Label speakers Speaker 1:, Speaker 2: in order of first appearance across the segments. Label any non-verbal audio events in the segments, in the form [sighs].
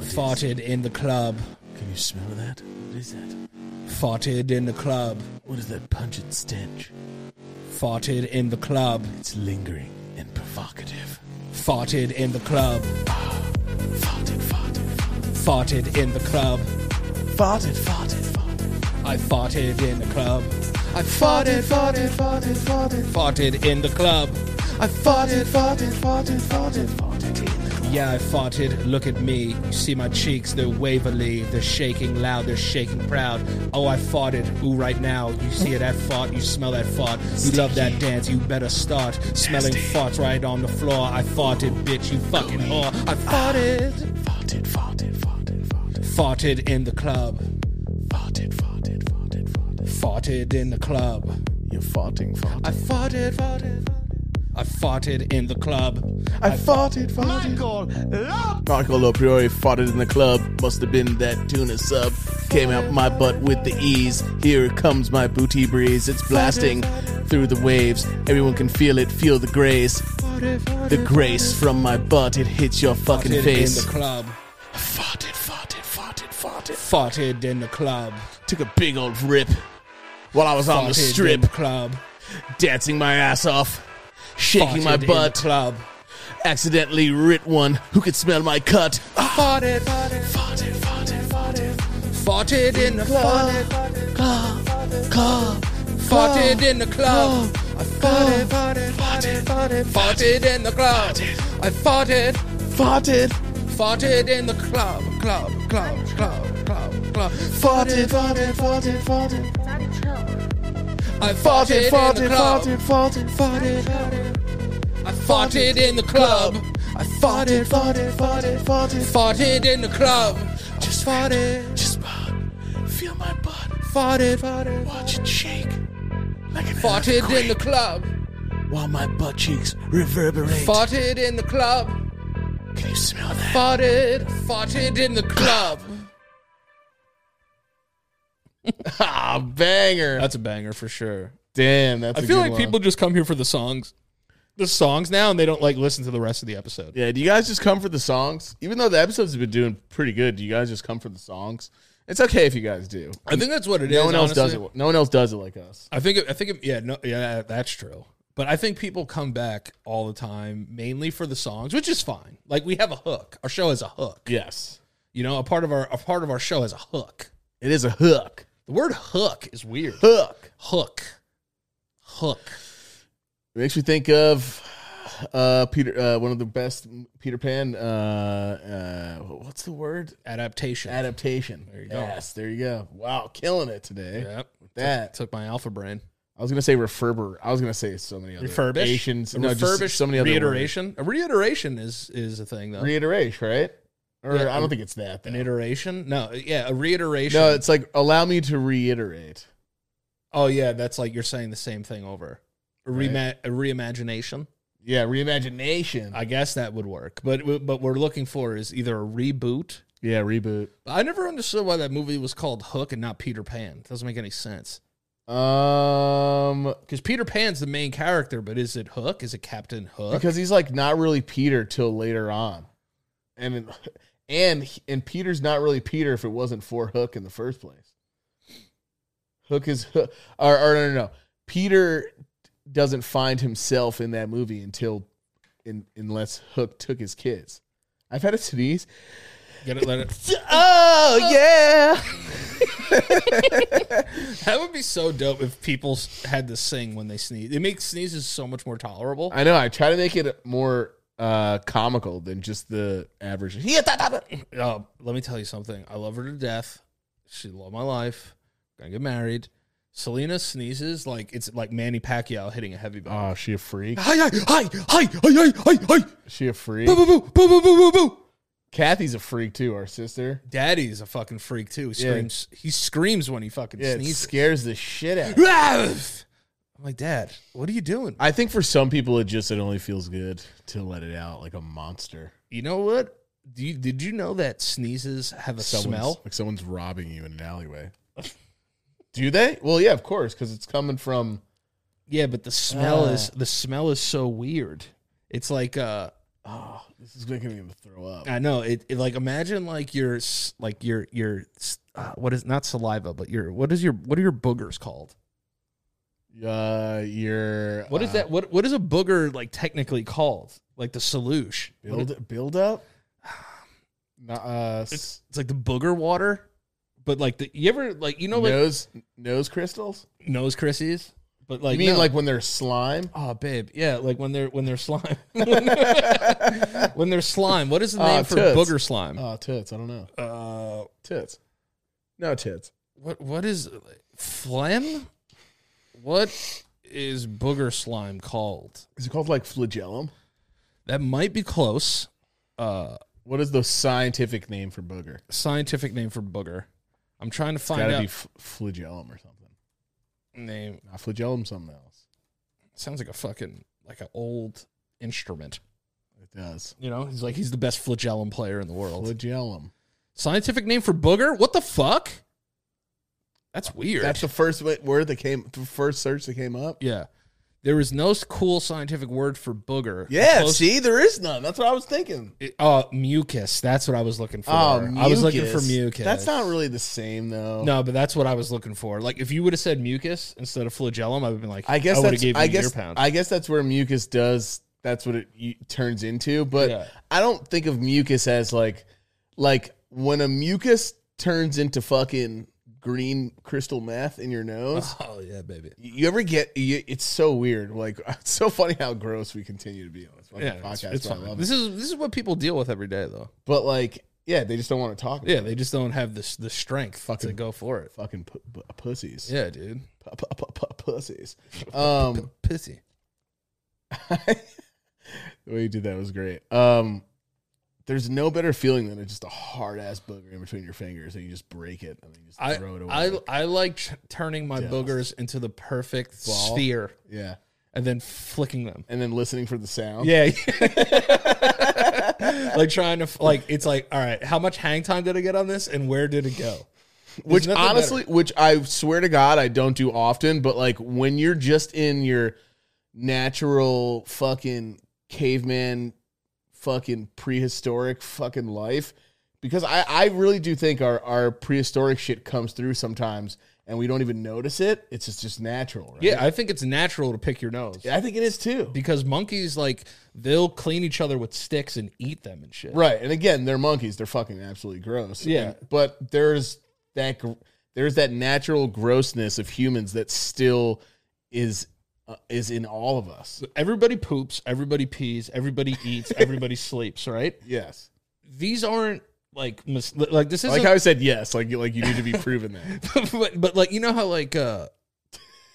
Speaker 1: farted in the club.
Speaker 2: Can you smell that? What is that?
Speaker 1: Farted in the club.
Speaker 2: What is that pungent stench?
Speaker 1: Farted in the club.
Speaker 2: It's lingering and provocative.
Speaker 1: Farted in the club.
Speaker 2: Farted, farted, farted,
Speaker 1: Farted in the club.
Speaker 2: farted, farted, farted,
Speaker 1: I farted in the club. I farted,
Speaker 2: farted, farted, farted,
Speaker 1: farted in the club.
Speaker 2: I farted, farted, farted, farted, farted in the club.
Speaker 1: Yeah, I farted. Look at me. You see my cheeks, they're waverly. They're shaking loud, they're shaking proud. Oh, I farted. Ooh, right now. You see that fart, you smell that fart. You love that dance, you better start. Smelling farts right on the floor. I farted, bitch, you fucking whore. I farted.
Speaker 2: Farted, farted, farted, farted,
Speaker 1: Farted in the club.
Speaker 2: farted, farted, farted, farted.
Speaker 1: Farted in the club.
Speaker 2: You're farting, farted.
Speaker 1: I farted, farted, farted. I farted in the club.
Speaker 2: I farted, farted. Michael Lop. Michael Lopriori farted in the club. Must have been that tuna sub. Came out my butt with the ease. Here comes my booty breeze. It's blasting through the waves. Everyone can feel it. Feel the grace. The grace from my butt. It hits your fucking
Speaker 1: Farted in the
Speaker 2: face.
Speaker 1: club.
Speaker 2: Farted, farted, farted, farted.
Speaker 1: Farted in the club.
Speaker 2: Took a big old rip while I was on the
Speaker 1: Farted in
Speaker 2: strip,
Speaker 1: the club.
Speaker 2: dancing my ass off, shaking my
Speaker 1: Farted in the
Speaker 2: butt.
Speaker 1: club.
Speaker 2: Accidentally writ one. Who could smell my cut?
Speaker 1: Farted, farted,
Speaker 2: Farted, farted, farted.
Speaker 1: farted in the club. Farted in the club. I farted, farted, farted, farted, farted in the club. I farted,
Speaker 2: Farted,
Speaker 1: farted in the club, club, club, club, club, club.
Speaker 2: farted, farted, farted, farted,
Speaker 1: I
Speaker 2: farted,
Speaker 1: farted,
Speaker 2: farted,
Speaker 1: in the club.
Speaker 2: farted, farted, farted,
Speaker 1: I farted in the club. I
Speaker 2: farted,
Speaker 1: farted,
Speaker 2: farted, farted, farted.
Speaker 1: farted in the club.
Speaker 2: Just
Speaker 1: farted,
Speaker 2: Just butt. Feel my butt.
Speaker 1: farted, farted,
Speaker 2: Watch it shake. Like an
Speaker 1: farted in the
Speaker 2: earthquake
Speaker 1: club.
Speaker 2: while my butt cheeks reverberate.
Speaker 1: Farted in the club.
Speaker 2: Can you smell that?
Speaker 1: Farted, farted in the club.
Speaker 2: Ah, banger.
Speaker 3: That's a banger for sure.
Speaker 2: Damn, that's.
Speaker 3: I feel like people just come here for the songs, the songs now, and they don't like listen to the rest of the episode.
Speaker 2: Yeah, do you guys just come for the songs? Even though the episodes have been doing pretty good, do you guys just come for the songs? It's okay if you guys do.
Speaker 3: I think that's what it is.
Speaker 2: No one else does
Speaker 3: honestly.
Speaker 2: it. No one else does it like us.
Speaker 3: I think. It, I think. It, yeah. No. Yeah. That's true. But I think people come back all the time, mainly for the songs, which is fine. Like we have a hook. Our show has a hook.
Speaker 2: Yes,
Speaker 3: You know, a part of our a part of our show has a hook.
Speaker 2: it is a hook.
Speaker 3: The word hook is weird.
Speaker 2: Hook.
Speaker 3: Hook. Hook.
Speaker 2: It makes me think of uh, Peter, uh, one of the best Peter Pan. Uh, uh, what's the word?
Speaker 3: Adaptation.
Speaker 2: Adaptation. There
Speaker 3: you go.
Speaker 2: Yes, there you go. Wow, killing it today.
Speaker 3: Yep.
Speaker 2: With that,
Speaker 3: Took my alpha brain.
Speaker 2: I was gonna say referber. I was gonna say so many other
Speaker 3: Refurbish.
Speaker 2: Asians-
Speaker 3: A
Speaker 2: No,
Speaker 3: refurbish.
Speaker 2: just so many other words.
Speaker 3: reiteration. A reiteration is is a thing though.
Speaker 2: Reiteration, right? Or
Speaker 3: Yeah,
Speaker 2: I don't think it's that.
Speaker 3: An
Speaker 2: though.
Speaker 3: iteration? No. Yeah. A reiteration.
Speaker 2: No, it's like allow me to reiterate.
Speaker 3: oh yeah. That's like you're saying the same thing over. A, reima- a reimagination.
Speaker 2: Yeah, reimagination.
Speaker 3: I guess that would work. But but what we're looking for is either a reboot.
Speaker 2: yeah, reboot.
Speaker 3: I never understood why that movie was called Hook and not Peter Pan. doesn't make any sense.
Speaker 2: Um,
Speaker 3: Because Peter Pan's the main character, but is it Hook? Is it Captain Hook?
Speaker 2: because he's like not really Peter till later on, and and and Peter's not really Peter if it wasn't for Hook in the first place. Hook is [laughs] Hoo- or, or no no no Peter doesn't find himself in that movie until in, unless Hook took his kids. I've had a sneeze.
Speaker 3: Get it? Let it.
Speaker 2: Oh yeah.
Speaker 3: That would be so dope if people s- had to sing when they sneeze. It makes sneezes so much more tolerable.
Speaker 2: I know. I try to make it more uh, comical than just the average. Yeah, da, da, da.
Speaker 3: Uh, let me tell you something. I love her to death. She loved my life. Gonna get married. Selena sneezes like it's like Manny Pacquiao hitting a heavy ball.
Speaker 2: Oh, she a freak.
Speaker 3: Hi hi hi hi hi hi hi hi.
Speaker 2: She a freak.
Speaker 3: Boo boo boo boo boo boo boo boo.
Speaker 2: Kathy's a freak too. Our sister.
Speaker 3: Daddy's a fucking freak too. He
Speaker 2: Yeah.
Speaker 3: screams. He screams when he fucking
Speaker 2: Yeah, it
Speaker 3: sneezes.
Speaker 2: scares the shit out. of me.
Speaker 3: I'm like, Dad, what are you doing?
Speaker 2: I think for some people, it just it only feels good to let it out like a monster.
Speaker 3: You know what? Do you, did you know that sneezes have a
Speaker 2: Someone's,
Speaker 3: smell?
Speaker 2: like someone's robbing you in an alleyway. [laughs] Do they? Well, yeah, of course, because it's coming from.
Speaker 3: Yeah, but the smell
Speaker 2: Ah.
Speaker 3: is the smell is so weird. It's like uh
Speaker 2: Oh, this is making me gonna throw up.
Speaker 3: I know it, it. Like imagine like your s- like your your s- uh, what is not saliva, but your what is your what are your boogers called?
Speaker 2: Uh, your
Speaker 3: What is
Speaker 2: uh,
Speaker 3: that? What what is a booger like technically called? Like the saluche.
Speaker 2: build build up? [sighs] Not uh, s-
Speaker 3: It's like the booger water, but like the you ever like you know like
Speaker 2: nose nose crystals.
Speaker 3: nose crissies, but like
Speaker 2: you mean
Speaker 3: no.
Speaker 2: like when they're slime?
Speaker 3: oh babe yeah like when they're when they're [laughs] slime when they're slime. What is the
Speaker 2: Ah,
Speaker 3: name for
Speaker 2: tits.
Speaker 3: booger slime?
Speaker 2: Oh, tits. I don't know.
Speaker 3: Uh,
Speaker 2: Tits. No tits.
Speaker 3: what what is phlegm? What is booger slime called?
Speaker 2: Is it called like flagellum?
Speaker 3: That might be close. Uh,
Speaker 2: What is the scientific name for booger?
Speaker 3: scientific name for booger. I'm trying to
Speaker 2: It's
Speaker 3: find
Speaker 2: gotta
Speaker 3: out
Speaker 2: be f- flagellum or something.
Speaker 3: name.
Speaker 2: Not flagellum, something else.
Speaker 3: Sounds like a fucking like an old instrument.
Speaker 2: It does.
Speaker 3: You know, he's like he's the best flagellum player in the world.
Speaker 2: Flagellum.
Speaker 3: Scientific name for booger? What the fuck? That's weird.
Speaker 2: That's the first wa- word that came, the first search that came up.
Speaker 3: yeah. There is no s- cool scientific word for booger.
Speaker 2: Yeah,
Speaker 3: Close-
Speaker 2: see, there is none. That's what I was thinking.
Speaker 3: it- uh, mucus. That's what I was looking for. Oh, I was looking for mucus.
Speaker 2: Oh, That's not really the same though.
Speaker 3: No, but that's what I was looking for. Like if you would have said mucus instead of flagellum, I would have been like,
Speaker 2: I guess
Speaker 3: would have
Speaker 2: that's
Speaker 3: gave you
Speaker 2: I
Speaker 3: an ear [laughs]
Speaker 2: guess
Speaker 3: pound.
Speaker 2: I guess that's where mucus does. That's what it y- turns into. But
Speaker 3: Yeah.
Speaker 2: I don't think of mucus as like like when a mucus turns into fucking green crystal meth in your nose.
Speaker 3: [sighs] oh yeah, baby.
Speaker 2: You ever get? You, it's so weird. Like [laughs] it's so funny how gross we continue to be on this fucking
Speaker 3: Yeah, it's,
Speaker 2: podcast.
Speaker 3: it's
Speaker 2: but I
Speaker 3: fine.
Speaker 2: love it.
Speaker 3: This is this is what people deal with every day, though.
Speaker 2: But like, yeah, they just don't want to talk. About
Speaker 3: Yeah, they just don't have this the strength to go for it.
Speaker 2: fucking p- p- pussies.
Speaker 3: Yeah, dude.
Speaker 2: P- p- p- p- pussies. Um,
Speaker 3: Pissy.
Speaker 2: the way you did that was great. Um, there's no better feeling than just a hard ass booger in between your fingers, and you just break it and then you just
Speaker 3: I
Speaker 2: throw it away.
Speaker 3: I I like ch- turning my
Speaker 2: Dust.
Speaker 3: boogers into the perfect
Speaker 2: Ball.
Speaker 3: sphere
Speaker 2: yeah,
Speaker 3: and then flicking them.
Speaker 2: and then listening for the
Speaker 3: [laughs]
Speaker 2: sound.
Speaker 3: Yeah. [laughs] like trying to f- like it's like all right, how much hang time did I get on this and where did it [laughs] go?
Speaker 2: which
Speaker 3: nothing better.
Speaker 2: honestly, which I swear to God, I don't do often. But like when you're just in your natural fucking caveman, fucking prehistoric fucking life, because I I really do think our our prehistoric shit comes through sometimes, and we don't even notice it. It's just just natural. Right?
Speaker 3: Yeah, I think it's natural to pick your nose
Speaker 2: I think it is too.
Speaker 3: because monkeys like they'll clean each other with sticks and eat them and shit.
Speaker 2: Right, and again, they're monkeys. They're fucking absolutely gross.
Speaker 3: Yeah.
Speaker 2: And- but there's that gr- there's that natural grossness of humans that still is uh, is in all of us.
Speaker 3: Everybody poops, everybody pees, everybody [laughs] eats, everybody sleeps, right?
Speaker 2: Yes,
Speaker 3: These aren't like mis- like this
Speaker 2: I
Speaker 3: isn't
Speaker 2: like how I said yes. Like you- like you need to be proven that.
Speaker 3: [laughs] but, but like you know how like uh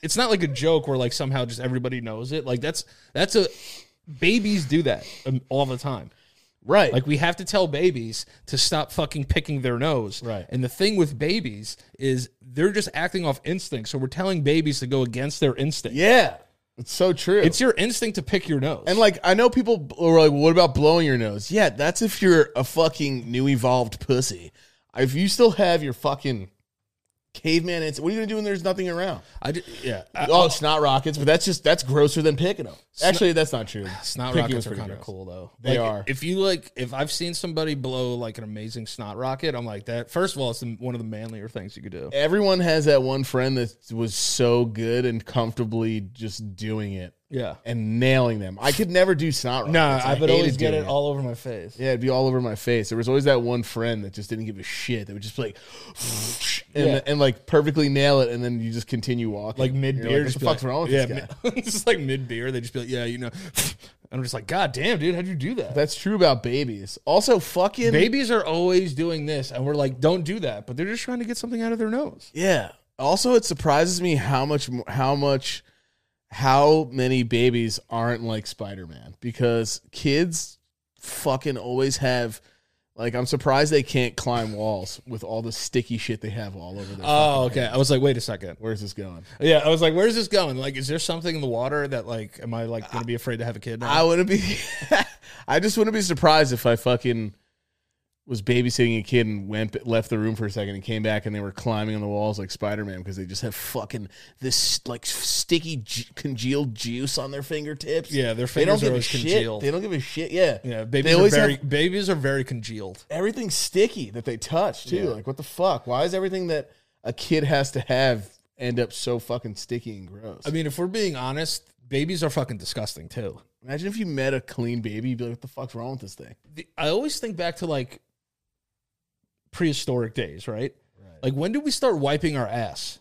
Speaker 3: it's not like a joke where like somehow just everybody knows it like that's that's a babies do that um, all the time
Speaker 2: Right.
Speaker 3: like we have to tell babies to stop fucking picking their nose
Speaker 2: Right.
Speaker 3: and the thing with babies is they're just acting off instinct so we're telling babies to go against their instinct
Speaker 2: yeah, it's so true.
Speaker 3: it's your instinct to pick your nose
Speaker 2: and like I know people b- are like, "What about blowing your nose?" Yeah, that's if you're a fucking new evolved pussy. If you still have your fucking caveman, it's what are you gonna do when there's nothing around?
Speaker 3: i ju- yeah I,
Speaker 2: oh, snot rockets, but that's just that's grosser than picking them. Actually, that's not true.
Speaker 3: snot
Speaker 2: Picking
Speaker 3: rockets
Speaker 2: is
Speaker 3: are
Speaker 2: pretty
Speaker 3: kind of
Speaker 2: gross.
Speaker 3: cool though
Speaker 2: They
Speaker 3: Like,
Speaker 2: are.
Speaker 3: if you like if i've seen somebody blow like an amazing snot rocket i'm like that first of all it's the- one of the manlier things you could do
Speaker 2: Everyone has that one friend that was so good and comfortably just doing it
Speaker 3: yeah
Speaker 2: and nailing them. I could never do snot rockets.
Speaker 3: No, I, would
Speaker 2: hated
Speaker 3: always get
Speaker 2: doing
Speaker 3: it all over my face.
Speaker 2: Yeah, it'd be all over my face. There was always that one friend that just didn't give a shit. That would just be like, [sniffs] and,
Speaker 3: Yeah.
Speaker 2: and like perfectly nail it, and then you just continue walking
Speaker 3: Like mid
Speaker 2: You're
Speaker 3: beer,
Speaker 2: Like, what
Speaker 3: just
Speaker 2: the
Speaker 3: be
Speaker 2: fuck's
Speaker 3: like-
Speaker 2: wrong with
Speaker 3: yeah,
Speaker 2: this guy?
Speaker 3: mid- [laughs] it's just like mid beer. They just be like, yeah, you know. [laughs] I'm just like, God damn, dude, how'd you do that?
Speaker 2: That's true about babies. Also, fucking
Speaker 3: Babies are always doing this, and we're like, don't do that. But they're just trying to get something out of their nose.
Speaker 2: Yeah. Also, it surprises me how much, mo- how much, how many babies aren't like Spider Man because kids fucking always have. Like, I'm surprised they can't climb walls with all the sticky shit they have all over their.
Speaker 3: Oh, okay. I was like, wait a second.
Speaker 2: Where's this going?
Speaker 3: Yeah, I was like, where's this going? Like, is there something in the water that like, am I like gonna be
Speaker 2: [laughs]
Speaker 3: afraid to have a kid? Now?
Speaker 2: I wouldn't be. I just wouldn't be surprised if I fucking was babysitting a kid and went left the room for a second and came back and they were climbing on the walls like Spider-Man because they just had fucking this like sticky ju- congealed juice on their fingertips.
Speaker 3: Yeah, their
Speaker 2: They don't
Speaker 3: fingers are
Speaker 2: give a
Speaker 3: always
Speaker 2: shit.
Speaker 3: congealed.
Speaker 2: They don't give a shit. Yeah.
Speaker 3: yeah,
Speaker 2: They
Speaker 3: babies are
Speaker 2: always
Speaker 3: very
Speaker 2: have-
Speaker 3: babies are very congealed.
Speaker 2: Everything's sticky that they touch too.
Speaker 3: Yeah.
Speaker 2: Like what the fuck? Why is everything that a kid has to have end up so fucking sticky and gross?
Speaker 3: I mean, if we're being honest, babies are fucking disgusting too.
Speaker 2: Imagine if you met a clean baby, you'd be like, what the fuck's wrong with this thing?
Speaker 3: The- I always think back to like prehistoric days, right? Like when did we start wiping our ass?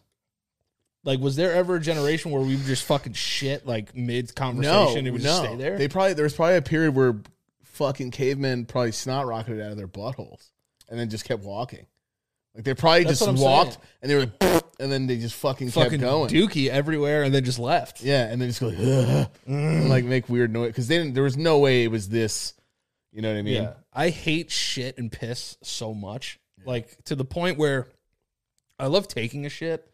Speaker 3: Like, was there ever a generation where we would just fucking shit like mid conversation? it would just stay there.
Speaker 2: They probably there was probably a period where fucking cavemen probably snot rocketed out of their buttholes and then just kept walking. Like they probably
Speaker 3: That's
Speaker 2: just
Speaker 3: what I'm
Speaker 2: walked
Speaker 3: saying.
Speaker 2: and they were like, and then they just fucking,
Speaker 3: fucking
Speaker 2: kept going.
Speaker 3: dookie everywhere and then just left.
Speaker 2: Yeah, and then just go like, "Ugh," and like make weird noise because they didn't. There was no way it was this. You know what I mean?
Speaker 3: Yeah. I hate shit and piss so much. Like to the point where I love taking a shit.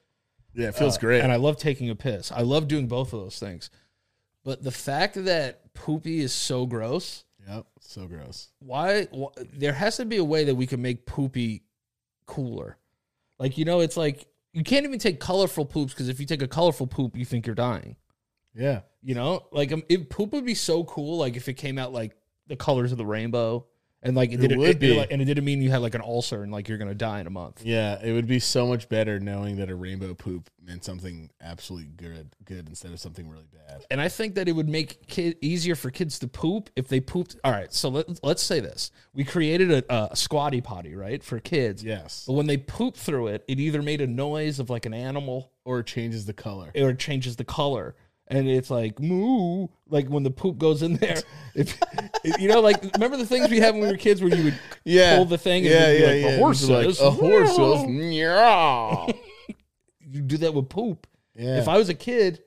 Speaker 2: Yeah, it feels
Speaker 3: uh,
Speaker 2: great.
Speaker 3: And I love taking a piss. I love doing both of those things. But the fact that poopy is so gross,
Speaker 2: yep, so gross.
Speaker 3: why, wh- there has to be a way that we can make poopy cooler. Like you know, it's like you can't even take colorful poops because if you take a colorful poop, you think you're dying.
Speaker 2: Yeah,
Speaker 3: You know, like um, if poop would be so cool, like if it came out like the colors of the rainbow, and like it,
Speaker 2: It
Speaker 3: didn't,
Speaker 2: would
Speaker 3: it- it,
Speaker 2: be.
Speaker 3: like- and it didn't mean you had like an ulcer and like you're gonna die in a month.
Speaker 2: yeah. It would be so much better knowing that a rainbow poop meant something absolutely good, good instead of something really bad.
Speaker 3: And I think that it would make kid easier for kids to poop if they pooped. All right, so let, let's say this: we created a, a squatty potty, right, for kids.
Speaker 2: Yes,
Speaker 3: But when they poop through it, it either made a noise of like an animal
Speaker 2: or it changes the color.
Speaker 3: or it changes the color. And it's like moo, like when the poop goes in there. [laughs] If, you know, like remember the things we had when we were kids where you would
Speaker 2: yeah.
Speaker 3: pull the thing and it'd be like, "The
Speaker 2: And
Speaker 3: horse
Speaker 2: it's like,
Speaker 3: says,
Speaker 2: a horse
Speaker 3: "Meow."
Speaker 2: says, meow.
Speaker 3: you do that with poop. [laughs]
Speaker 2: yeah.
Speaker 3: If I was a kid,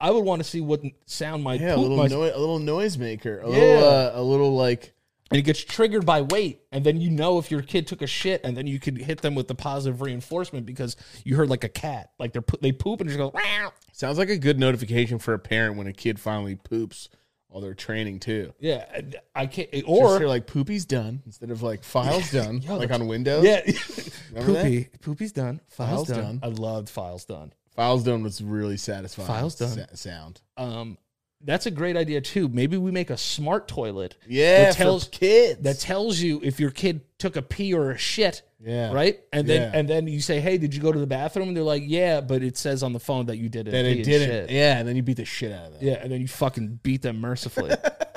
Speaker 3: I would want to see what sound my
Speaker 2: yeah, a
Speaker 3: poop
Speaker 2: little,
Speaker 3: was,
Speaker 2: noi- a little noisemaker, a
Speaker 3: Yeah.
Speaker 2: little, uh, a little like,
Speaker 3: and it gets triggered by weight, and then you know if your kid took a shit, and then you could hit them with the positive reinforcement because you heard like a cat, like they're po- they poop and just go. Wow.
Speaker 2: sounds like a good notification for a parent when a kid finally poops while they're training too.
Speaker 3: Yeah, I I can't.
Speaker 2: Or you're
Speaker 3: Or
Speaker 2: like poopy's done instead of
Speaker 3: [laughs]
Speaker 2: like files done,
Speaker 3: Yo,
Speaker 2: like
Speaker 3: that's-
Speaker 2: on Windows.
Speaker 3: yeah, [laughs]
Speaker 2: Remember that?
Speaker 3: poopy, poopy's done. Files,
Speaker 2: Files
Speaker 3: done.
Speaker 2: done.
Speaker 3: I loved files done.
Speaker 2: Files done was really satisfying.
Speaker 3: Files done.
Speaker 2: sa- sound.
Speaker 3: Um, that's a great idea too. Maybe we make a smart toilet
Speaker 2: Yeah,
Speaker 3: That tells-
Speaker 2: for kids.
Speaker 3: that tells you if your kid took a pee or a shit
Speaker 2: yeah,
Speaker 3: right? And then
Speaker 2: Yeah.
Speaker 3: and then you say, "Hey, did you go to the bathroom?" And they're like, "Yeah," but it says on the phone that you didn't.
Speaker 2: That
Speaker 3: pee
Speaker 2: it
Speaker 3: and
Speaker 2: didn't.
Speaker 3: shit.
Speaker 2: Yeah, and then you beat the shit out of them.
Speaker 3: Yeah, and then you fucking beat them mercifully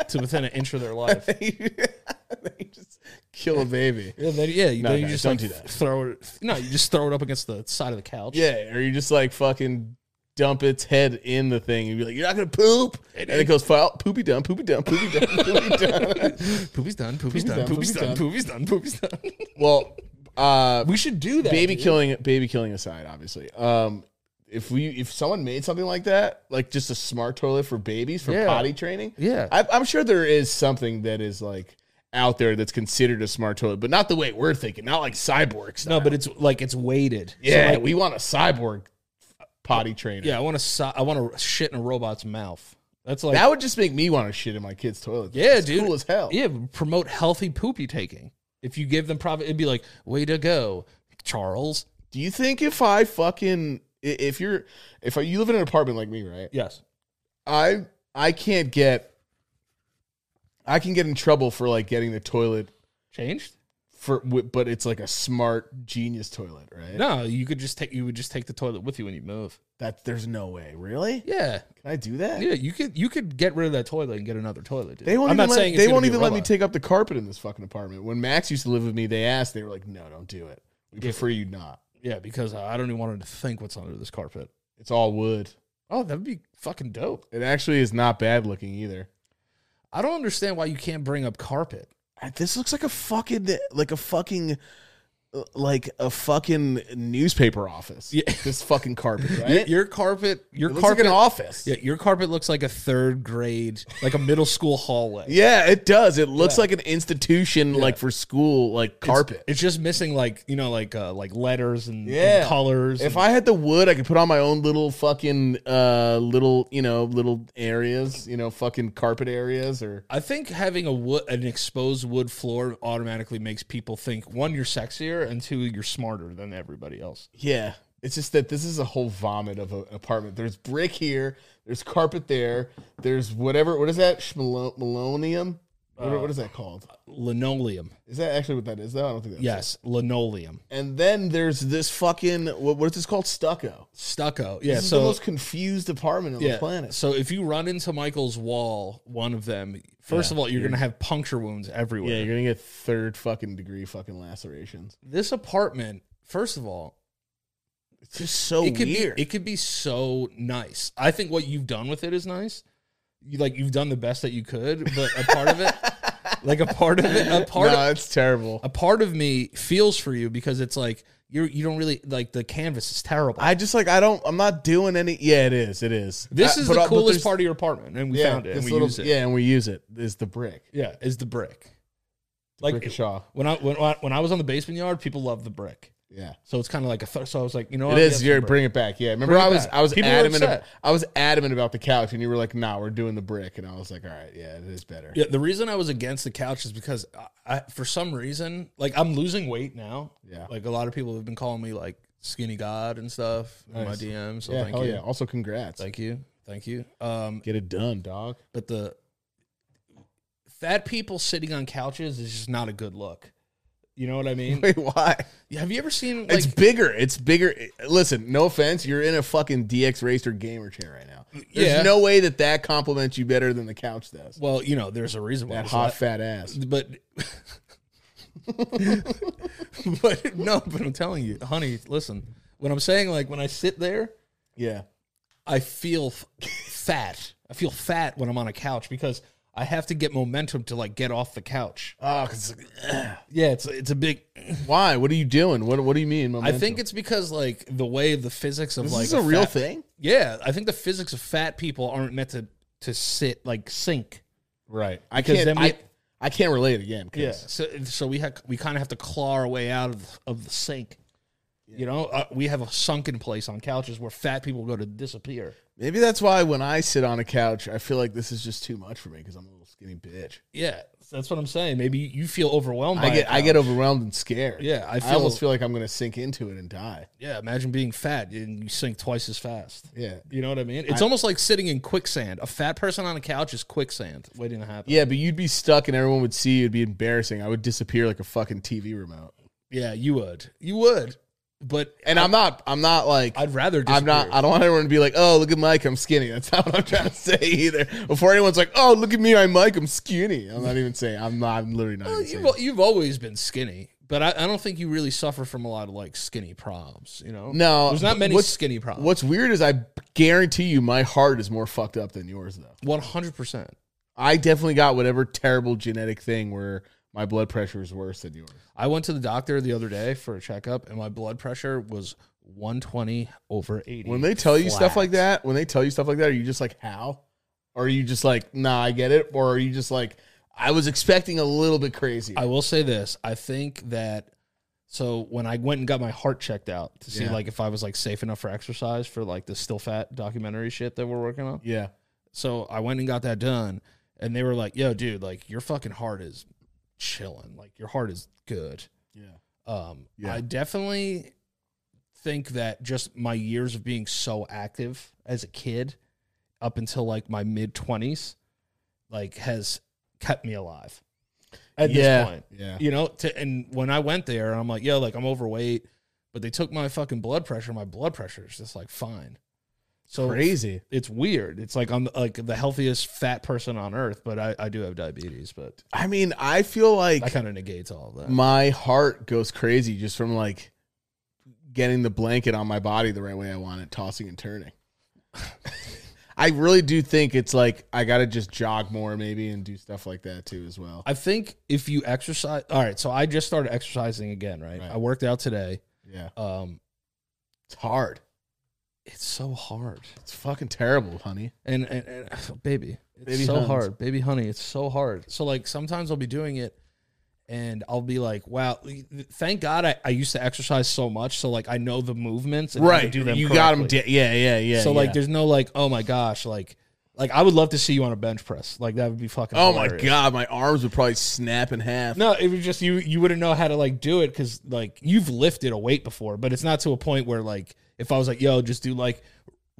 Speaker 3: to within an inch of their life.
Speaker 2: [laughs] you just kill a baby.
Speaker 3: Yeah, then, yeah, you
Speaker 2: No,
Speaker 3: then you
Speaker 2: no,
Speaker 3: just
Speaker 2: don't
Speaker 3: like
Speaker 2: do that.
Speaker 3: throw it. No, you just throw it up against the side of the couch.
Speaker 2: Yeah, or you just like fucking dump its head in the thing and be like, "You're not gonna poop," and it goes, "File poopy done, poopy done, poopy done, poopy done."
Speaker 3: [laughs] poopy's done. Poopy's, done,
Speaker 2: done,
Speaker 3: Poopy's
Speaker 2: poopy's
Speaker 3: done.
Speaker 2: done.
Speaker 3: Poopy's done. Poopy's done.
Speaker 2: [laughs] well, uh,
Speaker 3: we should do that.
Speaker 2: baby
Speaker 3: dude.
Speaker 2: killing, baby killing aside, obviously, um, if we if someone made something like that, like just a smart toilet for babies for
Speaker 3: Yeah.
Speaker 2: potty training,
Speaker 3: Yeah.
Speaker 2: I, I'm sure there is something that is like out there that's considered a smart toilet, but not the way we're thinking, not like cyborgs.
Speaker 3: no, but it's like it's weighted. So,
Speaker 2: yeah,
Speaker 3: like,
Speaker 2: we want a cyborg potty trainer.
Speaker 3: yeah. I want to. Si- I want to shit in a robot's mouth. That's like.
Speaker 2: That would just make me want to shit in my kids' toilet.
Speaker 3: Yeah,
Speaker 2: It's
Speaker 3: dude.
Speaker 2: Cool as hell.
Speaker 3: Yeah, promote healthy poopy taking. If you give them profit, it'd be like, way to go, Charles.
Speaker 2: Do you think if I fucking i- if you're if you live in an apartment like me, right?
Speaker 3: Yes.
Speaker 2: I I can't get I can get in trouble for like getting the toilet
Speaker 3: Changed?
Speaker 2: for wi- but it's like a smart genius toilet, right?
Speaker 3: No, you could just take you would just take the toilet with you when you move.
Speaker 2: That there's no way. Really?
Speaker 3: Yeah.
Speaker 2: Can I do that?
Speaker 3: Yeah, you could you could get rid of that toilet and get another toilet. Dude.
Speaker 2: They won't
Speaker 3: I'm
Speaker 2: even
Speaker 3: not
Speaker 2: let,
Speaker 3: saying it's
Speaker 2: they
Speaker 3: gonna
Speaker 2: won't
Speaker 3: be a
Speaker 2: even let me
Speaker 3: robot.
Speaker 2: take up the carpet in this fucking apartment. When Max used to live with me, they asked, they were like, "No, don't do it. We
Speaker 3: Yeah.
Speaker 2: prefer you not.
Speaker 3: Yeah, because I don't even want her to think what's under this carpet.
Speaker 2: It's all wood.
Speaker 3: Oh, that'd be fucking dope.
Speaker 2: It actually is not bad looking either."
Speaker 3: I don't understand why you can't bring up carpet.
Speaker 2: I- This looks like a fucking like a fucking like a fucking newspaper office.
Speaker 3: Yeah.
Speaker 2: [laughs] This
Speaker 3: [laughs]
Speaker 2: fucking carpet, right?
Speaker 3: Y- Your carpet, your
Speaker 2: It looks
Speaker 3: carpet,
Speaker 2: like an office.
Speaker 3: yeah, your carpet looks like a third grade, like a middle school hallway.
Speaker 2: Yeah, it does. It looks like an institution, like for school, like
Speaker 3: It's-
Speaker 2: carpet.
Speaker 3: It's, just missing like you know, like uh, like letters and, and
Speaker 2: Yeah.
Speaker 3: colors.
Speaker 2: if
Speaker 3: and-
Speaker 2: I had the wood, I could put on my own little fucking uh little you know little areas, you know fucking carpet areas or
Speaker 3: I think having a wood, an exposed wood floor automatically makes people think one, you're sexier, and two, you're smarter than everybody else.
Speaker 2: yeah. It's just that this is a whole vomit of a, an apartment. There's brick here. There's carpet there. There's whatever. What is that? Schmelo- Melonium. What- what is that called?
Speaker 3: Linoleum,
Speaker 2: Is that actually what that is? Though I don't think that's
Speaker 3: yes, linoleum,
Speaker 2: it. And then there's this fucking what, what is this called? Stucco.
Speaker 3: stucco. Yeah,
Speaker 2: This is
Speaker 3: so
Speaker 2: the most confused apartment on
Speaker 3: yeah,
Speaker 2: the planet.
Speaker 3: so if you run into Michael's wall, one of them, first of all, you're, gonna have puncture wounds everywhere.
Speaker 2: Yeah, you're gonna get third fucking degree fucking lacerations.
Speaker 3: this apartment, first of all,
Speaker 2: It's just so
Speaker 3: it could
Speaker 2: weird.
Speaker 3: be it could be so nice. I think what you've done with it is nice. You like you've done the best that you could, but a part
Speaker 2: [laughs]
Speaker 3: of it, like a part of it, a part of,
Speaker 2: no, it's terrible.
Speaker 3: a part of me feels for you because it's like you you don't really like the canvas is terrible.
Speaker 2: I just like I don't. I'm not doing any. Yeah, it is. It is.
Speaker 3: this
Speaker 2: I-
Speaker 3: is
Speaker 2: but I-
Speaker 3: the
Speaker 2: but
Speaker 3: coolest
Speaker 2: there's-
Speaker 3: part of your apartment, and we
Speaker 2: yeah,
Speaker 3: found it and
Speaker 2: this
Speaker 3: we
Speaker 2: little-
Speaker 3: use it.
Speaker 2: Yeah, and we use it. Is the brick.
Speaker 3: yeah, is the brick.
Speaker 2: Like
Speaker 3: Like-
Speaker 2: brick of Shaw.
Speaker 3: When I when I, when I was on the basement yard, people loved the brick,
Speaker 2: Yeah,
Speaker 3: so it's kind of like a th- so I was like, you know,
Speaker 2: it
Speaker 3: what?
Speaker 2: is.
Speaker 3: Yeah, some
Speaker 2: You're
Speaker 3: Oh, brick.
Speaker 2: bring it back. Yeah, remember
Speaker 3: Bring it
Speaker 2: I was
Speaker 3: back.
Speaker 2: I was
Speaker 3: People were
Speaker 2: adamant. About,
Speaker 3: upset.
Speaker 2: I was adamant about the couch, and you were like, "Nah, we're doing the brick," and I was like, "All right, yeah, it is better."
Speaker 3: Yeah, the reason I was against the couch is because I, I for some reason, like I'm losing weight now.
Speaker 2: Yeah.
Speaker 3: Like a lot of people have been calling me like skinny god and stuff in my
Speaker 2: Nice.
Speaker 3: DMs. So
Speaker 2: Yeah,
Speaker 3: thank
Speaker 2: hell
Speaker 3: you.
Speaker 2: yeah. Also, congrats.
Speaker 3: Thank you. Thank you. Um
Speaker 2: Get it
Speaker 3: [laughs]
Speaker 2: done, dog.
Speaker 3: but the fat people sitting on couches is just not a good look. You know what I
Speaker 2: [laughs]
Speaker 3: mean?
Speaker 2: Wait, why?
Speaker 3: Have you ever seen like
Speaker 2: it's bigger. It's bigger. Listen, no offense. You're in a fucking DX Racer gamer chair right now. There's
Speaker 3: Yeah.
Speaker 2: no way that that compliments you better than the couch does.
Speaker 3: well, you know, there's a reason why
Speaker 2: That
Speaker 3: it's
Speaker 2: hot
Speaker 3: like-
Speaker 2: fat ass.
Speaker 3: but [laughs] but no, but I'm telling you, honey, listen. When I'm saying like when I sit there
Speaker 2: Yeah.
Speaker 3: I feel f- fat. I feel fat when I'm on a couch because I have to get momentum to like get off the couch.
Speaker 2: Oh, 'cause it's like, ugh.
Speaker 3: Yeah, it's it's a big.
Speaker 2: why? What are you doing? What What do you mean?
Speaker 3: I think it's because like the way the physics of
Speaker 2: this
Speaker 3: like
Speaker 2: is a real
Speaker 3: fat-
Speaker 2: thing,
Speaker 3: Yeah, I think the physics of fat people aren't meant to to sit like sink.
Speaker 2: right? I
Speaker 3: Because
Speaker 2: can't.
Speaker 3: then we-
Speaker 2: I, I can't relate again. 'cause-
Speaker 3: So so we have we kind of have to claw our way out of of the sink. You know, uh, we have a sunken place on couches where fat people go to disappear.
Speaker 2: Maybe that's why when I sit on a couch, I feel like this is just too much for me because I'm a little skinny bitch.
Speaker 3: Yeah, that's what I'm saying. Maybe you feel overwhelmed.
Speaker 2: I
Speaker 3: by a
Speaker 2: get I get
Speaker 3: couch.
Speaker 2: overwhelmed and scared.
Speaker 3: Yeah, I
Speaker 2: I,
Speaker 3: feel-
Speaker 2: almost feel like I'm going to sink into it and die.
Speaker 3: Yeah, imagine being fat and you sink twice as fast.
Speaker 2: Yeah,
Speaker 3: You know what I mean? It's almost like sitting in quicksand. A fat person on a couch is quicksand waiting to happen.
Speaker 2: Yeah, but you'd be stuck and everyone would see you. It'd be embarrassing. I would disappear like a fucking TV remote.
Speaker 3: Yeah, you would. You would. But
Speaker 2: And I'm not. I'm not like.
Speaker 3: I'd rather
Speaker 2: I'm not. I don't want everyone to be like, "Oh, look at Mike, I'm skinny." That's not what I'm trying to [laughs] say either. Before anyone's like, "Oh, look at me, I'm Mike, I'm skinny." I'm not even saying. I'm not. I'm literally not. even saying.
Speaker 3: you've, you've always been skinny, but I, I don't think you really suffer from a lot of like skinny problems, you know?
Speaker 2: No,
Speaker 3: There's not many
Speaker 2: Uh, what's-
Speaker 3: skinny problems.
Speaker 2: What's weird is I guarantee you, my heart is more fucked up than yours though.
Speaker 3: 100%.
Speaker 2: I definitely got whatever terrible genetic thing where my blood pressure is worse than yours.
Speaker 3: I went to the doctor the other day for a checkup and my blood pressure was 120 over 80.
Speaker 2: When they tell you stuff like
Speaker 3: Flat.
Speaker 2: that, when they tell you stuff like that, are you just like, how? Or are you just like, nah, I get it? Or are you just like, I was expecting a little bit crazy?
Speaker 3: I will say this. I think that so when I went and got my heart checked out to see
Speaker 2: Yeah.
Speaker 3: like if I was like safe enough for exercise for like the still fat documentary shit that we're working on.
Speaker 2: yeah.
Speaker 3: So I went and got that done and they were like, "Yo, dude, like your fucking heart is chilling. Like your heart is good."
Speaker 2: Yeah.
Speaker 3: Um
Speaker 2: Yeah.
Speaker 3: I definitely think that just my years of being so active as a kid up until like my mid 20s like has kept me alive at
Speaker 2: yeah.
Speaker 3: this point
Speaker 2: Yeah.
Speaker 3: you know to, and when i went there i'm like yo like i'm overweight but they took my fucking blood pressure my blood pressure is just like fine so
Speaker 2: Crazy.
Speaker 3: it's weird it's like i'm like the healthiest fat person on earth but i, I do have diabetes but
Speaker 2: I mean, I feel
Speaker 3: that
Speaker 2: like
Speaker 3: kind of negates all of that
Speaker 2: my heart goes crazy just from like getting the blanket on my body the right way [laughs] I want it, tossing and turning. I really do think it's like I gotta just jog more maybe and do stuff like that too as well.
Speaker 3: I think if you exercise, all right. So I just started exercising again, right?
Speaker 2: Right.
Speaker 3: I worked out today.
Speaker 2: Yeah,
Speaker 3: Um,
Speaker 2: it's hard.
Speaker 3: it's so hard,
Speaker 2: It's fucking terrible, honey.
Speaker 3: and and, and [sighs] baby, it's
Speaker 2: Baby
Speaker 3: so
Speaker 2: huns.
Speaker 3: hard, baby, honey. It's so hard. So like sometimes I'll be doing it, and I'll be like, wow, thank God I, I used to exercise so much, so like I know the movements, and how to do them.
Speaker 2: you got them.
Speaker 3: correctly.
Speaker 2: Da- yeah, yeah, yeah.
Speaker 3: so like,
Speaker 2: yeah.
Speaker 3: there's no like, oh my gosh, like, like I would love to see you on a bench press. Like that would be fucking.
Speaker 2: oh my
Speaker 3: hilarious.
Speaker 2: god, my arms would probably snap in half.
Speaker 3: No, it was just you. You wouldn't know how to like do it because like you've lifted a weight before, but it's not to a point where like if I was like, yo, just do like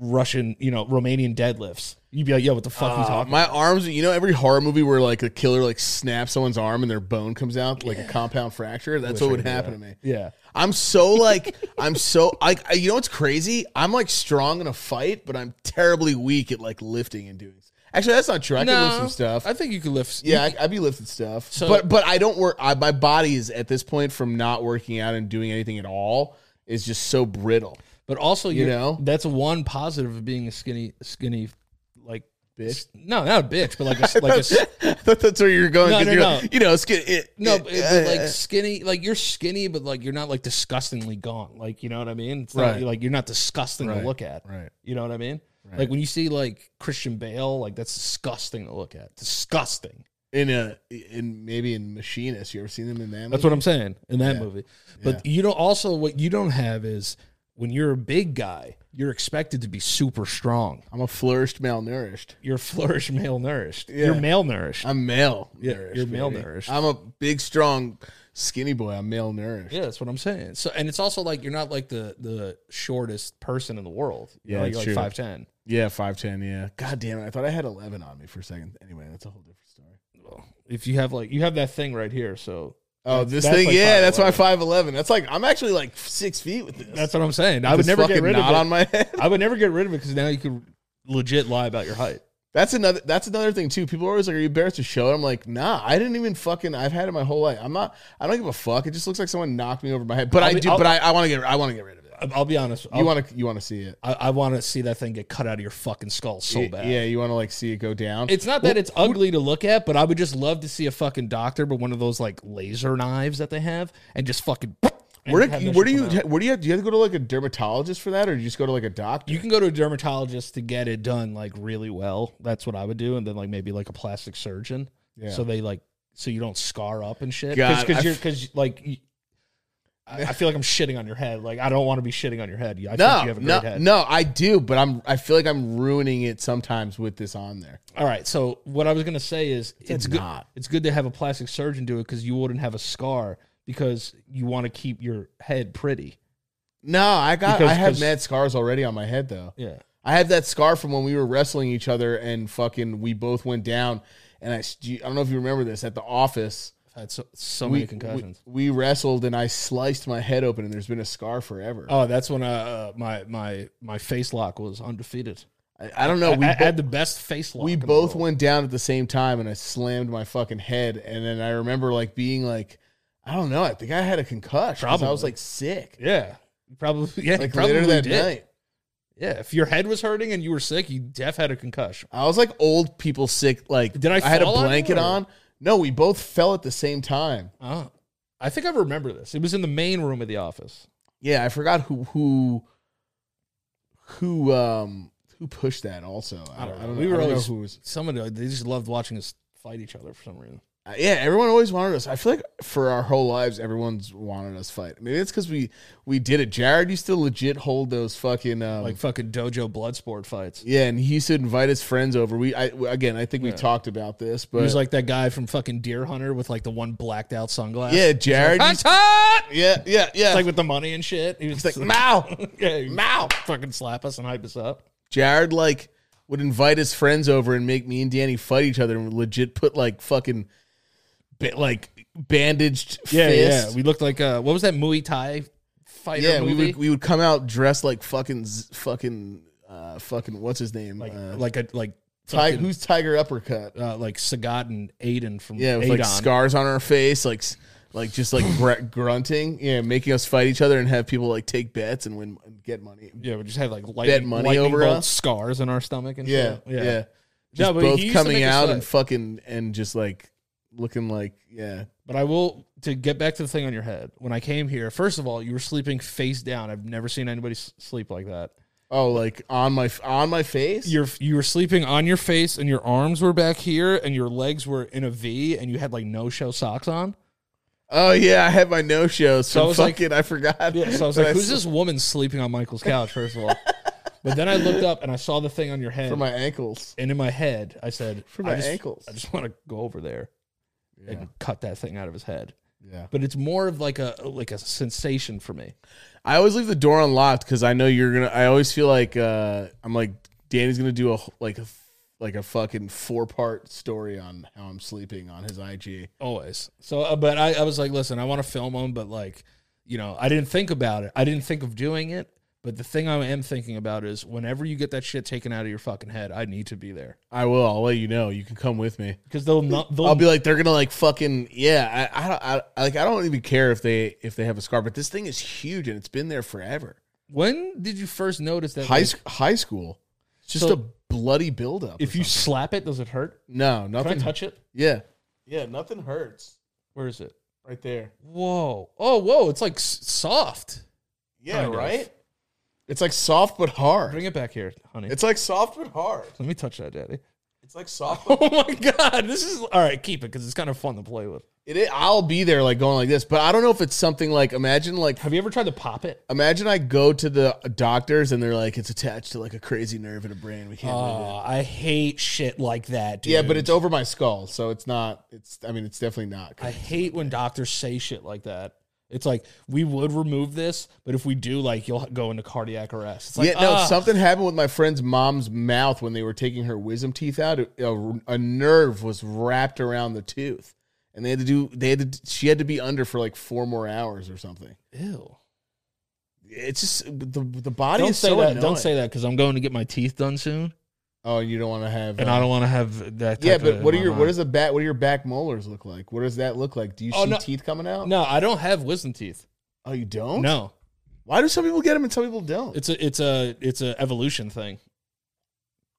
Speaker 3: Russian, you know, Romanian deadlifts, you'd be like, yo, what the fuck are you
Speaker 2: Uh,
Speaker 3: talking?
Speaker 2: my arms, you know, every horror movie where like a killer like snaps someone's arm and their bone comes out like a compound fracture. That's what would happen to me.
Speaker 3: Yeah,
Speaker 2: I'm so
Speaker 3: [laughs]
Speaker 2: like I'm so like I- you know what's crazy? I'm like strong in a fight, but I'm terribly weak at like lifting and doing. Actually, that's not true. I can lift some stuff.
Speaker 3: I think you could lift.
Speaker 2: yeah, I, I'd be lifting stuff,
Speaker 3: So-
Speaker 2: but but I don't work. I, my body is at this point from not working out and doing anything at all is just so brittle.
Speaker 3: but also you
Speaker 2: know?
Speaker 3: know that's one positive of being a skinny, skinny, like
Speaker 2: Bitch.
Speaker 3: No, not a bitch, but [laughs] like a, like a s-
Speaker 2: I thought [laughs] that's where you were going.
Speaker 3: No,
Speaker 2: 'cause
Speaker 3: no,
Speaker 2: you're
Speaker 3: no.
Speaker 2: like, You know, it's get- it,
Speaker 3: no,
Speaker 2: it- uh,
Speaker 3: but, but like skinny, like you're skinny, but like you're not like disgustingly gaunt. Like you know what I mean? It's not,
Speaker 2: Right.
Speaker 3: Like you're not disgusting to
Speaker 2: Right.
Speaker 3: look at.
Speaker 2: right.
Speaker 3: You know what I mean? Like when you see like Christian Bale, like that's disgusting to look at. Disgusting.
Speaker 2: In a in maybe in Machinist, you ever seen them in that?
Speaker 3: That's
Speaker 2: movie?
Speaker 3: what I'm saying in that
Speaker 2: Mm-hmm. Yeah.
Speaker 3: movie. But you don't also what you don't have is when you're a big guy, you're expected to be super strong.
Speaker 2: I'm a flourished, malnourished.
Speaker 3: You're [laughs] flourish malnourished.
Speaker 2: Yeah.
Speaker 3: You're malnourished.
Speaker 2: I'm male.
Speaker 3: Yeah,
Speaker 2: nourished,
Speaker 3: you're male
Speaker 2: baby.
Speaker 3: nourished.
Speaker 2: I'm a big, strong, skinny boy. I'm male nourished.
Speaker 3: yeah, that's what I'm saying. So and it's also like you're not like the the shortest person in the world. You
Speaker 2: Yeah,
Speaker 3: know,
Speaker 2: it's
Speaker 3: you're like
Speaker 2: true.
Speaker 3: five ten.
Speaker 2: Yeah, five ten. Yeah. God damn it! I thought I had eleven on me for a second. Anyway, that's a whole different story.
Speaker 3: If you have like you have that thing right here, so
Speaker 2: Oh, this
Speaker 3: that's
Speaker 2: thing.
Speaker 3: like
Speaker 2: yeah, that's my five eleven. That's like I'm actually like six feet with this.
Speaker 3: that's what I'm saying. I
Speaker 2: This
Speaker 3: would never get
Speaker 2: fucking
Speaker 3: rid of
Speaker 2: knot
Speaker 3: it.
Speaker 2: on my [laughs] head.
Speaker 3: [laughs] I would never get rid of it because now you can legit lie about your height.
Speaker 2: That's another. That's another thing too. People are always like, "Are you embarrassed to show it?" I'm like, "Nah, I didn't even fucking. I've had it my whole life. I'm not. I don't give a fuck. It just looks like someone knocked me over my head. But i
Speaker 3: I'll be-
Speaker 2: do.
Speaker 3: I'll-
Speaker 2: but I, I want to get. I want to get rid of it.
Speaker 3: I- I'll be honest.
Speaker 2: You
Speaker 3: I'll-
Speaker 2: want to. You want to see it
Speaker 3: I, I want to see that thing get cut out of your fucking skull so bad.
Speaker 2: Yeah, you want to like see it go down.
Speaker 3: It's not that it's ugly to look at, but I would just love to see a fucking doctor with one of those like laser knives that they have and just fucking. and
Speaker 2: Where,
Speaker 3: have
Speaker 2: do,
Speaker 3: that
Speaker 2: where do
Speaker 3: shit
Speaker 2: you
Speaker 3: come out.
Speaker 2: where do you have, do you have to go to like a dermatologist for that, or do you just go to like a doctor?
Speaker 3: You can go to a dermatologist to get it done like really well. That's what I would do, and then like maybe like a plastic surgeon,
Speaker 2: Yeah.
Speaker 3: so they like so you don't scar up and shit.
Speaker 2: God, I
Speaker 3: Because you're because like. You, I I feel like I'm shitting on your head. Like I don't want to be shitting on your head. I think you
Speaker 2: no,
Speaker 3: have a great
Speaker 2: no,
Speaker 3: head.
Speaker 2: no, I do, but I'm I feel like I'm ruining it sometimes with this on there.
Speaker 3: All right. So what I was gonna say is it's good.
Speaker 2: not.
Speaker 3: It's good to have a plastic surgeon do it because you wouldn't have a scar because you want to keep your head pretty.
Speaker 2: No, I got
Speaker 3: Because-
Speaker 2: I have
Speaker 3: because-
Speaker 2: mad scars already on my head though.
Speaker 3: Yeah.
Speaker 2: I have that scar from when we were wrestling each other and fucking we both went down. And I, st- I don't know if you remember this at the office.
Speaker 3: I've had so, so
Speaker 2: We,
Speaker 3: many concussions.
Speaker 2: we we wrestled and I sliced my head open and there's been a scar forever.
Speaker 3: oh, that's when uh, uh, my my my face lock was undefeated.
Speaker 2: I, I don't know.
Speaker 3: I,
Speaker 2: We
Speaker 3: I
Speaker 2: bo-
Speaker 3: had the best face lock.
Speaker 2: we
Speaker 3: in the
Speaker 2: both
Speaker 3: world.
Speaker 2: went down at the same time and I slammed my fucking head. And then I remember like being like, I don't know. I think I had a concussion. 'cause I was
Speaker 3: Probably.
Speaker 2: like sick.
Speaker 3: Yeah. You Probably. [laughs] Yeah. you
Speaker 2: Like
Speaker 3: probably
Speaker 2: later that
Speaker 3: did.
Speaker 2: night.
Speaker 3: Yeah. If your head was hurting and you were sick, you def had a concussion.
Speaker 2: I was like old people sick. Like,
Speaker 3: Did I
Speaker 2: had a
Speaker 3: fall on you,
Speaker 2: blanket
Speaker 3: or-
Speaker 2: on. No, we both fell at the same time.
Speaker 3: Oh. I think I remember this. It was in the main room of the office.
Speaker 2: Yeah, I forgot who who who um who pushed that. Also, I don't, I don't know.
Speaker 3: We were
Speaker 2: I don't know
Speaker 3: always
Speaker 2: who was.
Speaker 3: someone. They just loved watching us fight each other for some reason.
Speaker 2: Uh, Yeah, everyone always wanted us. I feel like for our whole lives, everyone's wanted us fight. Maybe it's because we we did it. Jared used to legit hold those fucking um,
Speaker 3: like fucking dojo blood sport fights.
Speaker 2: yeah, and he used to invite his friends over. We I, w- again, I think we
Speaker 3: Yeah.
Speaker 2: talked about this,
Speaker 3: He
Speaker 2: but
Speaker 3: was like that guy from fucking Deer Hunter with like the one blacked out sunglasses.
Speaker 2: yeah, Jared,
Speaker 3: Hunt,
Speaker 2: used-
Speaker 3: hunt!
Speaker 2: yeah, yeah, yeah,
Speaker 3: It's like with the money and shit. He was
Speaker 2: like
Speaker 3: like,
Speaker 2: Mao,
Speaker 3: [laughs] yeah, he would
Speaker 2: Mao.
Speaker 3: fucking slap us and hype us up.
Speaker 2: Jared like would invite his friends over and make me and Danny fight each other and would legit put like fucking ba- like bandaged fist.
Speaker 3: We looked like uh, what was that Muay Thai fighter
Speaker 2: yeah,
Speaker 3: movie?
Speaker 2: we would we would come out dressed like fucking z- fucking uh fucking what's his name
Speaker 3: like
Speaker 2: uh,
Speaker 3: like a like
Speaker 2: Ti-
Speaker 3: fucking,
Speaker 2: who's Tiger Uppercut?
Speaker 3: uh, like Sagat and Aiden from
Speaker 2: Yeah, with like
Speaker 3: Adon.
Speaker 2: scars on our face,
Speaker 3: [clears throat]
Speaker 2: like s- like just like gr- grunting. Yeah, making us fight each other and have people like take bets and win and get money.
Speaker 3: Yeah, we just had like light,
Speaker 2: Bet money
Speaker 3: lightning
Speaker 2: over
Speaker 3: bolt
Speaker 2: us?
Speaker 3: scars in our stomach and
Speaker 2: Yeah,
Speaker 3: shit.
Speaker 2: yeah.
Speaker 3: No,
Speaker 2: Just
Speaker 3: but he used
Speaker 2: both
Speaker 3: to
Speaker 2: coming
Speaker 3: make us
Speaker 2: out
Speaker 3: laugh.
Speaker 2: and fucking and just like looking like yeah.
Speaker 3: But I will to get back to the thing on your head. When I came here, first of all, you were sleeping face down. I've never seen anybody s- sleep like that.
Speaker 2: Oh, like on my on my face.
Speaker 3: You're you were sleeping on your face, and your arms were back here, and your legs were in a V, and you had like no show socks on.
Speaker 2: oh yeah, I had my no shows.
Speaker 3: So I
Speaker 2: So
Speaker 3: was like-
Speaker 2: fucking, I forgot.
Speaker 3: Yeah,
Speaker 2: [laughs]
Speaker 3: so I was
Speaker 2: that
Speaker 3: like, "Who's
Speaker 2: slept
Speaker 3: this woman sleeping on Michael's couch?" First
Speaker 2: [laughs]
Speaker 3: of all, but then I looked up and I saw the thing on your head,
Speaker 2: For my ankles.
Speaker 3: and in my head I said,
Speaker 2: For
Speaker 3: I
Speaker 2: my
Speaker 3: just,
Speaker 2: ankles.
Speaker 3: I just want to go over there
Speaker 2: Yeah.
Speaker 3: and cut that thing out of his head."
Speaker 2: yeah.
Speaker 3: But it's more of like a like a sensation for me.
Speaker 2: I always leave the door unlocked because I know you're gonna. I always feel like uh, I'm like Danny's gonna do a wh- like a f- like a fucking four part story on how I'm sleeping on his IG.
Speaker 3: always. So, uh, but I, I was like, listen, I want to film them, but like, you know, I didn't think about it. I didn't think of doing it. But the thing I am thinking about is whenever you get that shit taken out of your fucking head, I need to be there
Speaker 2: I will. I'll let you know. You can come with me.
Speaker 3: because they'll not. They'll
Speaker 2: I'll be like they're gonna like fucking yeah. I I, don't- I I like I don't even care if they if they have a scar, but this thing is huge and it's been there forever.
Speaker 3: when did you first notice that?
Speaker 2: High
Speaker 3: like,
Speaker 2: sc- high school, it's just
Speaker 3: So-
Speaker 2: a bloody buildup.
Speaker 3: if you slap it, does it hurt?
Speaker 2: no
Speaker 3: Can I
Speaker 2: nothing,
Speaker 3: touch it?
Speaker 2: yeah yeah nothing hurts
Speaker 3: Where is it?
Speaker 2: right there.
Speaker 3: Whoa! Oh, whoa! It's like s- soft.
Speaker 2: Yeah,
Speaker 3: Kind of.
Speaker 2: right. It's like soft but hard.
Speaker 3: Bring it back here, honey.
Speaker 2: It's like soft but hard.
Speaker 3: Let me touch that, daddy.
Speaker 2: It's like soft. But
Speaker 3: [laughs] Oh my god! This is all right. Keep it because it's kind of fun to play with.
Speaker 2: it, is- I'll be there like going like this, but I don't know if it's something like imagine like
Speaker 3: Have you ever tried to pop it?
Speaker 2: imagine I go to the doctors and they're like it's attached to like a crazy nerve in a brain. We can't. move it.
Speaker 3: Oh, I hate shit like that, dude.
Speaker 2: Yeah, but it's over my skull, so it's not. It's I mean it's definitely not.
Speaker 3: I hate when doctors say shit like that. It's like we would remove this, but if we do, like you'll go into cardiac arrest. It's like
Speaker 2: yeah, no,
Speaker 3: ah,
Speaker 2: something happened with my friend's mom's mouth when they were taking her wisdom teeth out. A- A, a nerve was wrapped around the tooth, and they had to do. They had to. She had to be under for like four more hours or something.
Speaker 3: ew.
Speaker 2: It's just the the body
Speaker 3: Don't
Speaker 2: is
Speaker 3: say
Speaker 2: so
Speaker 3: that.
Speaker 2: annoying.
Speaker 3: Don't say that because I'm going to get my teeth done soon,
Speaker 2: Oh, you don't want to have.
Speaker 3: and
Speaker 2: uh,
Speaker 3: I don't want to have that. Type
Speaker 2: yeah, but
Speaker 3: of-
Speaker 2: what are
Speaker 3: my
Speaker 2: your what
Speaker 3: mind.
Speaker 2: does the back what do your back molars look like? What does that look like? Do you
Speaker 3: Oh,
Speaker 2: see
Speaker 3: no.
Speaker 2: teeth coming out?
Speaker 3: No, I don't have wisdom teeth.
Speaker 2: Oh, you don't.
Speaker 3: No,
Speaker 2: Why do some people get them and some people don't?
Speaker 3: it's a it's a it's a evolution thing.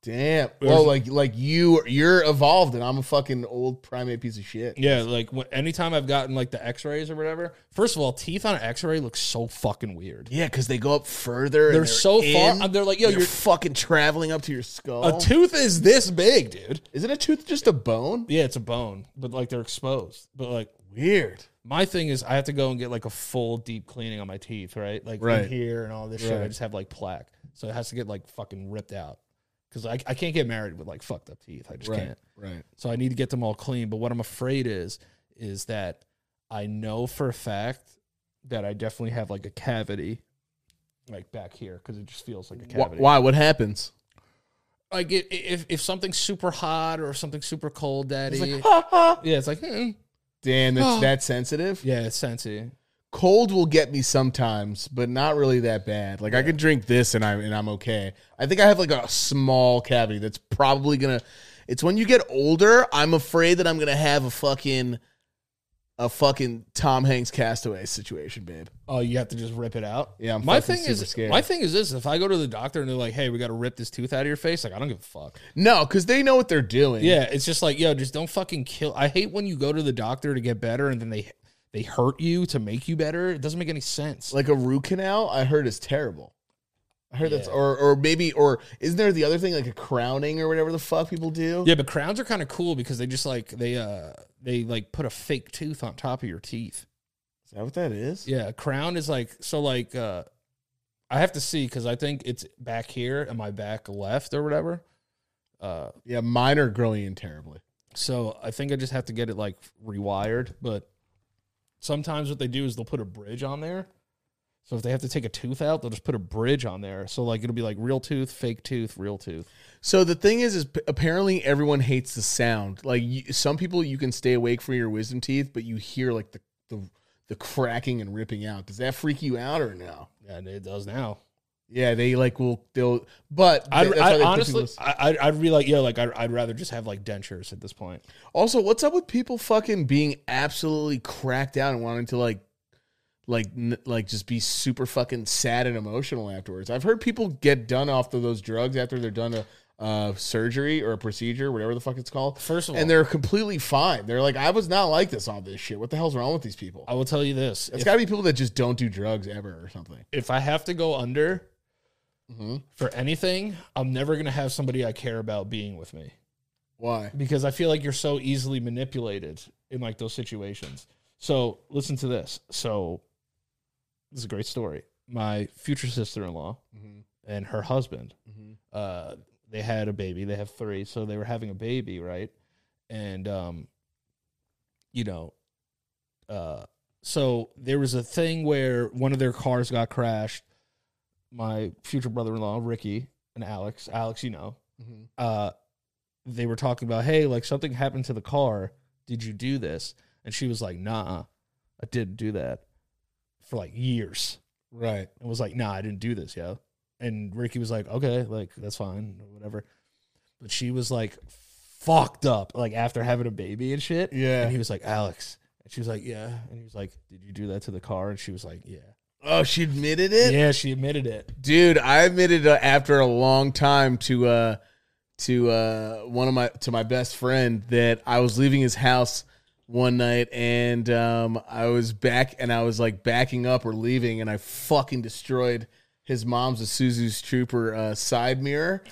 Speaker 2: Damn.
Speaker 3: There's-
Speaker 2: Well, like like you you're evolved and I'm a fucking old primate piece of shit.
Speaker 3: Yeah, like when, anytime I've gotten like the X-rays or whatever. First of all, teeth on an X-ray look so fucking weird.
Speaker 2: Yeah, because they go up further. and
Speaker 3: They're so far-
Speaker 2: in,
Speaker 3: uh, they're like, yo,
Speaker 2: and
Speaker 3: you're-
Speaker 2: fucking traveling up to your skull.
Speaker 3: A tooth is this big, dude.
Speaker 2: Isn't a tooth just a bone?
Speaker 3: Yeah, it's a bone, but like they're exposed. But like
Speaker 2: Weird.
Speaker 3: my thing is I have to go and get like a full deep cleaning on my teeth, right? Like in
Speaker 2: Right.
Speaker 3: here and all this shit. I
Speaker 2: Right.
Speaker 3: just have like plaque. So it has to get like fucking ripped out. Cause I, I can't get married with like fucked up teeth. I just
Speaker 2: Right.
Speaker 3: can't.
Speaker 2: Right.
Speaker 3: So I need to get them all clean. But what I'm afraid is, is that I know for a fact that I definitely have like a cavity like back here because it just feels like a
Speaker 2: Wh-
Speaker 3: cavity.
Speaker 2: why? What happens?
Speaker 3: Like i- if, if something's super hot or something super cold, daddy. yeah, it's like, mm.
Speaker 2: Damn, that's that sensitive.
Speaker 3: yeah, it's sensitive.
Speaker 2: Cold will get me sometimes, but not really that bad. Like I can drink this and I and I'm okay. I think I have like a small cavity that's probably gonna. It's when you get older. I'm afraid that I'm gonna have a fucking, a fucking Tom Hanks Castaway situation, babe.
Speaker 3: Oh, you have to just rip it out.
Speaker 2: Yeah, I'm
Speaker 3: my
Speaker 2: fucking
Speaker 3: thing is
Speaker 2: super scared.
Speaker 3: my thing is this: if I go to the doctor and they're like, "Hey, we got to rip this tooth out of your face," like I don't give a fuck.
Speaker 2: No, because they know what they're doing.
Speaker 3: Yeah, it's just like, yo, just don't fucking kill. I hate when you go to the doctor to get better and then they they hurt you to make you better. It doesn't make any sense.
Speaker 2: like a root canal. I heard is terrible. I heard that's
Speaker 3: Yeah.
Speaker 2: or or maybe or isn't there the other thing like a crowning or whatever the fuck people do?
Speaker 3: yeah, but crowns are kind of cool because they just like they uh they like put a fake tooth on top of your teeth.
Speaker 2: Is that what that is?
Speaker 3: Yeah, a crown is like so like uh I have to see because I think it's back here and my back left or whatever. Uh,
Speaker 2: Yeah, mine are growing in terribly.
Speaker 3: So I think I just have to get it like rewired. But sometimes what they do is they'll put a bridge on there. So if they have to take a tooth out, they'll just put a bridge on there. So like it'll be like real tooth, fake tooth, real tooth.
Speaker 2: So the thing is, is p- apparently everyone hates the sound. Like you, some people, you can stay awake for your wisdom teeth, but you hear like the, the the cracking and ripping out. Does that freak you out or no?
Speaker 3: And it does now.
Speaker 2: Yeah, they like will they'll. But
Speaker 3: I'd,
Speaker 2: that's why
Speaker 3: I
Speaker 2: they put
Speaker 3: honestly,
Speaker 2: people-
Speaker 3: I, I'd- I'd be like, yeah, like I'd, I'd rather just have like dentures at this point.
Speaker 2: also, what's up with people fucking being absolutely cracked out and wanting to like like n- like just be super fucking sad and emotional afterwards. I've heard people get done off of those drugs after they're done a uh, surgery or a procedure, whatever the fuck it's called,
Speaker 3: First of all,
Speaker 2: and they're completely fine. They're like, I was not like this on this shit. What the hell's wrong with these people?
Speaker 3: I will tell you this:
Speaker 2: It's
Speaker 3: Oh, if,
Speaker 2: got to be people that just don't do drugs ever or something.
Speaker 3: if I have to go under
Speaker 2: hmm
Speaker 3: for anything, I'm never gonna have somebody I care about being with me
Speaker 2: Why?
Speaker 3: because I feel like you're so easily manipulated in like those situations. So listen to this. So this is a great story. My future sister-in-law
Speaker 2: Mm-hmm.
Speaker 3: and her husband
Speaker 2: Mm-hmm.
Speaker 3: uh, they had a baby. They have three, so they were having a baby, right? And um, you know, uh, so there was a thing where one of their cars got crashed. My future brother-in-law Ricky and Alex, Alex, you know,
Speaker 2: Mm-hmm.
Speaker 3: uh, they were talking about, hey, like something happened to the car. Did you do this? And she was like, Nah, I didn't do that for like years
Speaker 2: Right.
Speaker 3: and was like, "Nah, I didn't do this, yo." And Ricky was like, "Okay, like that's fine, whatever." But she was like, fucked up, like after having a baby and shit.
Speaker 2: Yeah.
Speaker 3: And he was like, "Alex," and she was like, "Yeah," and he was like, "Did you do that to the car?" And she was like, "Yeah."
Speaker 2: Oh, she admitted it.
Speaker 3: yeah, she admitted it.
Speaker 2: dude i admitted uh, after a long time to uh to uh one of my to my best friend that i was leaving his house one night and um i was back and i was like backing up or leaving and i fucking destroyed his mom's Isuzu's Trooper uh, side mirror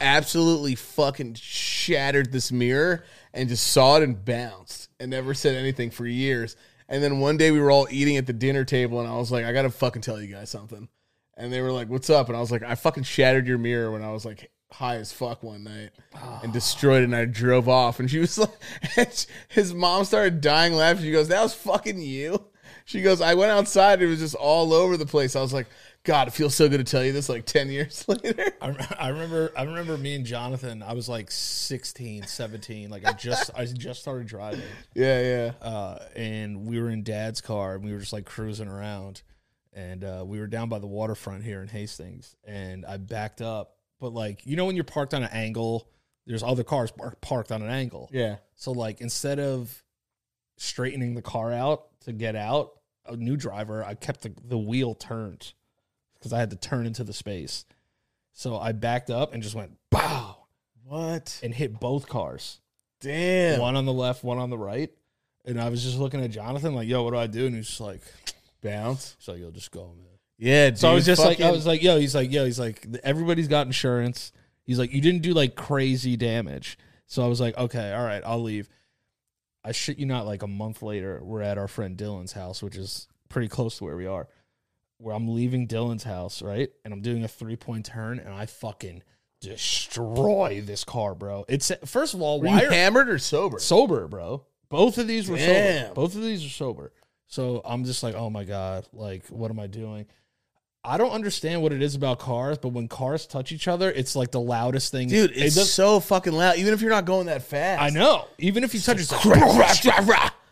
Speaker 2: absolutely fucking shattered this mirror and just saw it and bounced and never said anything for years. And then one day we were all eating at the dinner table and I was like, I gotta fucking tell you guys something. And they were like, "What's up?" And I was like, "I fucking shattered your mirror when I was like high as fuck one night
Speaker 3: Ah.
Speaker 2: and destroyed it." And I drove off. And she was [laughs] like, and she- "His mom started dying laughing." She goes, "That was fucking you." She goes, "I went outside. It was just all over the place." I was like, "God, it feels so good to tell you this." Like ten years [laughs] later,
Speaker 3: I, rem- [laughs] I remember I remember me and Jonathan, I was like 16, 17, like I just I just started driving.
Speaker 2: yeah, yeah.
Speaker 3: uh, and we were in dad's car and we were just like cruising around and uh, we were down by the waterfront here in hastings and i backed up but like you know when you're parked on an angle there's other cars par- parked on an angle
Speaker 2: Yeah.
Speaker 3: so like instead of straightening the car out to get out a new driver i kept the, the wheel turned because i had to turn into the space so i backed up and just went bow
Speaker 2: What?
Speaker 3: and hit both cars
Speaker 2: Damn.
Speaker 3: one on the left, one on the right. And I was just looking at Jonathan, like, yo, what do I do? And he's just like,
Speaker 2: Bounce.
Speaker 3: so you'll just go, man.
Speaker 2: Yeah. Dude,
Speaker 3: So I was just like, I
Speaker 2: fucking-
Speaker 3: was like, yo, he's like, yo, he's like, everybody's got insurance. He's like, you didn't do like crazy damage. So I was like, okay, all right, I'll leave. I shit you not, like a month later, we're at our friend Dylan's house, which is pretty close to where we are. Where I'm leaving Dylan's house, right? And I'm doing a three point turn and I fucking destroy this car, bro. It's first of all,
Speaker 2: were
Speaker 3: why
Speaker 2: you
Speaker 3: are,
Speaker 2: hammered or sober?
Speaker 3: sober, bro. Both of these were
Speaker 2: Damn.
Speaker 3: sober. Both of these are sober. So I'm just like, oh my god, like what am I doing? I don't understand what it is about cars, but when cars touch each other, it's like the loudest thing.
Speaker 2: Dude,
Speaker 3: It
Speaker 2: it's
Speaker 3: does-
Speaker 2: so fucking loud. Even if you're not going that fast.
Speaker 3: I know. Even if you touch it,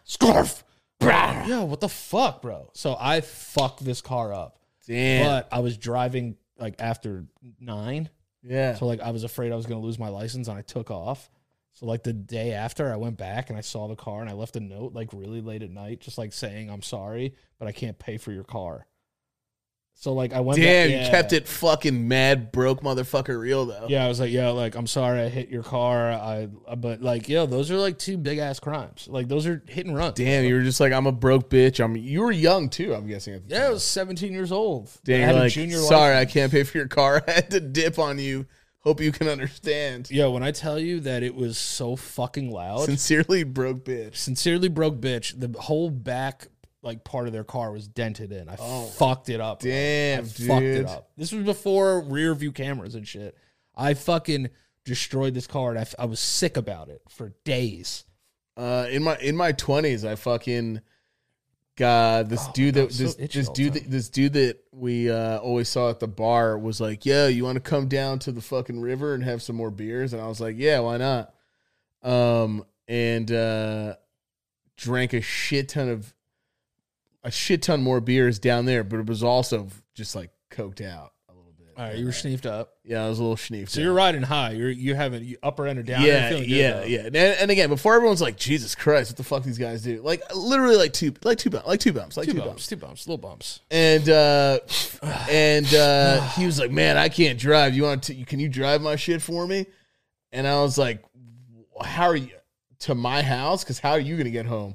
Speaker 2: Scarf.
Speaker 3: yeah, what the fuck, bro? So I fucked this car up,
Speaker 2: Damn.
Speaker 3: but I was driving like after nine,
Speaker 2: yeah.
Speaker 3: so like I was afraid I was gonna lose my license, and I took off. So like the day after, I went back and I saw the car, and I left a note like really late at night, just like saying I'm sorry, but I can't pay for your car. So like I went.
Speaker 2: Damn,
Speaker 3: back,
Speaker 2: you kept it fucking mad, broke motherfucker real though.
Speaker 3: Yeah, I was like, yeah, like I'm sorry I hit your car. I uh, but like yo, those are like two big ass crimes. Like those are hit and run.
Speaker 2: Damn, you were just like, I'm a broke bitch. I'm. You were young too. I'm guessing. At the
Speaker 3: Yeah, I was 17 years old.
Speaker 2: Damn,
Speaker 3: I
Speaker 2: you're
Speaker 3: had
Speaker 2: like,
Speaker 3: a junior
Speaker 2: sorry,
Speaker 3: license.
Speaker 2: I can't pay for your car. [laughs] I had to dip on you. Hope you can understand.
Speaker 3: Yo, when I tell you that it was so fucking loud,
Speaker 2: Sincerely, broke bitch.
Speaker 3: sincerely broke bitch. The whole back like part of their car was dented in. I fucked it up. bro. I
Speaker 2: Oh, Damn, dude.
Speaker 3: fucked it up. This was before rear view cameras and shit. I fucking destroyed this car and I, f- I was sick about it for days.
Speaker 2: Uh, in my in my twenties, I fucking God, this dude that
Speaker 3: was Oh so
Speaker 2: this
Speaker 3: itchy
Speaker 2: this
Speaker 3: all the
Speaker 2: dude
Speaker 3: time.
Speaker 2: that, this dude that we uh, always saw at the bar was like, "Yo, you want to come down to the fucking river and have some more beers?" And I was like, "Yeah, why not?" Um, and uh, drank a shit ton of a shit ton more beers down there, but it was also just like coked out a little bit.
Speaker 3: All right, you were sneezed up.
Speaker 2: Yeah, I was a little schneefed.
Speaker 3: So you're riding high. You're you having you upper end or down.
Speaker 2: yeah,
Speaker 3: you're feeling good,
Speaker 2: yeah,
Speaker 3: though.
Speaker 2: yeah. And, and again, before everyone's like, Jesus Christ, what the fuck these guys do? Like literally, like two, like two, bumps, like two bumps, like
Speaker 3: Two,
Speaker 2: two,
Speaker 3: bumps,
Speaker 2: bumps.
Speaker 3: two bumps, little bumps.
Speaker 2: And uh and uh he was like, man, I can't drive. You want to? Can you drive my shit for me? And I was like, how are you to my house? Because how are you gonna get home?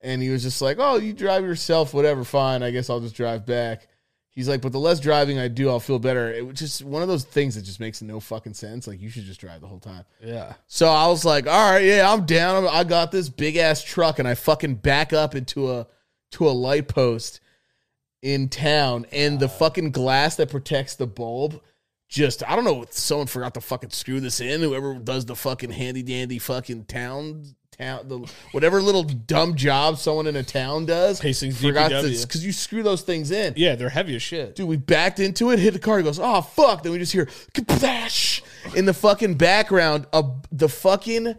Speaker 2: And he was just like, oh, you drive yourself, whatever. Fine, I guess I'll just drive back. He's like, but the less driving I do, I'll feel better. It was just one of those things that just makes no fucking sense. Like you should just drive the whole time.
Speaker 3: Yeah.
Speaker 2: So I was like, all right, yeah, I'm down. I'm- I got this big ass truck, and I fucking back up into a to a light post in town, and the fucking glass that protects the bulb. Just I don't know. if Someone forgot to fucking screw this in. Whoever does the fucking handy dandy fucking town town the whatever little dumb job someone in a town does
Speaker 3: Hastings
Speaker 2: forgot
Speaker 3: DPW.
Speaker 2: to because you screw those things in.
Speaker 3: Yeah, they're heavy as shit.
Speaker 2: Dude, we backed into it, hit the car. He goes, "Oh fuck!" Then we just hear kaplash in the fucking background of the fucking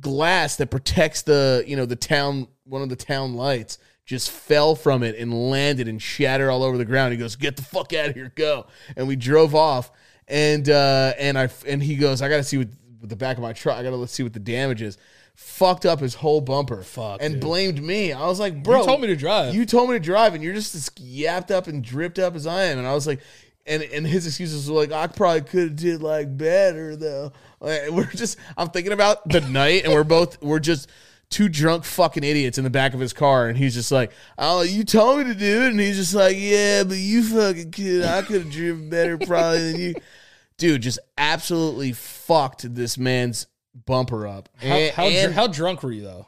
Speaker 2: glass that protects the you know the town one of the town lights just fell from it and landed and shattered all over the ground. He goes, "Get the fuck out of here, go!" And we drove off. And uh, and I and he goes, "I got to see what with the back of my truck. I got to see what the damage is." Fucked up his whole bumper.
Speaker 3: Fuck,
Speaker 2: And
Speaker 3: dude.
Speaker 2: blamed me. I was like, "Bro,
Speaker 3: you told me to drive.
Speaker 2: you told me to drive, and you're just as yapped up and dripped up as I am. And I was like, and and his excuses were like, I probably could have did like better though. Like, [laughs] and we're just, I'm thinking about the night, and we're both, we're just two drunk fucking idiots in the back of his car, and he's just like, oh, you told me to do it, and he's just like, yeah, but you fucking could, I could have driven better probably than you, [laughs] dude. Just absolutely fucked this man's bumper up.
Speaker 3: how,
Speaker 2: And-
Speaker 3: how, dr-
Speaker 2: and-
Speaker 3: how drunk were you though?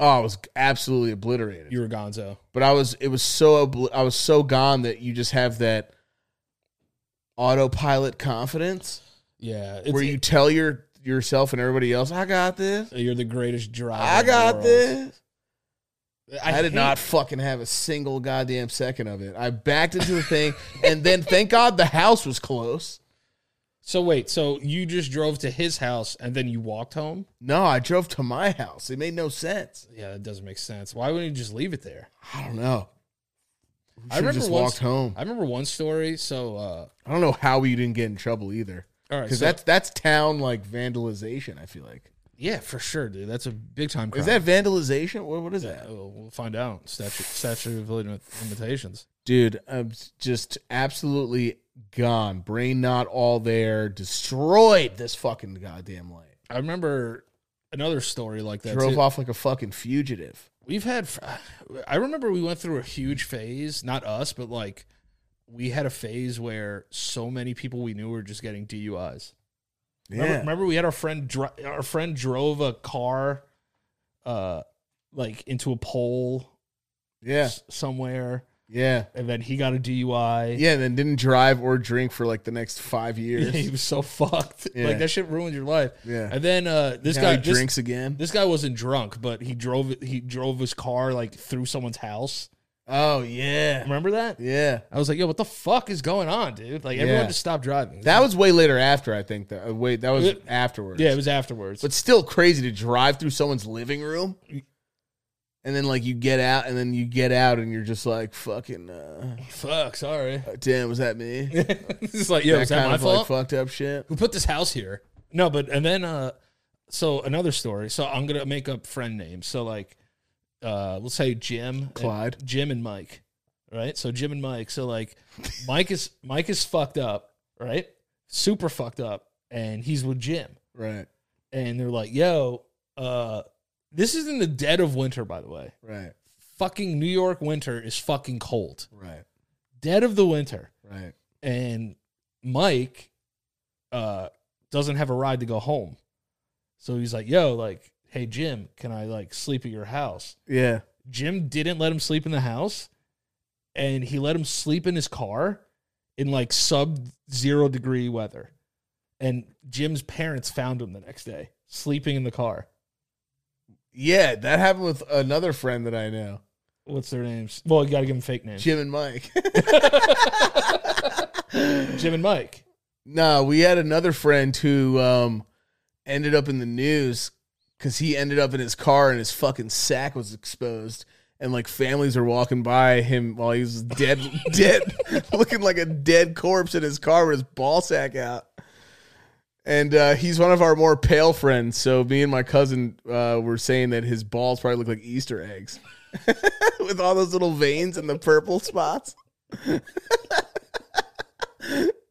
Speaker 2: oh, I was absolutely obliterated
Speaker 3: You were Gonzo.
Speaker 2: but I was it was so obl- I was so gone that you just have that autopilot confidence
Speaker 3: Yeah, it's,
Speaker 2: where you tell your yourself and everybody else, "I got this,
Speaker 3: you're the greatest driver.
Speaker 2: I
Speaker 3: in the
Speaker 2: got
Speaker 3: world.
Speaker 2: this." I,
Speaker 3: hate-
Speaker 2: did not fucking have a single goddamn second of it. I backed into the thing, and then thank God the house was close.
Speaker 3: So wait, so you just drove to his house and then you walked home?
Speaker 2: No, I drove to my house. It made no sense.
Speaker 3: Yeah, that doesn't make sense. Why wouldn't you just leave it there?
Speaker 2: I don't know.
Speaker 3: I
Speaker 2: I
Speaker 3: remember
Speaker 2: just
Speaker 3: once-
Speaker 2: walked home.
Speaker 3: I remember one story. So, uh,
Speaker 2: I don't know how you didn't get in trouble either,
Speaker 3: all right,
Speaker 2: because
Speaker 3: so,
Speaker 2: that's that's town like vandalization. I feel like
Speaker 3: yeah, for sure, dude. That's a big time. Crime.
Speaker 2: is that vandalization? What what is that?
Speaker 3: Yeah, we'll, we'll find out. Statute, statute of lim- limitations.
Speaker 2: dude i'm just absolutely gone brain not all there destroyed this fucking goddamn light
Speaker 3: I remember another story like that.
Speaker 2: drove
Speaker 3: too.
Speaker 2: off like a fucking fugitive
Speaker 3: We've had. I remember we went through a huge phase. Not us, but like we had a phase where so many people we knew were just getting DUIs. Remember, remember we had our friend dri- our friend drove a car uh like into a pole
Speaker 2: yeah
Speaker 3: s- somewhere
Speaker 2: yeah
Speaker 3: and then he got a DUI.
Speaker 2: yeah and then didn't drive or drink for like the next [laughs] five
Speaker 3: Yeah, [laughs]
Speaker 2: years
Speaker 3: he was so fucked.
Speaker 2: Yeah.
Speaker 3: Like that shit ruined your life.
Speaker 2: Yeah.
Speaker 3: And then uh this
Speaker 2: Now
Speaker 3: guy
Speaker 2: he
Speaker 3: this,
Speaker 2: drinks again
Speaker 3: this guy wasn't drunk, but he drove he drove his car like through someone's house.
Speaker 2: oh yeah
Speaker 3: Remember that?
Speaker 2: yeah
Speaker 3: I was like, yo, what the fuck is going on, dude? Like
Speaker 2: Yeah.
Speaker 3: everyone just stopped driving.
Speaker 2: that was way later after i think that uh, wait that was
Speaker 3: It-
Speaker 2: afterwards
Speaker 3: yeah, it was afterwards.
Speaker 2: but still crazy to drive through someone's living room and then like you get out and then you get out and you're just like fucking uh
Speaker 3: fuck, sorry. [laughs]
Speaker 2: damn was that me
Speaker 3: it's like, yo, is that
Speaker 2: kind
Speaker 3: my
Speaker 2: of
Speaker 3: fault?
Speaker 2: like fucked up shit.
Speaker 3: [laughs] who put this house here? No, but and then uh so another story. So I'm gonna make up friend names. So like uh let's say Jim
Speaker 2: Clyde.
Speaker 3: and, Jim and Mike. Right? So Jim and Mike. So like Mike is Mike is fucked up, right? Super fucked up, and he's with Jim.
Speaker 2: Right,
Speaker 3: And they're like, yo, uh this is in the dead of winter, by the way.
Speaker 2: right,
Speaker 3: Fucking New York winter is fucking cold.
Speaker 2: right,
Speaker 3: Dead of the winter.
Speaker 2: right.
Speaker 3: and Mike uh doesn't have a ride to go home. So he's like, "Yo, like, hey Jim, can I like sleep at your house?"
Speaker 2: Yeah.
Speaker 3: Jim didn't let him sleep in the house and he let him sleep in his car in like sub 0 degree weather. And Jim's parents found him the next day sleeping in the car.
Speaker 2: Yeah, that happened with another friend that I know,
Speaker 3: What's their names? Well, you got to give them fake names.
Speaker 2: Jim and Mike.
Speaker 3: Jim and Mike.
Speaker 2: no, we had another friend who um, ended up in the news because he ended up in his car and his fucking sack was exposed. and like families are walking by him while he's dead, [laughs] dead, looking like a dead corpse in his car with his ball sack out. And uh, he's one of our more pale friends, so me and my cousin uh, were saying that his balls probably look like Easter eggs [laughs] with all those little veins and the purple spots.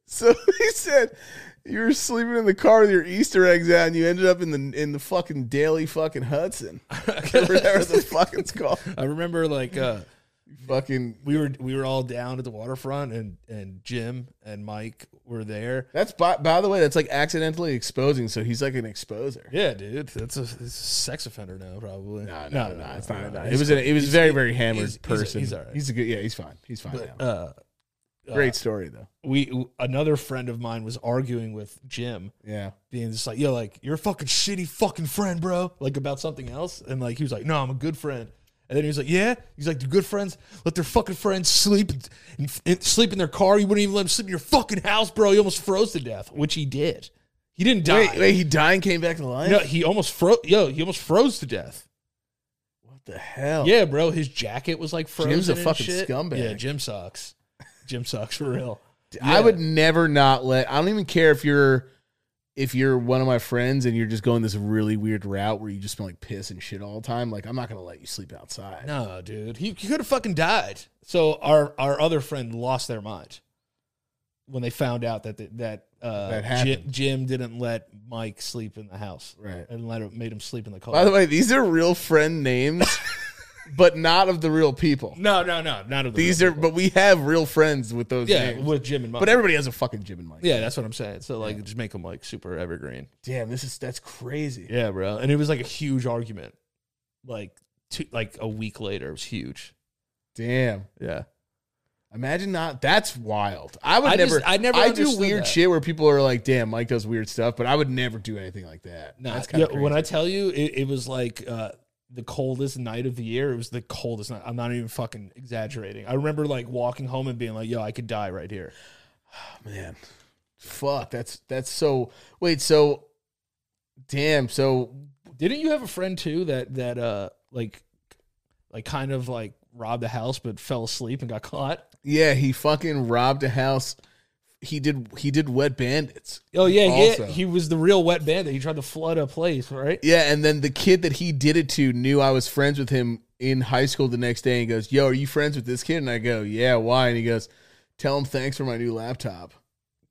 Speaker 2: so [laughs] he said you were sleeping in the car with your Easter eggs out, and you ended up in the in the fucking Daily fucking [laughs] Hudson, whatever the fuck it's called.
Speaker 3: I remember like uh,
Speaker 2: Fucking
Speaker 3: we were we were all down at the waterfront, and and Jim and Mike were there.
Speaker 2: that's by, by the way, that's like accidentally exposing. So he's like an exposer.
Speaker 3: Yeah, dude, that's a, it's a sex offender now, probably.
Speaker 2: it's not. no. It was an, it was very very hammered
Speaker 3: he's- he's-
Speaker 2: person.
Speaker 3: he's all right.
Speaker 2: a good yeah. He's fine. He's fine. now.
Speaker 3: Uh,
Speaker 2: Great story though.
Speaker 3: we another friend of mine was arguing with Jim,
Speaker 2: Yeah.
Speaker 3: being just like, "Yo, like you're a fucking shitty fucking friend, bro." Like about something else, and like he was like, "No, I'm a good friend." And then he was like, "Yeah." He's like, "The good friends let their fucking friends sleep and, and, and sleep in their car. You wouldn't even let them sleep in your fucking house, bro. He almost froze to death, which he did. He didn't die.
Speaker 2: Wait, wait. He died and came back to life.
Speaker 3: No, he almost froze. Yo, he almost froze to death.
Speaker 2: What the hell?
Speaker 3: Yeah, bro. His jacket was like frozen.
Speaker 2: Oh. Jim's a
Speaker 3: and
Speaker 2: fucking
Speaker 3: shit.
Speaker 2: scumbag.
Speaker 3: Yeah, Jim sucks. Jim sucks for real.
Speaker 2: I would never not let. I don't even care if you're if you're one of my friends and you're just going this really weird route where you just smell like piss and shit all the time. Like I'm not gonna let you sleep outside.
Speaker 3: No, dude. He, he could have fucking died. So our our other friend lost their mind when they found out that the, that uh
Speaker 2: That
Speaker 3: Jim,
Speaker 2: happened.
Speaker 3: Jim didn't let Mike sleep in the house.
Speaker 2: Right.
Speaker 3: And let him made him sleep in the car.
Speaker 2: By the way, these are real friend
Speaker 3: [laughs]
Speaker 2: names, but not of the real people.
Speaker 3: no, no, no, not of the
Speaker 2: These are, but we have real friends with those
Speaker 3: Yeah,
Speaker 2: names.
Speaker 3: with Jim and Mike.
Speaker 2: But everybody has a fucking Jim and Mike.
Speaker 3: yeah, that's what I'm saying. So like just make him like super evergreen.
Speaker 2: Damn, this is that's crazy.
Speaker 3: Yeah, bro. And it was like a huge argument. Like two like a week later. It was huge.
Speaker 2: Damn.
Speaker 3: Yeah.
Speaker 2: Imagine not. That's wild. I would
Speaker 3: I just-
Speaker 2: never.
Speaker 3: I never
Speaker 2: I do
Speaker 3: understood
Speaker 2: weird
Speaker 3: that.
Speaker 2: shit where people are like, "Damn, Mike does weird stuff," but I would never do anything like that.
Speaker 3: No,
Speaker 2: that's kind of
Speaker 3: yeah, when I tell you it, it was like uh, the coldest night of the year. It was the coldest night. I'm not even fucking exaggerating. I remember like walking home and being like, "Yo, I could die right here."
Speaker 2: man fuck that's that's so wait so damn so
Speaker 3: Didn't you have a friend too that that uh like like kind of like robbed the house but fell asleep and got caught?
Speaker 2: yeah he fucking robbed a house he did he did wet bandits
Speaker 3: Oh yeah,
Speaker 2: Also.
Speaker 3: yeah. He was the real wet bandit. He tried to flood a place, right?
Speaker 2: yeah and then the kid that he did it to knew i was friends with him in high school the next day and goes yo are you friends with this kid and i go yeah why and he goes tell him thanks for my new laptop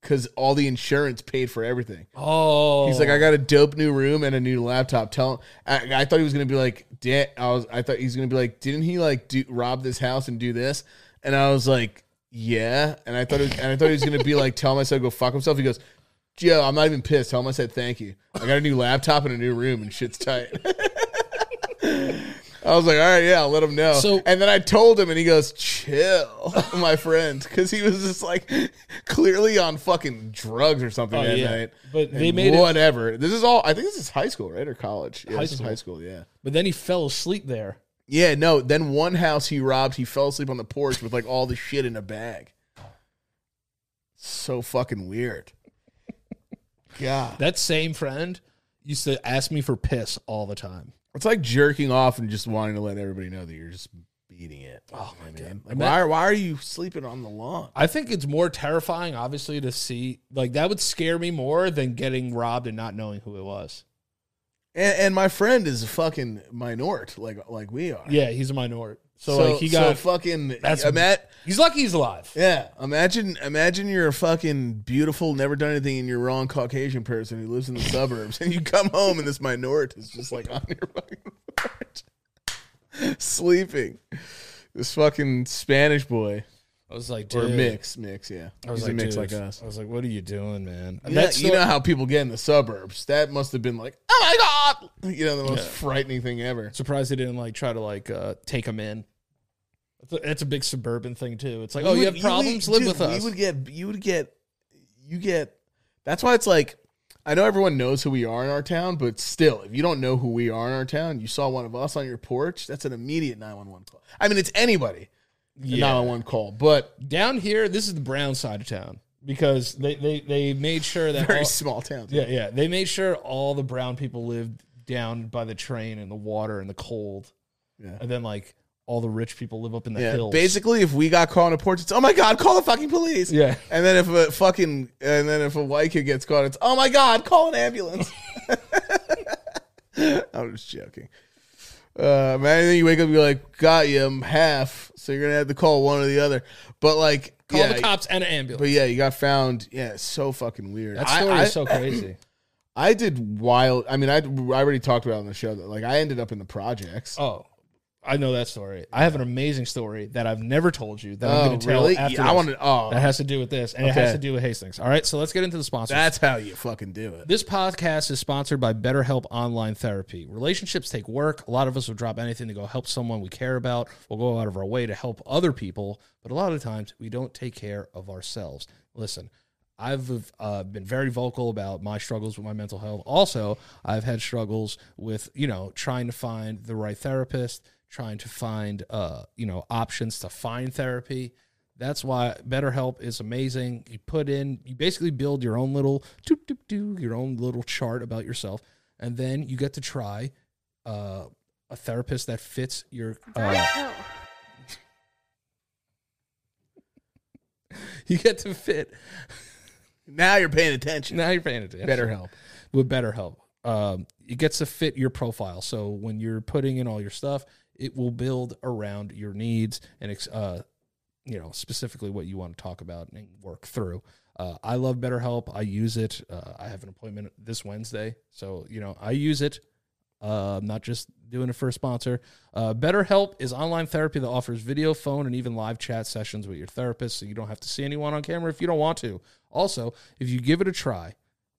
Speaker 2: because all the insurance paid for everything
Speaker 3: Oh,
Speaker 2: He's like, I got a dope new room and a new laptop. Tell him. I, I thought he was gonna be like, da- I was. I thought he was gonna be like, didn't he like do rob this house and do this? And I was like, yeah. And I thought, it was, and I thought he was gonna be like, tell him I said go fuck himself. He goes, Joe, I'm not even pissed. Tell him I said thank you. I got a new laptop and a new room and shit's tight. [laughs] I was like, all right, yeah, I'll let him know.
Speaker 3: So-
Speaker 2: and then I told him, and he goes, chill, [laughs] my friend, because he was just like [laughs] clearly on fucking drugs or something
Speaker 3: Oh,
Speaker 2: that
Speaker 3: yeah.
Speaker 2: night.
Speaker 3: But
Speaker 2: And
Speaker 3: they made it-
Speaker 2: whatever. This is all. I think this is high school, right, or college? Yeah,
Speaker 3: High
Speaker 2: this is
Speaker 3: school.
Speaker 2: high school. Yeah.
Speaker 3: but then he fell asleep there.
Speaker 2: Yeah. No. Then one house he robbed. He fell asleep on the porch with like all the shit in a bag. So fucking weird. God,
Speaker 3: That same friend used to ask me for piss all the time.
Speaker 2: it's like jerking off and just wanting to let everybody know that you're just beating it. Oh my man! Like,
Speaker 3: Ima-
Speaker 2: why? Why are you sleeping on the lawn?
Speaker 3: I think it's more terrifying, obviously, to see like that would scare me more than getting robbed and not knowing who it was.
Speaker 2: And, and my friend is a fucking minort, like like we are.
Speaker 3: Yeah, he's a minority, so, like he got.
Speaker 2: so fucking.
Speaker 3: That's-
Speaker 2: That's ima-
Speaker 3: he's lucky he's alive.
Speaker 2: Yeah, imagine imagine you're a fucking beautiful, never done anything, and you're wrong Caucasian person who lives in the [laughs] suburbs, and you come home and this minority is just like [laughs] on your fucking porch, sleeping. This fucking Spanish boy
Speaker 3: I was like, dude,
Speaker 2: or mix, mix, yeah,
Speaker 3: I was
Speaker 2: he's
Speaker 3: like,
Speaker 2: a mix
Speaker 3: dude,
Speaker 2: like us.
Speaker 3: I was like, what are you doing, man?
Speaker 2: Yeah,
Speaker 3: That's
Speaker 2: you know how people get in the suburbs. That must have been like, [laughs] oh my god, you know, the most frightening thing ever.
Speaker 3: surprised they didn't like try to like uh, take him in. That's a, that's a big suburban thing too. It's like, oh,
Speaker 2: We
Speaker 3: you
Speaker 2: would-
Speaker 3: have problems,
Speaker 2: would-
Speaker 3: live
Speaker 2: dude,
Speaker 3: with us.
Speaker 2: We would get, you would get, you get. That's why it's like, I know everyone knows who we are in our town, but still, if you don't know who we are in our town, you saw one of us on your porch, that's an immediate nine one one call. I mean, it's anybody nine one one call, but
Speaker 3: Down here, this is the brown side of town because they they they made sure that
Speaker 2: very
Speaker 3: all-
Speaker 2: small town.
Speaker 3: Yeah, yeah. They made sure all the brown people lived down by the train and the water and the cold.
Speaker 2: Yeah.
Speaker 3: And then like all the rich people live up in the
Speaker 2: Yeah.
Speaker 3: hills.
Speaker 2: Basically, if we got caught on a porch, it's oh my god, call the fucking police.
Speaker 3: yeah.
Speaker 2: And then if a fucking and then if a white kid gets caught, it's oh my god, call an ambulance. [laughs] I'm just joking. Uh, man, then you wake up, and you're like, got you, I'm half. So you're gonna have to call one or the other. But like,
Speaker 3: Call
Speaker 2: yeah,
Speaker 3: the cops and an ambulance.
Speaker 2: but yeah, you got found. Yeah, it's so fucking weird.
Speaker 3: that
Speaker 2: I-
Speaker 3: story
Speaker 2: I-
Speaker 3: is so
Speaker 2: [coughs]
Speaker 3: crazy.
Speaker 2: I did wild. I mean, I I already talked about it on the show that like I ended up in the projects.
Speaker 3: Oh, I know that story. I have an amazing story that I've never told you that I'm
Speaker 2: Oh,
Speaker 3: going to tell
Speaker 2: really?
Speaker 3: after
Speaker 2: Yeah, I
Speaker 3: this.
Speaker 2: wanted. Oh,
Speaker 3: that has to do with this, and it
Speaker 2: Okay.
Speaker 3: has to do with Hastings. All right, so let's get into the sponsors.
Speaker 2: that's how you fucking do it.
Speaker 3: This podcast is sponsored by BetterHelp Online Therapy. Relationships take work. A lot of us will drop anything to go help someone we care about. We'll go out of our way to help other people, but a lot of times we don't take care of ourselves. Listen, I've uh, been very vocal about my struggles with my mental health. Also, I've had struggles with, you know, trying to find the right therapist, trying to find, uh, you know, options to find therapy. That's why BetterHelp is amazing. You put in, you basically build your own little doop, doop, doo, your own little chart about yourself, and then you get to try uh, a therapist that fits your. Uh, [laughs] you get to fit.
Speaker 2: Now you're paying attention.
Speaker 3: Now you're paying attention.
Speaker 2: Better help.
Speaker 3: with BetterHelp. Um, it gets to fit your profile. So when you're putting in all your stuff, it will build around your needs and, ex- uh, you know, specifically what you want to talk about and work through. Uh, I love BetterHelp. I use it. Uh, I have an appointment this Wednesday. So, you know, I use it. Uh, I'm not just doing it for a sponsor. Uh, BetterHelp is online therapy that offers video, phone, and even live chat sessions with your therapist so you don't have to see anyone on camera if you don't want to. Also, if you give it a try,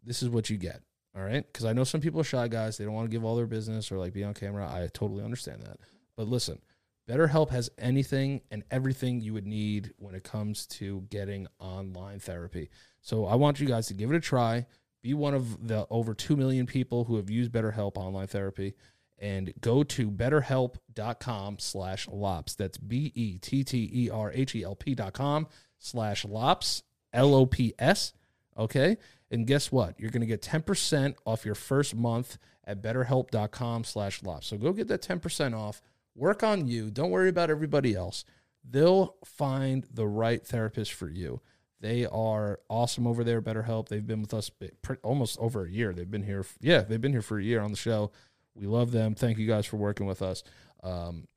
Speaker 3: this is what you get. All right. Because I know some people are shy guys. They don't want to give all their business or like be on camera. I totally understand that. But listen, BetterHelp has anything and everything you would need when it comes to getting online therapy. So I want you guys to give it a try. Be one of the over 2 million people who have used BetterHelp online therapy and go to betterhelp.com slash lops. That's B E T T E R H E L P dot com slash lops, L O P S. Okay. And guess what? You're going to get 10% off your first month at betterhelp.com slash lops. So go get that 10% off. Work on you. Don't worry about everybody else. They'll find the right therapist for you. They are awesome over there, BetterHelp. They've been with us bi- pre- almost over a year. They've been here. f- Yeah, they've been here for a year on the show. We love them. Thank you guys for working with us. Um,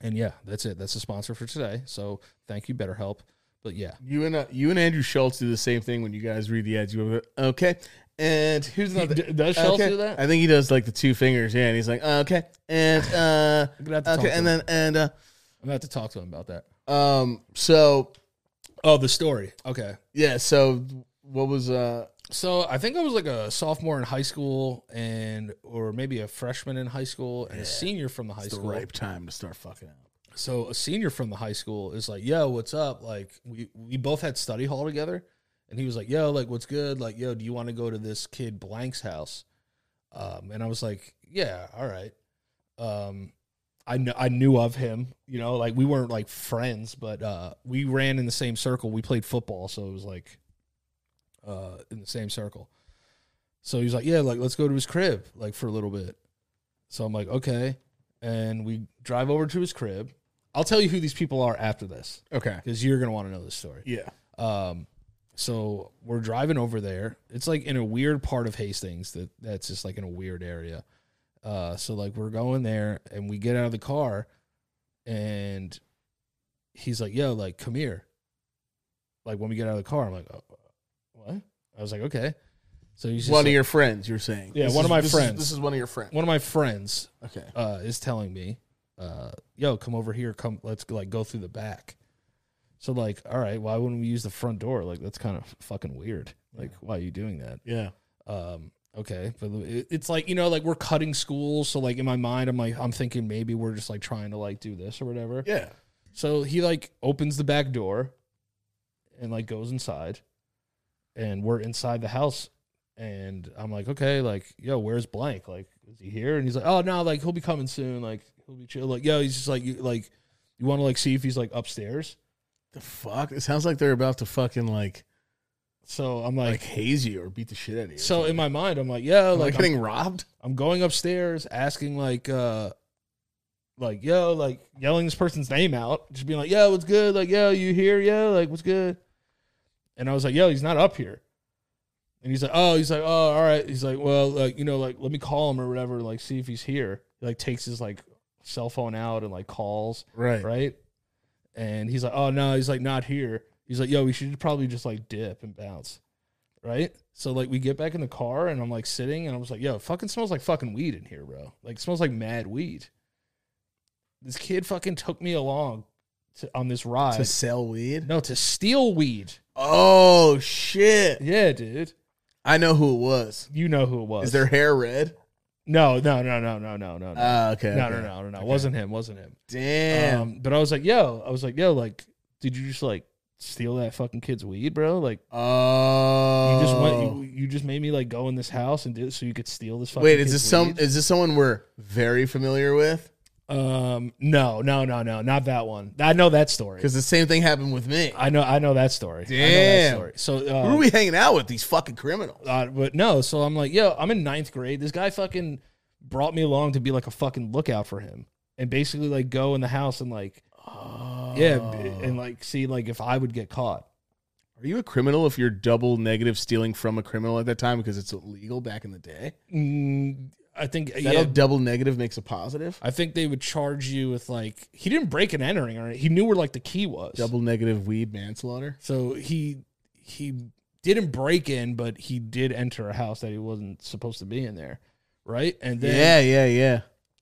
Speaker 3: and yeah, that's it. That's the sponsor for today. So thank you, BetterHelp. But yeah,
Speaker 2: You and uh, you and Andrew Schultz do the same thing when you guys read the ads. You go, okay, and here's
Speaker 3: He
Speaker 2: another.
Speaker 3: d- does Schultz
Speaker 2: okay.
Speaker 3: do that?
Speaker 2: I think he does like the two fingers. Yeah, and he's like, okay, and uh,
Speaker 3: I'm gonna have to talk
Speaker 2: okay,
Speaker 3: to
Speaker 2: and
Speaker 3: him.
Speaker 2: then and uh,
Speaker 3: I'm going to have to talk to him about that.
Speaker 2: um. So
Speaker 3: Oh, the story. Okay.
Speaker 2: yeah, so what was uh?
Speaker 3: So I think I was like a sophomore in high school and or maybe a freshman in high school and a senior from the high
Speaker 2: It's the
Speaker 3: school.
Speaker 2: ripe time to start fucking up.
Speaker 3: So a senior from the high school is like, "Yo, what's up?" Like we we both had study hall together and he was like, "Yo, like what's good? Like, yo, do you want to go to this kid Blank's house?" Um and I was like, "Yeah, all right." Um I kn- I knew of him, you know, like we weren't like friends, but uh we ran in the same circle. We played football, so it was like uh in the same circle. So he was like, "Yeah, like let's go to his crib like for a little bit." So I'm like, "Okay." And we drive over to his crib. I'll tell you who these people are after this
Speaker 2: Okay.
Speaker 3: because you're going to want to know this story.
Speaker 2: Yeah.
Speaker 3: Um, so we're driving over there. It's like in a weird part of Hastings that that's just like in a weird area. Uh, so like we're going there and we get out of the car, and he's like, "Yo, like come here." Like when we get out of the car, I'm like, oh, "What?" I was like, "Okay." So he's just
Speaker 2: One
Speaker 3: like-
Speaker 2: of your friends, you're saying.
Speaker 3: Yeah,
Speaker 2: This
Speaker 3: one
Speaker 2: is-
Speaker 3: of my
Speaker 2: this is-
Speaker 3: friends.
Speaker 2: this is one of your friends.
Speaker 3: one of my friends
Speaker 2: Okay.
Speaker 3: uh, is telling me, uh, "Yo, come over here. Come, let's like go through the back." So like, all right, why wouldn't we use the front door? Like that's kind of fucking weird. Like, why are you doing that?
Speaker 2: Yeah.
Speaker 3: Um, okay, but it- it's like you know, like we're cutting schools. So like in my mind, I'm like, I'm thinking maybe we're just like trying to like do this or whatever.
Speaker 2: Yeah.
Speaker 3: So he like opens the back door and like goes inside and we're inside the house and I'm like, okay, like, yo, where's blank? Like, is he here? And he's like, oh no, like he'll be coming soon. Like he'll be chill. Like, yo, he's just like you like you want to like see if he's like upstairs.
Speaker 2: The fuck? It sounds like they're about to fucking like
Speaker 3: So I'm
Speaker 2: like
Speaker 3: like,
Speaker 2: haze you or beat the shit out of you.
Speaker 3: so in my mind, I'm like, yeah,
Speaker 2: like
Speaker 3: like I'm,
Speaker 2: getting robbed.
Speaker 3: I'm going upstairs asking like uh like yo, like yelling this person's name out, just being like, yo, what's good? Like, yo, you here? Yo, like, what's good? And I was like, yo, he's not up here. And he's like, oh, he's like, oh, all right. He's like, well, like, you know, like, let me call him or whatever, like, see if he's here. He, like, takes his like cell phone out and like calls,
Speaker 2: Right.
Speaker 3: right? And he's like, oh no, he's like not here. He's like, yo, we should probably just like dip and bounce, right? So like we get back in the car and I'm like sitting and I was like, yo, it fucking smells like fucking weed in here, bro. Like it smells like mad weed. This kid fucking took me along to, on this ride.
Speaker 2: To sell weed.
Speaker 3: no, to steal weed.
Speaker 2: Oh shit!
Speaker 3: Yeah, dude.
Speaker 2: I know who it was.
Speaker 3: You know who it was.
Speaker 2: Is their hair red?
Speaker 3: No, no, no, no, no, no, no, no,
Speaker 2: Ah, okay.
Speaker 3: no, no,
Speaker 2: okay.
Speaker 3: no, no, no.
Speaker 2: Okay.
Speaker 3: Wasn't him. Wasn't him.
Speaker 2: Damn.
Speaker 3: Um, but I was like, yo, I was like, yo, like, did you just like steal that fucking kid's weed, bro? Like,
Speaker 2: oh.
Speaker 3: you just went, you, you just made me like go in this house and do it so you could steal this. Fucking
Speaker 2: Wait, is
Speaker 3: kid's
Speaker 2: this some?
Speaker 3: weed?
Speaker 2: Is this someone we're very familiar with?
Speaker 3: Um, no, no, no, no, not that one. I know that story.
Speaker 2: Because the same thing happened with me.
Speaker 3: I know, I know that story. I know that
Speaker 2: Damn.
Speaker 3: story. So,
Speaker 2: Who are
Speaker 3: um,
Speaker 2: we hanging out with? These fucking criminals.
Speaker 3: uh, but no, so I'm like, yo, I'm in ninth grade. This guy fucking brought me along to be like a fucking lookout for him, and basically like go in the house and like, Uh, yeah, b-
Speaker 2: Oh.
Speaker 3: and like see like if I would get caught.
Speaker 2: Are you a criminal if you're double negative stealing from a criminal at that time because it's illegal back in the day?
Speaker 3: Mm, I think
Speaker 2: That
Speaker 3: yeah,
Speaker 2: double negative makes a positive.
Speaker 3: I think they would charge you with like he didn't break an entering or he knew where like the key was.
Speaker 2: Double negative weed manslaughter.
Speaker 3: So he he didn't break in, but he did enter a house that he wasn't supposed to be in there, right? And then
Speaker 2: yeah, yeah,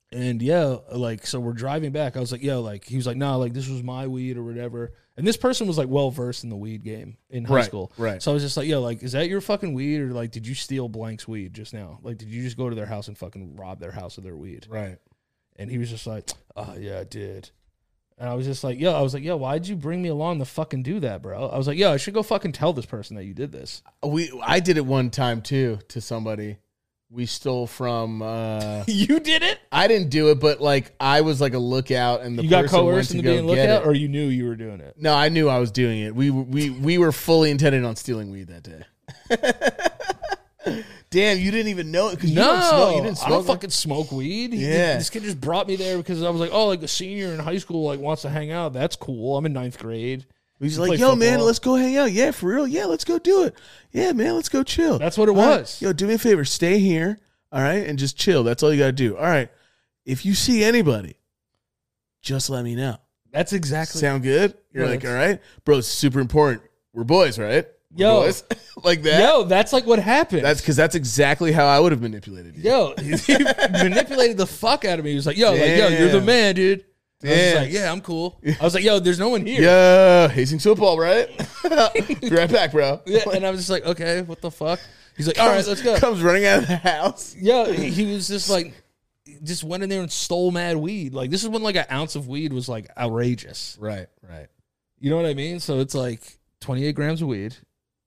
Speaker 2: yeah.
Speaker 3: and yeah, like so we're driving back. I was like, yo, like he was like, nah, like this was my weed or whatever. And this person was like well versed in the weed game in high
Speaker 2: Right,
Speaker 3: school.
Speaker 2: right.
Speaker 3: So I was just like, yo, like, is that your fucking weed or like did you steal blank's weed just now? Like did you just go to their house and fucking rob their house of their weed?
Speaker 2: Right.
Speaker 3: And he was just like, oh, yeah, I did. And I was just like, yo, I was like, yo, why'd you bring me along to fucking do that, bro? I was like, yo, I should go fucking tell this person that you did
Speaker 2: [laughs]
Speaker 3: this.
Speaker 2: We I did it one time too to somebody. We stole from. uh
Speaker 3: you did it?
Speaker 2: I didn't do it, but like I was like a lookout, and the
Speaker 3: you got
Speaker 2: person went
Speaker 3: coerced
Speaker 2: to
Speaker 3: into
Speaker 2: go
Speaker 3: being
Speaker 2: get
Speaker 3: lookout
Speaker 2: it.
Speaker 3: or you knew you were doing it?
Speaker 2: No, I knew I was doing it. We we we were fully intended on stealing weed that day. [laughs] Damn, you didn't even know it because you, don't smoke- you didn't
Speaker 3: I don't
Speaker 2: smoke.
Speaker 3: fucking smoke weed. He-
Speaker 2: Yeah.
Speaker 3: This kid just brought me there because I was like, oh, like a senior in high school like wants to hang out. That's cool. I'm in ninth grade.
Speaker 2: He's
Speaker 3: play
Speaker 2: like, yo, man,
Speaker 3: football.
Speaker 2: let's go hang out. Yeah, for real. Yeah, let's go do it. Yeah, man, let's go chill.
Speaker 3: That's what it
Speaker 2: All right,
Speaker 3: was.
Speaker 2: Yo, do me a favor, stay here, all right, and just chill. That's all you gotta do. All right. If you see anybody, just let me know.
Speaker 3: That's exactly
Speaker 2: Sound good? You're
Speaker 3: Yeah,
Speaker 2: like, all
Speaker 3: that's-
Speaker 2: right, bro. It's super important. We're boys, right? We're
Speaker 3: Yo.
Speaker 2: boys. [laughs] like that.
Speaker 3: Yo, that's like what happened.
Speaker 2: That's because that's exactly how I would have manipulated you.
Speaker 3: yo, he manipulated the fuck out of me. He was like, yo, like, yo, you're the
Speaker 2: Damn.
Speaker 3: man, dude. And I was just
Speaker 2: Damn.
Speaker 3: like, yeah, I'm cool. I was like, yo, there's no one here.
Speaker 2: Yeah, Hastings
Speaker 3: [laughs]
Speaker 2: football, right? Be right back, bro. [laughs]
Speaker 3: Yeah, and I was just like, okay, what the fuck? He's like, all right, let's go.
Speaker 2: Comes running out of the house.
Speaker 3: Yeah, he he was just like, just went in there and stole mad weed. Like this is when like an ounce of weed was like outrageous.
Speaker 2: Right, right.
Speaker 3: You know what I mean? So it's like 28 grams of weed.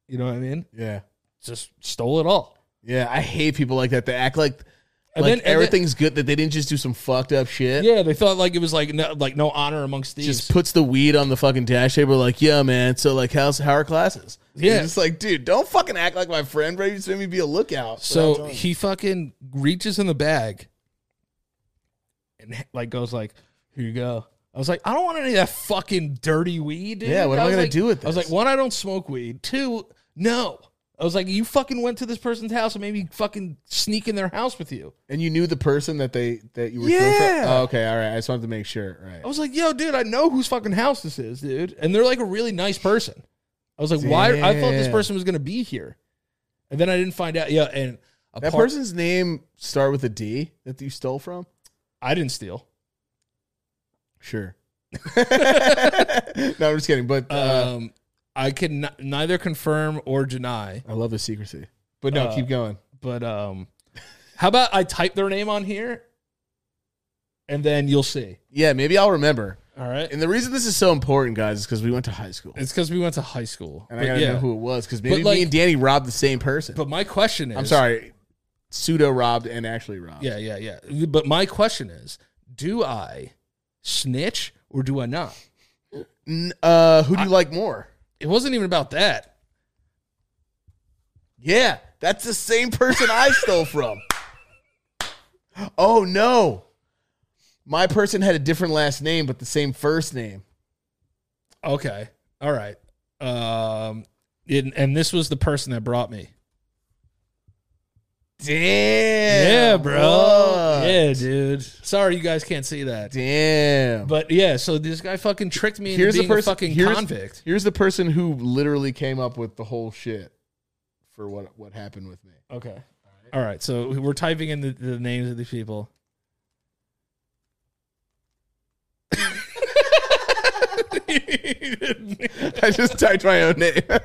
Speaker 3: You know what I mean?
Speaker 2: Yeah,
Speaker 3: Just stole it all.
Speaker 2: yeah. I hate people like that. They act like
Speaker 3: And
Speaker 2: like
Speaker 3: then- and then-
Speaker 2: everything's good. That they didn't just do some fucked up shit.
Speaker 3: Yeah, they thought like it was like no, like no honor amongst thieves.
Speaker 2: Just puts the weed on the fucking dash table. Like, yeah, man. So, like, how's how are classes?
Speaker 3: Yeah.
Speaker 2: it's like, dude, don't fucking act like my friend, bro. You just made me be a lookout.
Speaker 3: So he fucking reaches in the bag and like goes like, "Here you go." I was like, "I don't want any of that fucking dirty weed." Dude.
Speaker 2: Yeah, what am I
Speaker 3: was
Speaker 2: gonna
Speaker 3: like-
Speaker 2: do with
Speaker 3: I was
Speaker 2: this?
Speaker 3: like, "One, I don't smoke weed. Two, no." I was like, "You fucking went to this person's house and made me fucking sneak in their house with you."
Speaker 2: and you knew the person that they that you were.
Speaker 3: Yeah. Oh,
Speaker 2: Oh, okay, all right. I just wanted to make sure. Right.
Speaker 3: I was like, "Yo, dude, I know whose fucking house this is, dude." And they're like a really nice person. I was like, "Why?" I thought this
Speaker 2: Damn.
Speaker 3: person was gonna be here, and then I didn't find out. Yeah, and a
Speaker 2: That
Speaker 3: part-
Speaker 2: person's name start with a D that you stole from?
Speaker 3: I didn't steal.
Speaker 2: Sure. [laughs] no, I'm just kidding. But uh,
Speaker 3: Um, I can n- neither confirm or deny,
Speaker 2: I love the secrecy. But no,
Speaker 3: uh,
Speaker 2: keep going.
Speaker 3: but um, how about I type their name on here, and then you'll see.
Speaker 2: Yeah, maybe I'll remember.
Speaker 3: All right,
Speaker 2: And the reason this is so important, guys, is because we went to high school,
Speaker 3: it's because we went to high school.
Speaker 2: and I
Speaker 3: But
Speaker 2: gotta
Speaker 3: yeah.
Speaker 2: know who it was because maybe
Speaker 3: like-
Speaker 2: me and Danny robbed the same person.
Speaker 3: But my question is,
Speaker 2: I'm sorry, pseudo robbed and actually robbed.
Speaker 3: Yeah, yeah, yeah. But my question is, do I snitch or do I not?
Speaker 2: N- uh, who do you like more?
Speaker 3: It wasn't even about that.
Speaker 2: Yeah, that's the [laughs] same person I stole from. Oh no. My person had a different last name, but the same first name.
Speaker 3: Okay. All right. Um, and, and this was the person that brought me.
Speaker 2: Damn.
Speaker 3: Yeah, bro.
Speaker 2: what?
Speaker 3: Yeah, dude. Sorry, you guys can't see that.
Speaker 2: Damn.
Speaker 3: But yeah, so this guy fucking tricked me into
Speaker 2: Here's the
Speaker 3: being a
Speaker 2: person-
Speaker 3: fucking
Speaker 2: here's-
Speaker 3: convict.
Speaker 2: Here's the person who literally came up with the whole shit for what what happened with me.
Speaker 3: Okay. All right. So we're typing in the, the names of these people. [laughs]
Speaker 2: [laughs] I just typed my own name. [laughs] I,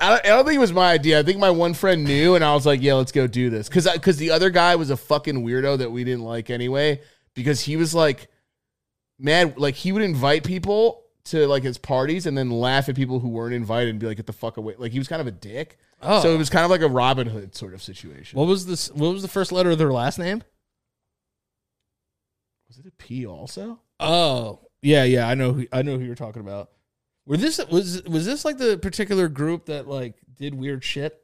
Speaker 2: I, don't, I don't think it was my idea. I think my one friend knew, and I was like, "Yeah, let's go do this." Because because the other guy was a fucking weirdo that we didn't like anyway. Because he was like, mad. Like he would invite people to like his parties, and then laugh at people who weren't invited, and be like, "Get the fuck away!" Like he was kind of a dick.
Speaker 3: Oh.
Speaker 2: So it was kind of like a Robin Hood sort of situation.
Speaker 3: what was this? What was the first letter of their last name?
Speaker 2: was it a P also?
Speaker 3: Oh, yeah, yeah. I know. Who, I know who you're talking about. Were this was was this like the particular group that like did weird shit?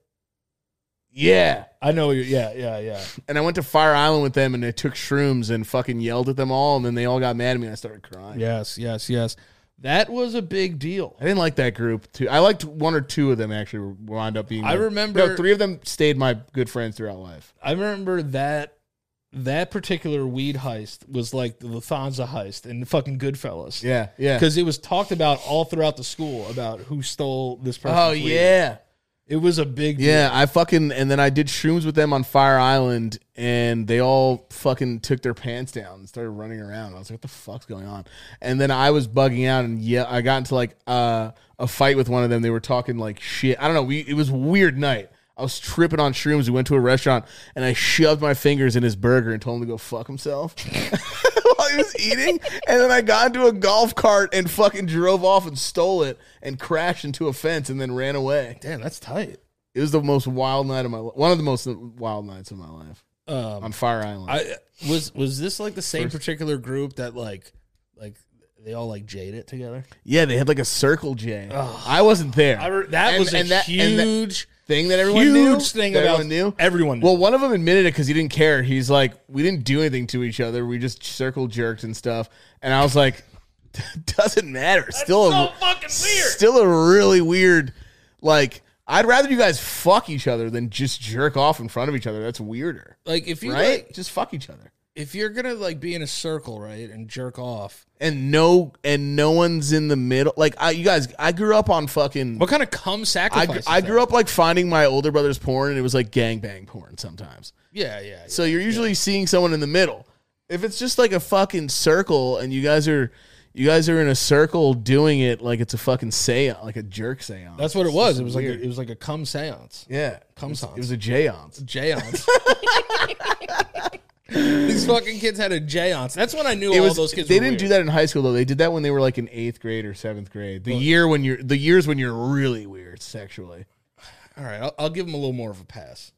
Speaker 2: Yeah.
Speaker 3: I know. you yeah, yeah, [laughs] yeah.
Speaker 2: And I went to Fire Island with them, and I took shrooms and fucking yelled at them all, and then they all got mad at me, and I started crying.
Speaker 3: Yes, yes, yes. That was a big deal.
Speaker 2: I didn't like that group too. I liked one or two of them actually wound up being.
Speaker 3: I remember-
Speaker 2: no, three of them stayed my good friends throughout life.
Speaker 3: I remember that that particular weed heist was like the Lufthansa heist and fucking Goodfellas.
Speaker 2: Yeah, yeah.
Speaker 3: Because it was talked about all throughout the school about who stole this person.
Speaker 2: Oh yeah,
Speaker 3: It was a big deal.
Speaker 2: yeah. I fucking and then I did shrooms with them on Fire Island, and they all fucking took their pants down and started running around. I was like, "What the fuck's going on?" And then I was bugging out, and yeah, I got into like uh, a fight with one of them. They were talking like shit. I don't know. We it was a weird night. I was tripping on shrooms. We went to a restaurant, and I shoved my fingers in his burger and told him to go fuck himself. [laughs] while he was eating, and then I got into a golf cart and fucking drove off and stole it and crashed into a fence and then ran away.
Speaker 3: Damn, that's tight.
Speaker 2: It was the most wild night of my li One of the most wild nights of my life
Speaker 3: Um,
Speaker 2: on Fire Island.
Speaker 3: I was was this like the same particular group that like like they all like jade it together.
Speaker 2: yeah, they had like a circle J. I wasn't there.
Speaker 3: I re- that
Speaker 2: And-
Speaker 3: was a
Speaker 2: and that- and that-
Speaker 3: huge
Speaker 2: thing that everyone
Speaker 3: huge
Speaker 2: knew.
Speaker 3: thing
Speaker 2: that
Speaker 3: about
Speaker 2: everyone knew.
Speaker 3: everyone.
Speaker 2: Well, one of them admitted it because he didn't care. He's like, we didn't do anything to each other. We just circle jerked and stuff. And I was like, [laughs] doesn't matter. still a,
Speaker 3: fucking
Speaker 2: Still a really weird. Like, I'd rather you guys fuck each other than just jerk off in front of each other. That's weirder,
Speaker 3: Like if you
Speaker 2: right?
Speaker 3: like,
Speaker 2: just fuck each other.
Speaker 3: if you're gonna like be in a circle right and jerk off.
Speaker 2: And no, and no one's in the middle. Like, I, you guys, I grew up on fucking.
Speaker 3: What kind of cum
Speaker 2: I,
Speaker 3: sacrifice?
Speaker 2: gr- I grew up like finding my older brother's porn, and it was like gangbang porn sometimes.
Speaker 3: Yeah, yeah. yeah.
Speaker 2: So you're usually seeing someone in the middle. If it's just like a fucking circle and you guys are you guys are in a circle doing it like it's a fucking seance, like a jerk seance.
Speaker 3: That's what it was. It was like
Speaker 2: weird.
Speaker 3: a, it was like a cum seance.
Speaker 2: yeah.
Speaker 3: Cum
Speaker 2: It
Speaker 3: seance.
Speaker 2: was a jaunce.
Speaker 3: Jayance. [laughs] These fucking kids had a jayance. That's when I knew
Speaker 2: It
Speaker 3: all
Speaker 2: was
Speaker 3: those kids.
Speaker 2: they
Speaker 3: were
Speaker 2: didn't
Speaker 3: weird.
Speaker 2: do that in high school though. They did that when they were like in eighth grade or seventh grade. The year when you're the years when you're really weird sexually.
Speaker 3: All right, I'll, I'll give them a little more of a pass.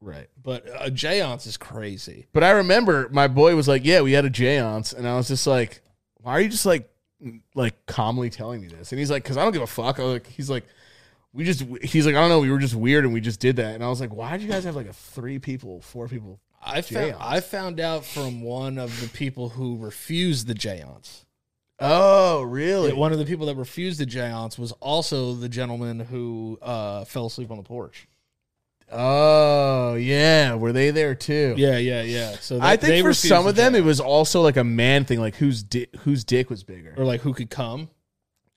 Speaker 2: Right.
Speaker 3: But a jayance is crazy.
Speaker 2: But I remember my boy was like, "Yeah, we had a jaunce," and I was just like, "Why are you just like, like calmly telling me this?" And he's like, "Cause I don't give a fuck." I was like, "He's like, we just," he's like, "I don't know, we were just weird and we just did that." And I was like, "Why did you guys have like a three people, four people?"
Speaker 3: I found
Speaker 2: Jayance.
Speaker 3: I found out from one of the people who refused the jayance.
Speaker 2: Oh, really?
Speaker 3: One of the people that refused the jayance was also the gentleman who uh, fell asleep on the porch.
Speaker 2: Oh, yeah. Were they there too?
Speaker 3: Yeah, yeah, yeah. So
Speaker 2: I
Speaker 3: they
Speaker 2: think for
Speaker 3: refused
Speaker 2: some
Speaker 3: the
Speaker 2: of them,
Speaker 3: Jayance.
Speaker 2: it was also like a man thing, like whose di- whose dick was bigger.
Speaker 3: or like who could come.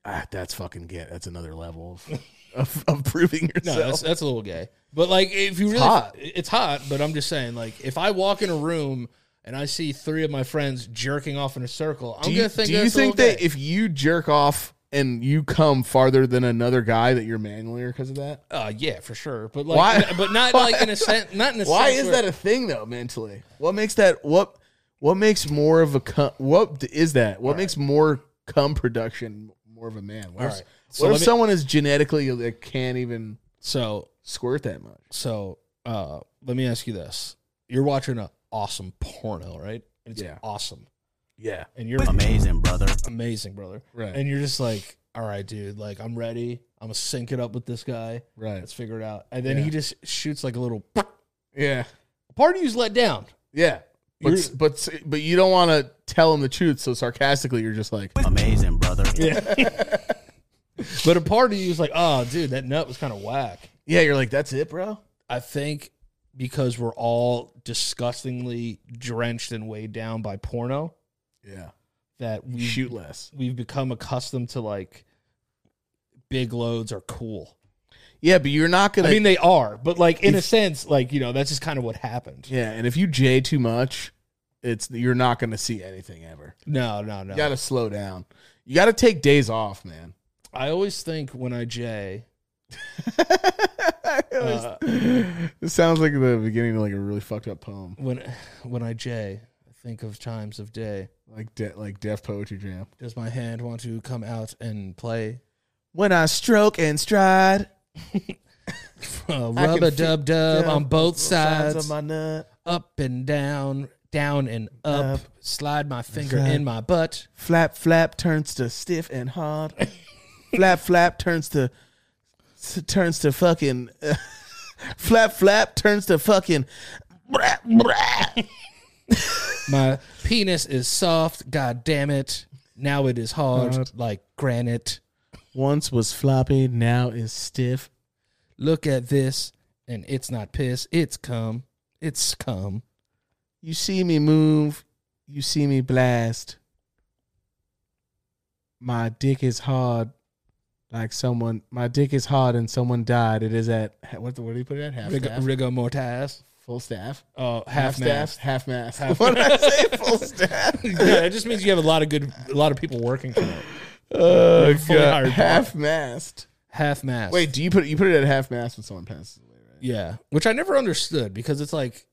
Speaker 2: Ah, that's fucking get. That's another level of of, of proving
Speaker 3: [laughs] No,
Speaker 2: yourself.
Speaker 3: that's, that's a little gay. But like, if you really,
Speaker 2: hot.
Speaker 3: it's hot. But I'm just saying, like, if I walk in a room and I see three of my friends jerking off in a circle, I'm
Speaker 2: do you,
Speaker 3: gonna think.
Speaker 2: do you
Speaker 3: that's a
Speaker 2: think
Speaker 3: little
Speaker 2: that
Speaker 3: gay.
Speaker 2: if you jerk off and you come farther than another guy that you're manlier because of that?
Speaker 3: Uh, yeah, for sure. But like,
Speaker 2: [laughs] Why-
Speaker 3: but not like in a sense. Not in a
Speaker 2: Why
Speaker 3: sense
Speaker 2: is
Speaker 3: where-
Speaker 2: that a thing though mentally? What makes that what what makes more of a cum, what d- is that? What makes more cum production more of a man? What if,
Speaker 3: right. So
Speaker 2: what if
Speaker 3: let me-
Speaker 2: someone is genetically that can't even
Speaker 3: So
Speaker 2: squirt that much?
Speaker 3: so uh, let me ask you this: You're watching an awesome porno, right? And it's
Speaker 2: Yeah.
Speaker 3: awesome,
Speaker 2: Yeah.
Speaker 3: and you're
Speaker 4: Amazing, brother.
Speaker 3: amazing, brother.
Speaker 2: Right.
Speaker 3: And you're just like, all right, dude. Like, I'm ready. I'm gonna sync it up with this guy.
Speaker 2: Right.
Speaker 3: Let's figure it out. And then
Speaker 2: Yeah.
Speaker 3: he just shoots like [laughs] a little.
Speaker 2: Yeah.
Speaker 3: Part of you's let down.
Speaker 2: Yeah. But
Speaker 3: You're-
Speaker 2: s- but s- but you don't want to tell him the truth, so sarcastically you're just like,
Speaker 4: Amazing, brother.
Speaker 3: But a part of you is like, oh, dude, that nut was kind of whack.
Speaker 2: yeah, you're like, that's it, bro.
Speaker 3: I think because we're all disgustingly drenched and weighed down by porno
Speaker 2: Yeah,
Speaker 3: that we
Speaker 2: shoot less.
Speaker 3: we've become accustomed to like big loads are cool.
Speaker 2: Yeah, but you're not gonna.
Speaker 3: I mean they are, but like in a sense, like you know, that's just kind of what happened.
Speaker 2: yeah, and if you jay too much, it's you're not gonna see anything ever.
Speaker 3: No, no, no.
Speaker 2: You gotta slow down. You gotta take days off, man. [laughs]
Speaker 3: I always think when I jay,
Speaker 2: I always-
Speaker 3: Uh,
Speaker 2: it sounds like the beginning of like a really fucked up poem,
Speaker 3: when [sighs] when I jay, I think of times of day.
Speaker 2: like de- like deaf poetry jam.
Speaker 3: Does my hand want to come out and play?
Speaker 2: When I stroke and stride,
Speaker 3: [laughs] Uh,
Speaker 2: I can
Speaker 3: rub a dub dub
Speaker 2: feel
Speaker 3: on both
Speaker 2: sides
Speaker 3: sides,
Speaker 2: of my nut,
Speaker 3: up and down, down and up.
Speaker 2: Up.
Speaker 3: Slide my finger
Speaker 2: Slide.
Speaker 3: in my butt.
Speaker 2: flap flap turns to stiff and hard, flap flap turns to s- turns to fucking, [laughs] flap flap turns to fucking. brah, brah.
Speaker 3: My penis is soft, god damn it. Now it is hard like granite.
Speaker 2: Once was floppy, now is stiff.
Speaker 3: Look at this, and it's not piss, it's cum. It's cum.
Speaker 2: You see me move, you see me blast. My dick is hard, like someone. My dick is hard, and someone died. It is at what? What do you put it at? Half
Speaker 3: Rig-
Speaker 2: staff,
Speaker 3: rigor mortis.
Speaker 2: full staff,
Speaker 3: Oh,
Speaker 2: half
Speaker 3: half
Speaker 2: staff,
Speaker 3: mast. [laughs]
Speaker 2: half
Speaker 3: Half-
Speaker 2: mass. [laughs] What did I say? Full staff.
Speaker 3: yeah, it just means you have a lot of good, a lot of people working for it.
Speaker 2: Oh
Speaker 3: fully God. hired
Speaker 2: half mast.
Speaker 3: Half mast.
Speaker 2: Wait, do you put you put it at half mast when someone passes away? Right?
Speaker 3: Yeah, which I never understood because it's like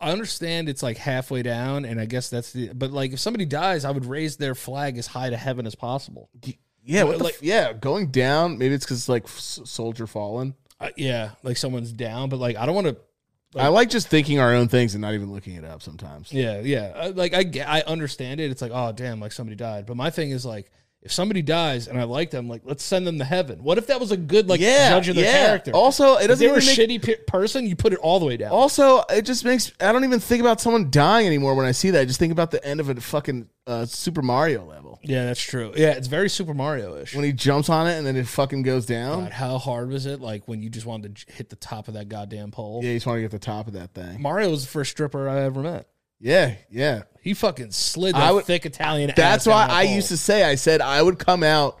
Speaker 3: I understand it's like halfway down, and I guess that's the. But like, if somebody dies, I would raise their flag as high to heaven as possible.
Speaker 2: Yeah,
Speaker 3: Well,
Speaker 2: what the
Speaker 3: like-
Speaker 2: f- yeah, going down. Maybe it's because it's like s- soldier fallen.
Speaker 3: Uh, yeah, like someone's down, but like I don't want to.
Speaker 2: I like just thinking our own things and not even looking it up sometimes.
Speaker 3: Yeah, yeah. I, like I, get- I understand it. It's like, oh damn, like somebody died. But my thing is like, if somebody dies and I like them, like let's send them to heaven. What if that was a good like judge of their character?
Speaker 2: Also, it
Speaker 3: if
Speaker 2: doesn't
Speaker 3: they were a
Speaker 2: even make,
Speaker 3: shitty pe- person, you put it all the way down.
Speaker 2: Also, it just makes I don't even think about someone dying anymore when I see that. I just think about the end of a fucking uh, Super Mario level
Speaker 3: yeah, that's true. Yeah, it's very Super Mario ish.
Speaker 2: when he jumps on it and then it fucking goes down.
Speaker 3: God, how hard was it? Like when you just wanted to j- hit the top of that goddamn pole.
Speaker 2: Yeah, you just want to get the top of that thing.
Speaker 3: Mario was the first stripper I ever met.
Speaker 2: Yeah, yeah.
Speaker 3: He fucking slid
Speaker 2: I
Speaker 3: that
Speaker 2: would-
Speaker 3: thick Italian.
Speaker 2: That's
Speaker 3: ass down
Speaker 2: why
Speaker 3: that
Speaker 2: I
Speaker 3: pole.
Speaker 2: used to say I said I would come out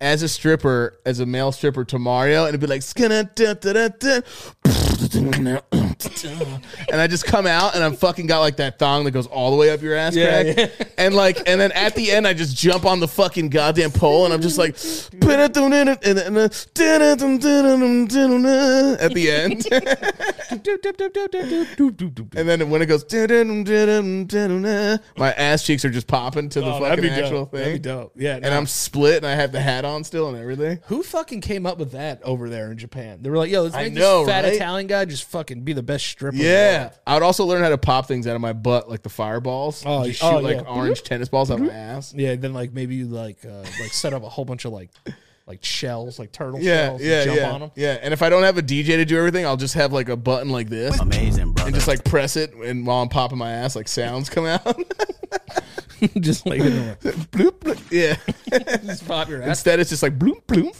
Speaker 2: as a stripper, as a male stripper to Mario, and it'd be like skinna da da da da. [laughs] and I just come out and I'm fucking got like that thong that goes all the way up your ass
Speaker 3: Yeah,
Speaker 2: crack. [laughs] And like and then at the end I just jump on the fucking goddamn pole and I'm just like and then- and then- at the end. [laughs] and then when it goes my ass cheeks are just popping to the
Speaker 3: Oh, that'd
Speaker 2: fucking
Speaker 3: be
Speaker 2: actual
Speaker 3: dope. That'd be
Speaker 2: thing.
Speaker 3: dope. Yeah, no.
Speaker 2: And I'm split and I have the hat on still and everything.
Speaker 3: Who fucking came up with that over there in Japan? They were like, "Yo, let's
Speaker 2: I
Speaker 3: make
Speaker 2: know,
Speaker 3: this fat
Speaker 2: right?
Speaker 3: Italian guy just fucking be the best stripper." in the
Speaker 2: Yeah,
Speaker 3: world."
Speaker 2: I would also learn how to pop things out of my butt, like the fireballs.
Speaker 3: Oh,
Speaker 2: just shoot
Speaker 3: y- oh,
Speaker 2: like
Speaker 3: yeah.
Speaker 2: orange tennis balls out of my ass.
Speaker 3: yeah. Then like maybe you like uh, like set up a whole bunch of like like shells, like turtle
Speaker 2: Yeah,
Speaker 3: shells, and
Speaker 2: yeah,
Speaker 3: jump
Speaker 2: yeah,
Speaker 3: on them.
Speaker 2: yeah. And if I don't have a DJ to do everything, I'll just have like a button like this
Speaker 4: Amazing, brother.
Speaker 2: and just like press it, and while I'm popping my ass, like sounds come out.
Speaker 3: [laughs]
Speaker 2: [laughs]
Speaker 3: just like [laughs]
Speaker 2: bloop, bloop. Yeah.
Speaker 3: just pop your ass.
Speaker 2: Instead, it's just like bloop, bloop.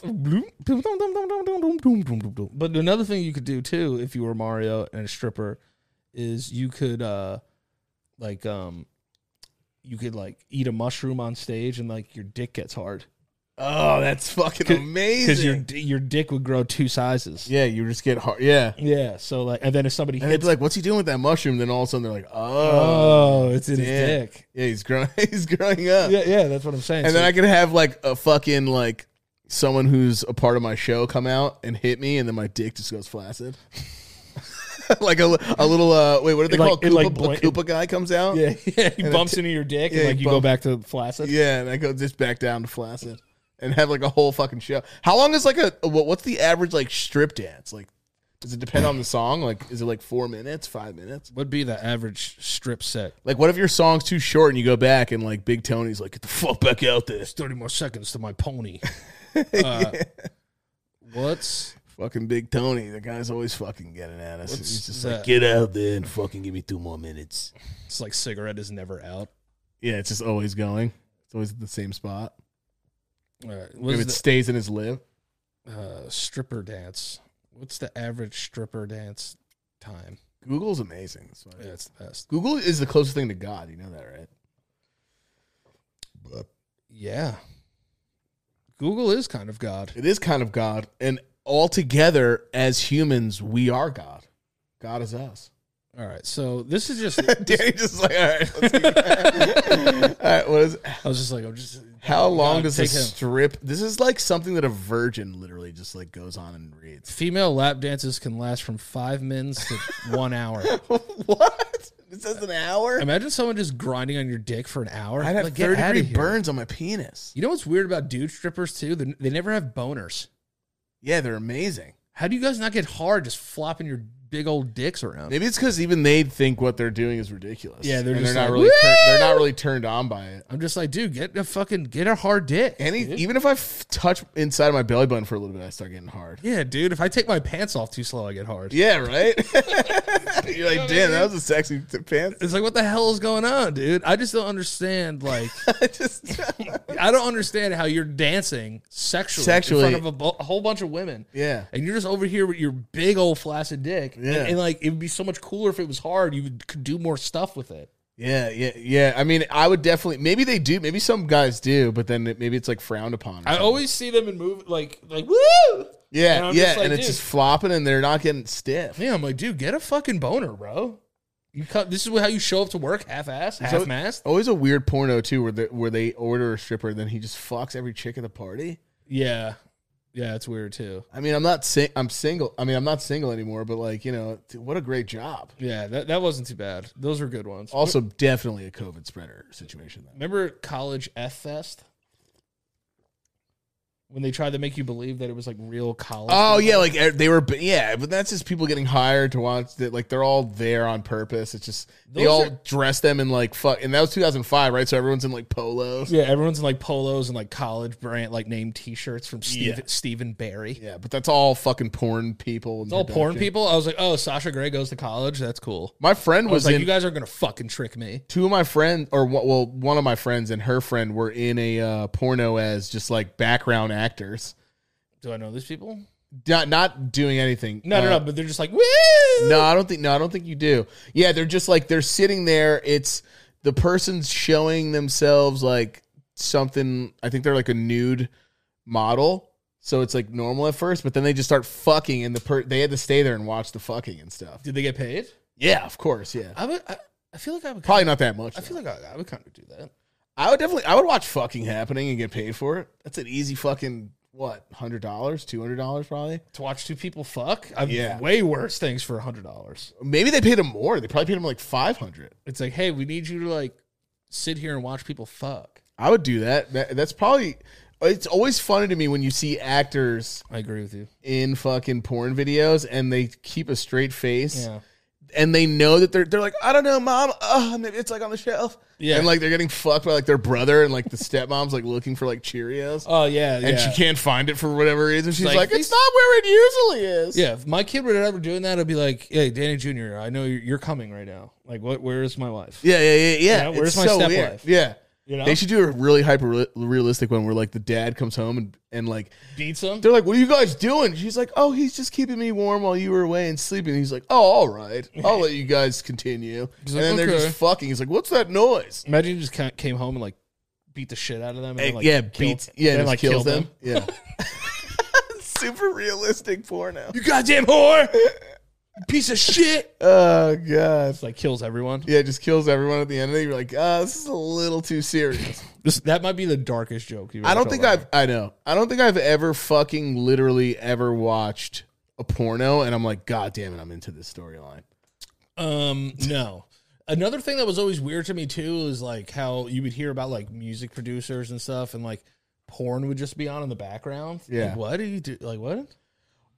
Speaker 3: But another thing you could do too, if you were Mario and a stripper, is you could uh like um you could like eat a mushroom on stage and like your dick gets hard
Speaker 2: Oh, that's fucking
Speaker 3: because your
Speaker 2: amazing.
Speaker 3: d- your dick would grow two sizes.
Speaker 2: Yeah, you just get hard. Yeah.
Speaker 3: Yeah, so like, and then if somebody
Speaker 2: And they'd
Speaker 3: hits,
Speaker 2: be like, "What's he doing with that mushroom?" Then all of a sudden, they're like, "Oh,
Speaker 3: oh, it's in
Speaker 2: damn.
Speaker 3: his dick.
Speaker 2: yeah, he's growing. [laughs] he's growing up."
Speaker 3: Yeah, yeah, that's what I'm saying.
Speaker 2: and
Speaker 3: So-
Speaker 2: then I could have like a fucking like someone who's a part of my show come out and hit me, and then my dick just goes flaccid. [laughs] like a, a little uh wait, what do they
Speaker 3: It like-
Speaker 2: call it?
Speaker 3: it
Speaker 2: Koopa,
Speaker 3: like
Speaker 2: a
Speaker 3: blank-
Speaker 2: Koopa guy comes out.
Speaker 3: [laughs] yeah, yeah, he
Speaker 2: and
Speaker 3: bumps
Speaker 2: it-
Speaker 3: into your dick,
Speaker 2: yeah,
Speaker 3: and like
Speaker 2: he
Speaker 3: you go
Speaker 2: bump-
Speaker 3: back to flaccid.
Speaker 2: yeah, and I go just back down to flaccid and have like a whole fucking show. How long is like a what, what's the average like strip dance? Like, does it depend on the song? Like, is it like four minutes, five minutes?
Speaker 3: Would be the average strip set.
Speaker 2: Like, what if your song's too short and you go back and like Big Tony's like, get the fuck back out there. [laughs]
Speaker 3: Thirty more seconds to my pony. Uh, What's
Speaker 2: Fucking Big Tony, the guy's always fucking getting at us.
Speaker 3: What's
Speaker 2: He's just
Speaker 3: that?
Speaker 2: like, get out there and fucking give me two more minutes.
Speaker 3: It's like cigarette is never out.
Speaker 2: Yeah, it's just always going. It's always at the same spot.
Speaker 3: All right.
Speaker 2: If
Speaker 3: What's
Speaker 2: it stays in his lip,
Speaker 3: Uh, the uh, stripper dance? What's the average stripper dance time?
Speaker 2: Google's amazing. That's why-
Speaker 3: Yeah, it's the best.
Speaker 2: Google is the closest thing to God. You know that, right?
Speaker 3: Yeah. Google is kind of God.
Speaker 2: It is kind of God. And altogether, as humans, we are God. God is us.
Speaker 3: All right. So this is just,
Speaker 2: [laughs] Danny just is like, all right, let's [laughs] keep going." all right, what is
Speaker 3: I was just like, I'm just,
Speaker 2: How long
Speaker 3: God,
Speaker 2: does
Speaker 3: take
Speaker 2: a
Speaker 3: him.
Speaker 2: strip? This is like something that a virgin literally just like goes on and reads. [laughs]
Speaker 3: female lap dances can last from five minutes to one hour.
Speaker 2: what? It says an hour.
Speaker 3: Imagine someone just grinding on your dick for an hour.
Speaker 2: I had
Speaker 3: Like, get
Speaker 2: third
Speaker 3: outta
Speaker 2: degree
Speaker 3: here.
Speaker 2: burns on my penis.
Speaker 3: You know what's weird about dude strippers too? They, they never have boners.
Speaker 2: Yeah, they're amazing.
Speaker 3: How do you guys not get hard just flopping your big old dicks around?
Speaker 2: Maybe it's because even they think what they're doing is ridiculous.
Speaker 3: Yeah, they're
Speaker 2: And
Speaker 3: just
Speaker 2: they're not
Speaker 3: like,
Speaker 2: really tur- they're not really turned on by it.
Speaker 3: I'm just like, dude, get a fucking get a hard dick.
Speaker 2: Any even if I f- touch inside of my belly button for a little bit, I start getting hard.
Speaker 3: yeah, dude. If I take my pants off too slow, I get hard. [laughs]
Speaker 2: Yeah, right. [laughs] You're like, damn, that was a sexy t- pants. [laughs]
Speaker 3: It's like, what the hell is going on, dude? I just don't understand. [laughs] Like,
Speaker 2: I just [laughs]
Speaker 3: I don't understand how you're dancing sexually,
Speaker 2: Sexually.
Speaker 3: in front of a, bu- a whole bunch of women.
Speaker 2: yeah.
Speaker 3: And you're just over here with your big old flaccid dick. And-
Speaker 2: Yeah.
Speaker 3: And, like, it would be so much cooler if it was hard. You would, could do more stuff with it.
Speaker 2: Yeah, yeah, yeah. I mean, I would definitely. Maybe they do. Maybe some guys do, but then it, maybe it's like frowned upon. or
Speaker 3: I
Speaker 2: something.
Speaker 3: always see them in movies, like, like, woo!
Speaker 2: yeah,
Speaker 3: and I'm
Speaker 2: yeah,
Speaker 3: just like,
Speaker 2: and it's
Speaker 3: dude.
Speaker 2: just flopping, and they're not getting stiff.
Speaker 3: Yeah, I'm like, dude, get a fucking boner, bro. You come, this is how you show up to work, half ass, half
Speaker 2: So-
Speaker 3: mast.
Speaker 2: Always a weird porno too, where they, where they order a stripper, then he just fucks every chick at the party.
Speaker 3: Yeah, yeah, it's weird too.
Speaker 2: I mean, I'm not sing- I'm single. I mean, I'm not single anymore, but like you know, dude, what a great job.
Speaker 3: Yeah, that, that wasn't too bad. Those were good ones.
Speaker 2: Also, definitely a COVID spreader situation. Though.
Speaker 3: Remember college F Fest? When they tried to make you believe that it was like real college.
Speaker 2: Oh yeah, like eh, they were. Yeah, but that's just people getting hired to watch that. Like they're all there on purpose. It's just they
Speaker 3: Those
Speaker 2: all
Speaker 3: are-
Speaker 2: dress them in like fuck. And that was 2005, right? So everyone's in like polos.
Speaker 3: yeah, everyone's in like polos and like college brand like name t shirts from Steve,
Speaker 2: Yeah.
Speaker 3: Stephen Barry.
Speaker 2: Yeah, but that's all fucking porn people.
Speaker 3: It's all porn people. I was like, oh, Sasha Gray goes to college. That's cool.
Speaker 2: My friend
Speaker 3: I was,
Speaker 2: was,
Speaker 3: like,
Speaker 2: in.
Speaker 3: you guys are gonna fucking trick me.
Speaker 2: two of my friends, or one- well, one of my friends and her friend were in a uh, porno as just like background actors,
Speaker 3: Do I know these people?
Speaker 2: not not doing anything.
Speaker 3: No, no,
Speaker 2: Uh,
Speaker 3: no. But they're just like, woo.
Speaker 2: No, I don't think. No, I don't think you do. Yeah, they're just like they're sitting there. It's the person's showing themselves like something. I think they're like a nude model, so it's like normal at first, but then they just start fucking, and the per- they had to stay there and watch the fucking and stuff.
Speaker 3: Did they get paid?
Speaker 2: Yeah, of course. Yeah,
Speaker 3: I would. I, I feel like I would.
Speaker 2: probably not that much.
Speaker 3: I feel like I, I would kind of do that.
Speaker 2: I would definitely. I would watch fucking happening and get paid for it. That's an easy fucking what hundred dollars, two hundred dollars probably.
Speaker 3: To watch two people fuck, I've
Speaker 2: Yeah.
Speaker 3: way worse things for hundred dollars.
Speaker 2: Maybe they paid him more. They probably paid him like five hundred.
Speaker 3: It's like, hey, we need you to like sit here and watch people fuck.
Speaker 2: I would do that. that. That's probably. It's always funny to me when you see actors
Speaker 3: I agree with you.
Speaker 2: in fucking porn videos and they keep a straight face
Speaker 3: Yeah,
Speaker 2: and they know that they're they're like I don't know, mom. Oh, maybe it's like on the shelf.
Speaker 3: Yeah.
Speaker 2: and like they're getting fucked by like their brother and like the stepmom's like looking for like Cheerios
Speaker 3: Oh yeah,
Speaker 2: and
Speaker 3: yeah.
Speaker 2: she can't find it for whatever reason. She's
Speaker 3: like,
Speaker 2: like,
Speaker 3: these-
Speaker 2: it's not where it usually is.
Speaker 3: yeah, if my kid were ever doing that, I'd be like, "Hey, Danny Junior, I know you're, you're coming right now. Like, what? Where is my wife?
Speaker 2: yeah, yeah, yeah. yeah.
Speaker 3: Yeah, where's
Speaker 2: It's
Speaker 3: my
Speaker 2: so
Speaker 3: step
Speaker 2: weird.
Speaker 3: wife?
Speaker 2: Yeah.
Speaker 3: You know,
Speaker 2: They should do a really hyper real- realistic one where like the dad comes home and, and like
Speaker 3: beats him.
Speaker 2: They're like, "What are you guys doing?" She's like, "Oh, he's just keeping me warm while you were away and sleeping." He's like, "Oh, all right, I'll let you guys continue."
Speaker 3: [laughs] He's like,
Speaker 2: and then they're
Speaker 3: "Okay."
Speaker 2: just fucking. He's like, "What's that noise?"
Speaker 3: Imagine you just ca- came home and like beat the shit out of them. And, then,
Speaker 2: And,
Speaker 3: like,
Speaker 2: yeah,
Speaker 3: killed-
Speaker 2: beats. Yeah,
Speaker 3: and,
Speaker 2: and just
Speaker 3: like
Speaker 2: kills
Speaker 3: killed
Speaker 2: them. Yeah.
Speaker 3: [laughs]
Speaker 2: [laughs] Super realistic porno.
Speaker 3: You goddamn
Speaker 2: [laughs]
Speaker 3: whore! You Piece of shit!
Speaker 2: Oh god.
Speaker 3: It's like kills everyone.
Speaker 2: Yeah, just kills everyone at the end of it. You're like, ah, this is a little too serious.
Speaker 3: This that might be the darkest joke. You've
Speaker 2: I don't
Speaker 3: ever
Speaker 2: think
Speaker 3: told
Speaker 2: I've. I know. I don't think I've ever fucking literally ever watched a porno, and I'm like, God damn it, I'm into this storyline.
Speaker 3: Um, no. Another thing that was always weird to me too is like how you would hear about like music producers and stuff, and like porn would just be on in the background.
Speaker 2: Yeah.
Speaker 3: Like, what do you do? Like what?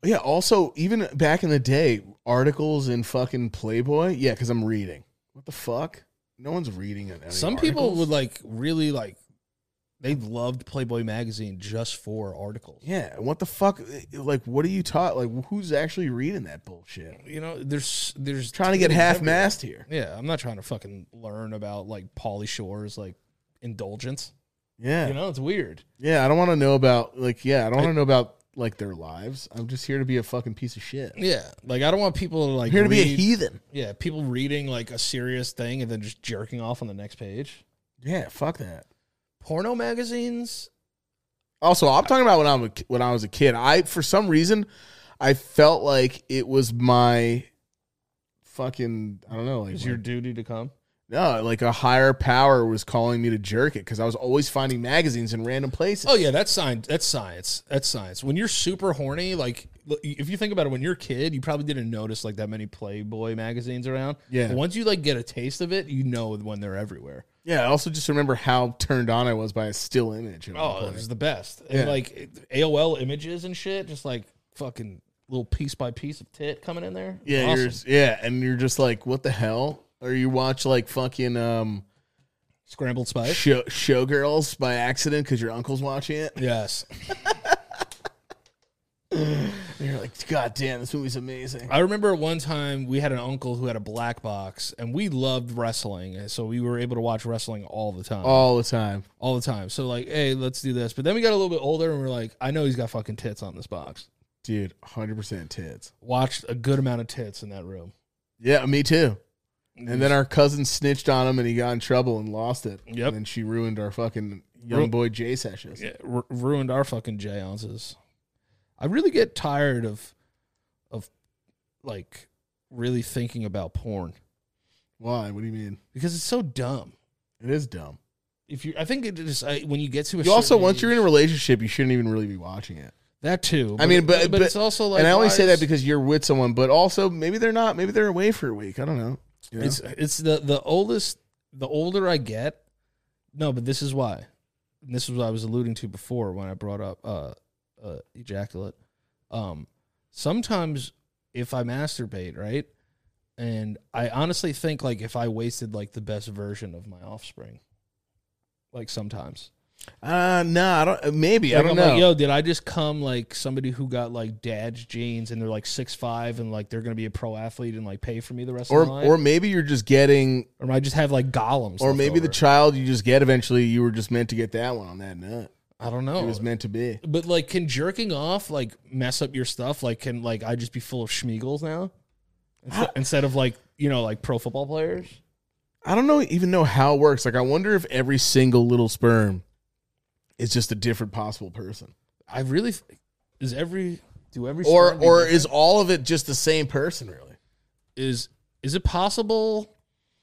Speaker 2: Yeah. Also, even back in the day, articles in fucking Playboy. Yeah, because I'm reading. What the fuck? No one's reading it.
Speaker 3: Some people would like really like They loved Playboy magazine just for articles.
Speaker 2: Yeah, what the fuck? Eh, Like, what are you taught? Like, who's actually reading that bullshit?
Speaker 3: You know, there's there's
Speaker 2: Trying to get half mast here.
Speaker 3: Yeah, I'm not trying to fucking learn about like Polly Shore's like indulgence.
Speaker 2: Yeah,
Speaker 3: You know, it's weird.
Speaker 2: yeah. I don't want to know about like. Yeah, I don't want to know about like their lives. I'm just here to be a fucking piece of shit.
Speaker 3: Yeah, like I don't want people to like
Speaker 2: here to be a
Speaker 3: read-
Speaker 2: heathen.
Speaker 3: Yeah, people reading like a serious thing and then just jerking off on the next page.
Speaker 2: Yeah, fuck that.
Speaker 3: Porno magazines.
Speaker 2: Also, I'm talking about when I was when I was a kid. I for some reason I felt like it was my fucking I don't know like
Speaker 3: It's your duty to come.
Speaker 2: no like a higher power was calling me to jerk it because I was always finding magazines in random places.
Speaker 3: Oh yeah, that's science. That's science. That's science. When you're super horny, like l- if you think about it, when you're a kid, you probably didn't notice like that many Playboy magazines around.
Speaker 2: Yeah.
Speaker 3: But once you like get a taste of it, you know when they're everywhere.
Speaker 2: Yeah, I also just remember how turned on I was by a still image. at one
Speaker 3: Oh,
Speaker 2: point.
Speaker 3: it was the best.
Speaker 2: Yeah.
Speaker 3: And like it- AOL images and shit, just like fucking little piece by piece of tit coming in there.
Speaker 2: yeah,
Speaker 3: Awesome.
Speaker 2: you're, yeah, and you're just like, what the hell? Or you watch like fucking um
Speaker 3: scrambled spice.
Speaker 2: show showgirls by accident because your uncle's watching it.
Speaker 3: Yes.
Speaker 2: And you're like, God damn, this movie's amazing.
Speaker 3: I remember one time we had an uncle who had a black box and we loved wrestling. and So we were able to watch wrestling all the time.
Speaker 2: All the time.
Speaker 3: all the time. So like, hey, let's do this. But then we got a little bit older and we are like, I know he's got fucking tits on this box.
Speaker 2: Dude, 100% tits.
Speaker 3: Watched a good amount of tits in that room.
Speaker 2: Yeah, me too. And then our cousin snitched on him and he got in trouble and lost it.
Speaker 3: Yep.
Speaker 2: And then she ruined our fucking young boy J sessions.
Speaker 3: Yeah, ru- ruined our fucking jaunces. I really get tired of, of, like, really thinking about porn
Speaker 2: Why? What do you mean?
Speaker 3: because it's so dumb.
Speaker 2: It is dumb.
Speaker 3: If you, I think it is I, when you get to a.
Speaker 2: You also,
Speaker 3: certain
Speaker 2: once
Speaker 3: age-
Speaker 2: you're in a relationship, you shouldn't even really be watching it.
Speaker 3: that too.
Speaker 2: I mean, but-
Speaker 3: but,
Speaker 2: but-
Speaker 3: it's also like,
Speaker 2: and I only
Speaker 3: why
Speaker 2: say
Speaker 3: is-
Speaker 2: that because you're with someone, but also maybe they're not. Maybe they're away for a week. I don't know. You know?
Speaker 3: It's it's the the oldest. The older I get, no, but this is why. And this is what I was alluding to before when I brought up uh, uh, ejaculate. Um, sometimes if I masturbate, right, and I honestly think like if I wasted like the best version of my offspring, like sometimes
Speaker 2: uh, no, I don't. Maybe I
Speaker 3: like,
Speaker 2: don't
Speaker 3: I'm
Speaker 2: know.
Speaker 3: like, yo, did I just come like somebody who got like dad's genes and they're like six five and like they're gonna be a pro athlete and like pay for me the rest
Speaker 2: or
Speaker 3: of my life?
Speaker 2: or maybe you're just getting,
Speaker 3: or I just have like golems.
Speaker 2: or
Speaker 3: left
Speaker 2: maybe the
Speaker 3: over.
Speaker 2: child you just get eventually. You were just meant to get that one on that nut.
Speaker 3: I don't
Speaker 2: It
Speaker 3: know.
Speaker 2: was meant to be.
Speaker 3: but like, can jerking off like mess up your stuff? Like, can like I just be full of schmiegels now instead, instead of like you know like pro football players?
Speaker 2: I don't know even know how it works. Like I wonder if every single little sperm is just a different possible person,
Speaker 3: I really f- is every do every
Speaker 2: or
Speaker 3: sperm be
Speaker 2: or
Speaker 3: different?
Speaker 2: is all of it just the same person really?
Speaker 3: is is it possible?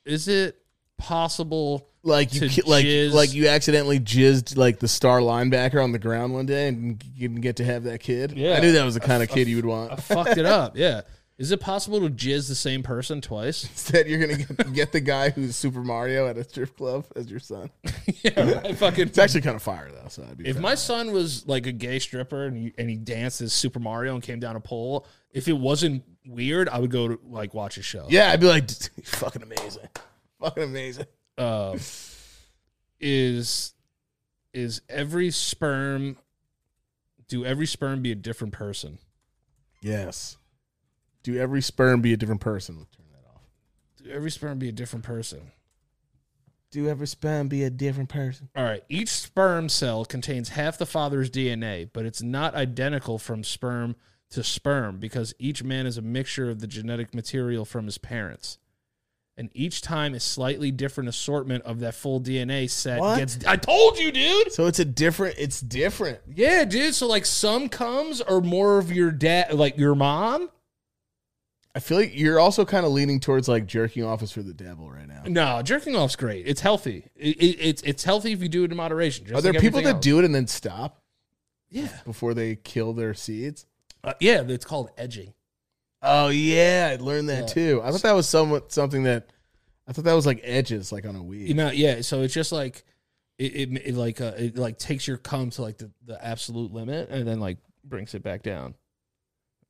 Speaker 3: Is it possible?
Speaker 2: Like you
Speaker 3: to
Speaker 2: ki- like
Speaker 3: jizz-
Speaker 2: like you accidentally jizzed like the star linebacker on the ground one day and you didn't get to have that kid.
Speaker 3: Yeah.
Speaker 2: I knew that was the kind of
Speaker 3: f-
Speaker 2: kid you would
Speaker 3: I
Speaker 2: want.
Speaker 3: fucked it up. Yeah. Is it possible to jizz the same person twice?
Speaker 2: [laughs] Instead, you're gonna get, get the guy who's Super Mario at a strip club as your son.
Speaker 3: [laughs] yeah, I [laughs] fucking.
Speaker 2: It's actually kind of fire though, so I'd be.
Speaker 3: If
Speaker 2: proud.
Speaker 3: my son was like a gay stripper and he, and he danced as Super Mario and came down a pole, if it wasn't weird, I would go to like watch a show.
Speaker 2: yeah, I'd be [laughs] like, fucking amazing, fucking amazing.
Speaker 3: Um, is is every sperm? Do every sperm be a different person?
Speaker 2: Yes. Do every sperm be a different person? Turn that off.
Speaker 3: Do every sperm be a different person?
Speaker 2: Do every sperm be a different person?
Speaker 3: All right. Each sperm cell contains half the father's DNA, but it's not identical from sperm to sperm because each man is a mixture of the genetic material from his parents. And each time a slightly different assortment of that full DNA set
Speaker 2: What?
Speaker 3: gets. I told you, dude.
Speaker 2: So it's a different. It's different.
Speaker 3: Yeah, dude. So like some comes are more of your dad, like your mom.
Speaker 2: I feel like you're also kind of leaning towards like jerking off is for the devil right now.
Speaker 3: No, jerking off's great. It's healthy. It, it, it's it's healthy if you do it in moderation. just
Speaker 2: Are there
Speaker 3: like
Speaker 2: people that
Speaker 3: everything else.
Speaker 2: do it and then stop
Speaker 3: Yeah,
Speaker 2: before they kill their seeds?
Speaker 3: Uh, yeah. It's called edging.
Speaker 2: Oh yeah, I learned that
Speaker 3: Yeah.
Speaker 2: too. I thought that was somewhat something that I thought that was like edges, like on a weed.
Speaker 3: you
Speaker 2: [laughs]
Speaker 3: know yeah so it's just like it, it, it like uh, it like takes your cum to like the, the absolute limit and then like brings it back down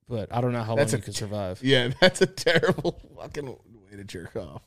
Speaker 3: but i don't know how
Speaker 2: That's
Speaker 3: long
Speaker 2: a-
Speaker 3: you can survive
Speaker 2: yeah, that's a terrible fucking way to jerk off.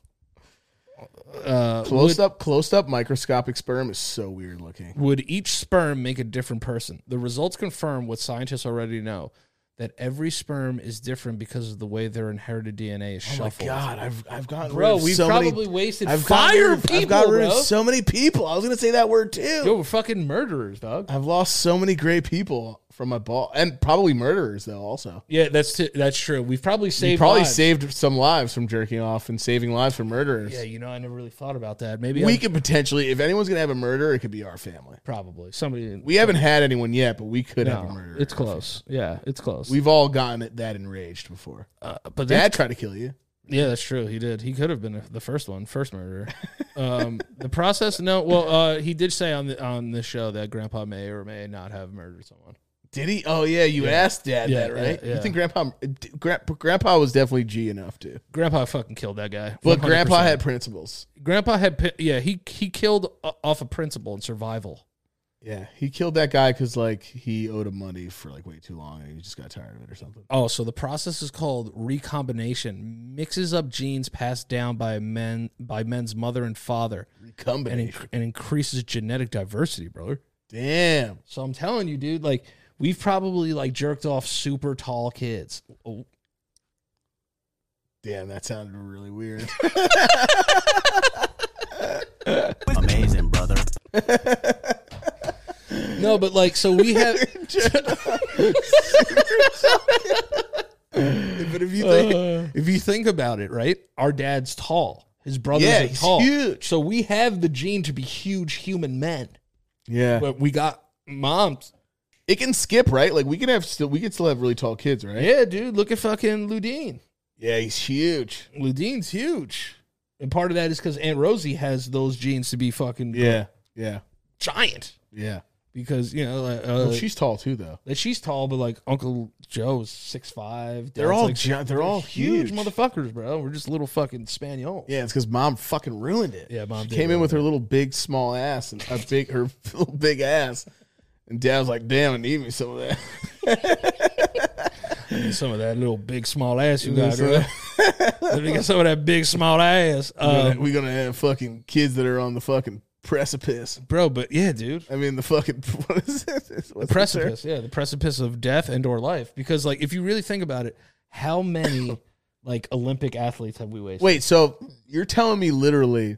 Speaker 3: uh,
Speaker 2: Close up, close up microscopic sperm is so weird looking.
Speaker 3: Would each sperm make a different person? The results confirm what scientists already know that every sperm is different because of the way their inherited DNA
Speaker 2: Oh
Speaker 3: is shuffled.
Speaker 2: I've I've gotten
Speaker 3: Bro, we
Speaker 2: so many-
Speaker 3: probably wasted
Speaker 2: I've gotten
Speaker 3: fire
Speaker 2: rid of-
Speaker 3: people,
Speaker 2: I've gotten rid
Speaker 3: bro.
Speaker 2: of so many people. I was gonna say that word too.
Speaker 3: Yo, we're fucking murderers, dog.
Speaker 2: I've lost so many great people from my ball, and probably murderers though. Also,
Speaker 3: Yeah, that's t- that's true. We've probably saved
Speaker 2: you probably
Speaker 3: lives.
Speaker 2: saved some lives from jerking off and saving lives from murderers.
Speaker 3: Yeah, you know, I never really thought about that. Maybe
Speaker 2: We
Speaker 3: we
Speaker 2: could potentially, if anyone's gonna have a murder, it could be our family.
Speaker 3: probably somebody.
Speaker 2: We haven't had anyone yet, but we could have a
Speaker 3: no,
Speaker 2: murderer.
Speaker 3: it's close. Yeah, it's close.
Speaker 2: We've all gotten it that enraged before.
Speaker 3: uh, but that,
Speaker 2: Dad tried to kill you.
Speaker 3: yeah, that's true. He did. He could have been the first one, first
Speaker 2: [laughs]
Speaker 3: murderer. um, the process. No, well, uh, he did say on the on the show that Grandpa may or may not have murdered someone.
Speaker 2: Did he? Oh yeah, you asked Dad
Speaker 3: Yeah,
Speaker 2: that, right?
Speaker 3: yeah, yeah.
Speaker 2: You think Grandpa? Gra- Grandpa was definitely G enough to,
Speaker 3: Grandpa fucking killed that guy.
Speaker 2: but Grandpa
Speaker 3: 100%.
Speaker 2: had principles.
Speaker 3: Grandpa had pi- yeah he he killed o- off a principle and survival.
Speaker 2: Yeah, he killed that guy because like he owed him money for like way too long, and he just got tired of it or something.
Speaker 3: Oh, so the process is called recombination. Mixes up genes passed down by men by men's mother and father, and
Speaker 2: Recombination.
Speaker 3: inc- and increases genetic diversity, brother.
Speaker 2: Damn.
Speaker 3: So I'm telling you, dude, like we've probably like jerked off super tall kids. Oh,
Speaker 2: Damn, that sounded really [laughs] weird.
Speaker 4: Amazing, brother.
Speaker 3: No, but like so we
Speaker 2: [laughs]
Speaker 3: have
Speaker 2: but if you think,
Speaker 3: if you think about it, right? Our dad's tall. His brothers
Speaker 2: Yeah,
Speaker 3: are
Speaker 2: he's
Speaker 3: tall.
Speaker 2: huge.
Speaker 3: So we have the gene to be huge human men.
Speaker 2: yeah,
Speaker 3: But we got moms.
Speaker 2: it can skip right. Like we can have still, we could still have really tall kids, right?
Speaker 3: Yeah, dude, look at fucking Ludine.
Speaker 2: Yeah, he's huge.
Speaker 3: Ludine's huge. And part of that is because Aunt Rosie has those genes to be fucking
Speaker 2: Yeah, yeah,
Speaker 3: giant.
Speaker 2: yeah.
Speaker 3: Because, you know, like, uh,
Speaker 2: Well, she's tall too, though.
Speaker 3: that she's tall, but like Uncle Joe's six five.
Speaker 2: They're all gi- they're all huge.
Speaker 3: motherfuckers, bro. We're just little fucking spaniels.
Speaker 2: Yeah, it's because mom fucking ruined it.
Speaker 3: Yeah, mom
Speaker 2: She
Speaker 3: did
Speaker 2: came in
Speaker 3: ruin
Speaker 2: with her little big small ass and her big her [laughs] little big ass, and dad was like, "Damn, I need me some of that."
Speaker 3: Some of that little big small ass you
Speaker 2: [laughs] know
Speaker 3: got,
Speaker 2: what I'm
Speaker 3: bro. [laughs] Let me get some of that big small ass, um,
Speaker 2: We're gonna have fucking kids that are on the fucking precipice.
Speaker 3: bro. But yeah, dude,
Speaker 2: I mean, the fucking [laughs] what is it? What's the term?
Speaker 3: precipice. Yeah, the precipice of death and or life. Because like, if you really think about it, how [coughs] many like Olympic athletes have we wasted?
Speaker 2: Wait, so you're telling me literally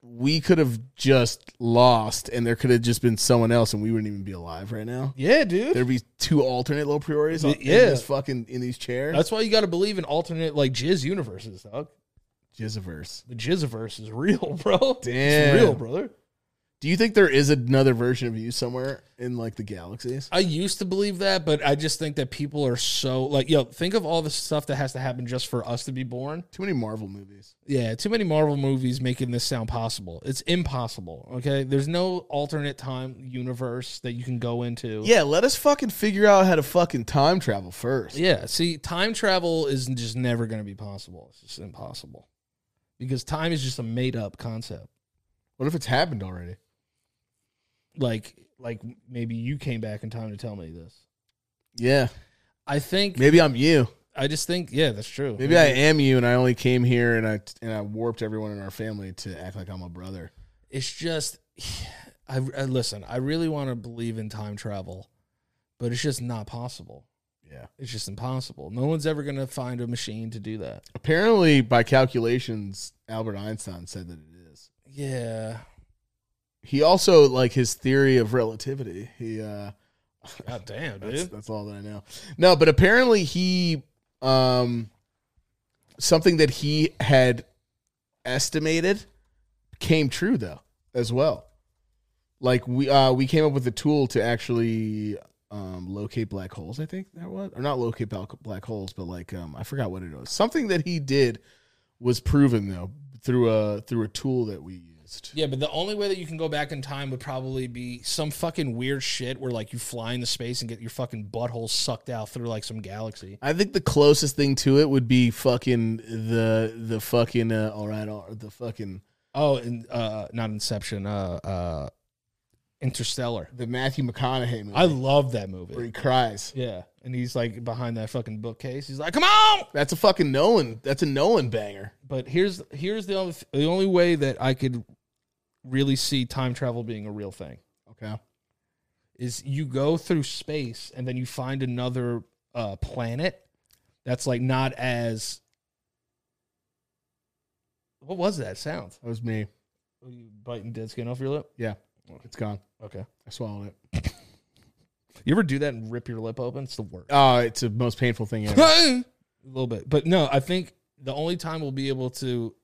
Speaker 2: we could have just lost and there could have just been someone else and we wouldn't even be alive right now?
Speaker 3: Yeah, dude.
Speaker 2: There'd be two alternate low priorities on,
Speaker 3: Yeah.
Speaker 2: in this fucking in these chairs.
Speaker 3: That's why you got to believe in alternate like jizz universes, dog.
Speaker 2: Jiziverse.
Speaker 3: The jizziverse is real, [laughs] bro.
Speaker 2: Damn.
Speaker 3: it's real, brother.
Speaker 2: Do you think there is another version of you somewhere in like the galaxies?
Speaker 3: I used to believe that, but I just think that people are so like, yo, think of all the stuff that has to happen just for us to be born.
Speaker 2: Too many Marvel movies.
Speaker 3: Yeah, too many Marvel movies making this sound possible. It's impossible. Okay, there's no alternate time universe that you can go into.
Speaker 2: Yeah, let us fucking figure out how to fucking time travel first.
Speaker 3: yeah. See, time travel is just never going to be possible. It's just impossible because time is just a made up concept.
Speaker 2: What if it's happened already?
Speaker 3: Like, like maybe you came back in time to tell me this.
Speaker 2: Yeah.
Speaker 3: I think
Speaker 2: Maybe I'm you.
Speaker 3: I just think yeah, that's true.
Speaker 2: Maybe I am you, and I only came here and I and I warped everyone in our family to act like I'm a brother.
Speaker 3: it's just [sighs] I, I listen i really want to believe in time travel but it's just not possible
Speaker 2: Yeah.
Speaker 3: it's just impossible no one's ever going to find a machine to do that
Speaker 2: Apparently, by calculations, Albert Einstein said that it is.
Speaker 3: yeah
Speaker 2: He also like his theory of relativity. He uh,
Speaker 3: god damn
Speaker 2: that's,
Speaker 3: dude
Speaker 2: that's all that I know. No, but apparently he um something that he had estimated came true though as well. Like we uh we came up with a tool to actually um locate black holes, I think that was or not locate bal- black holes, but like um I forgot what it was. Something that he did was proven though through a through a tool that we used.
Speaker 3: yeah but the only way that you can go back in time would probably be some fucking weird shit where like you fly into space and get your fucking butthole sucked out through like some galaxy
Speaker 2: I think the closest thing to it would be fucking the the fucking uh, all right all, the fucking
Speaker 3: oh and uh not inception uh uh Interstellar.
Speaker 2: The Matthew McConaughey movie
Speaker 3: I love that
Speaker 2: where
Speaker 3: movie.
Speaker 2: he cries.
Speaker 3: Yeah, and he's like behind that fucking bookcase. He's like, "Come on!"
Speaker 2: That's a fucking Nolan. That's a Nolan banger.
Speaker 3: But here's here's the only the only way that I could really see time travel being a real thing
Speaker 2: Okay.
Speaker 3: is you go through space and then you find another uh, planet that's like not as what was that sound?
Speaker 2: That was me.
Speaker 3: Were you biting dead skin off your lip?
Speaker 2: It's gone.
Speaker 3: Okay.
Speaker 2: I swallowed it.
Speaker 3: You ever do that and rip your lip open? It's the worst.
Speaker 2: Oh, it's the most painful thing [laughs] ever.
Speaker 3: [laughs] a little bit. But no, I think the only time we'll be able to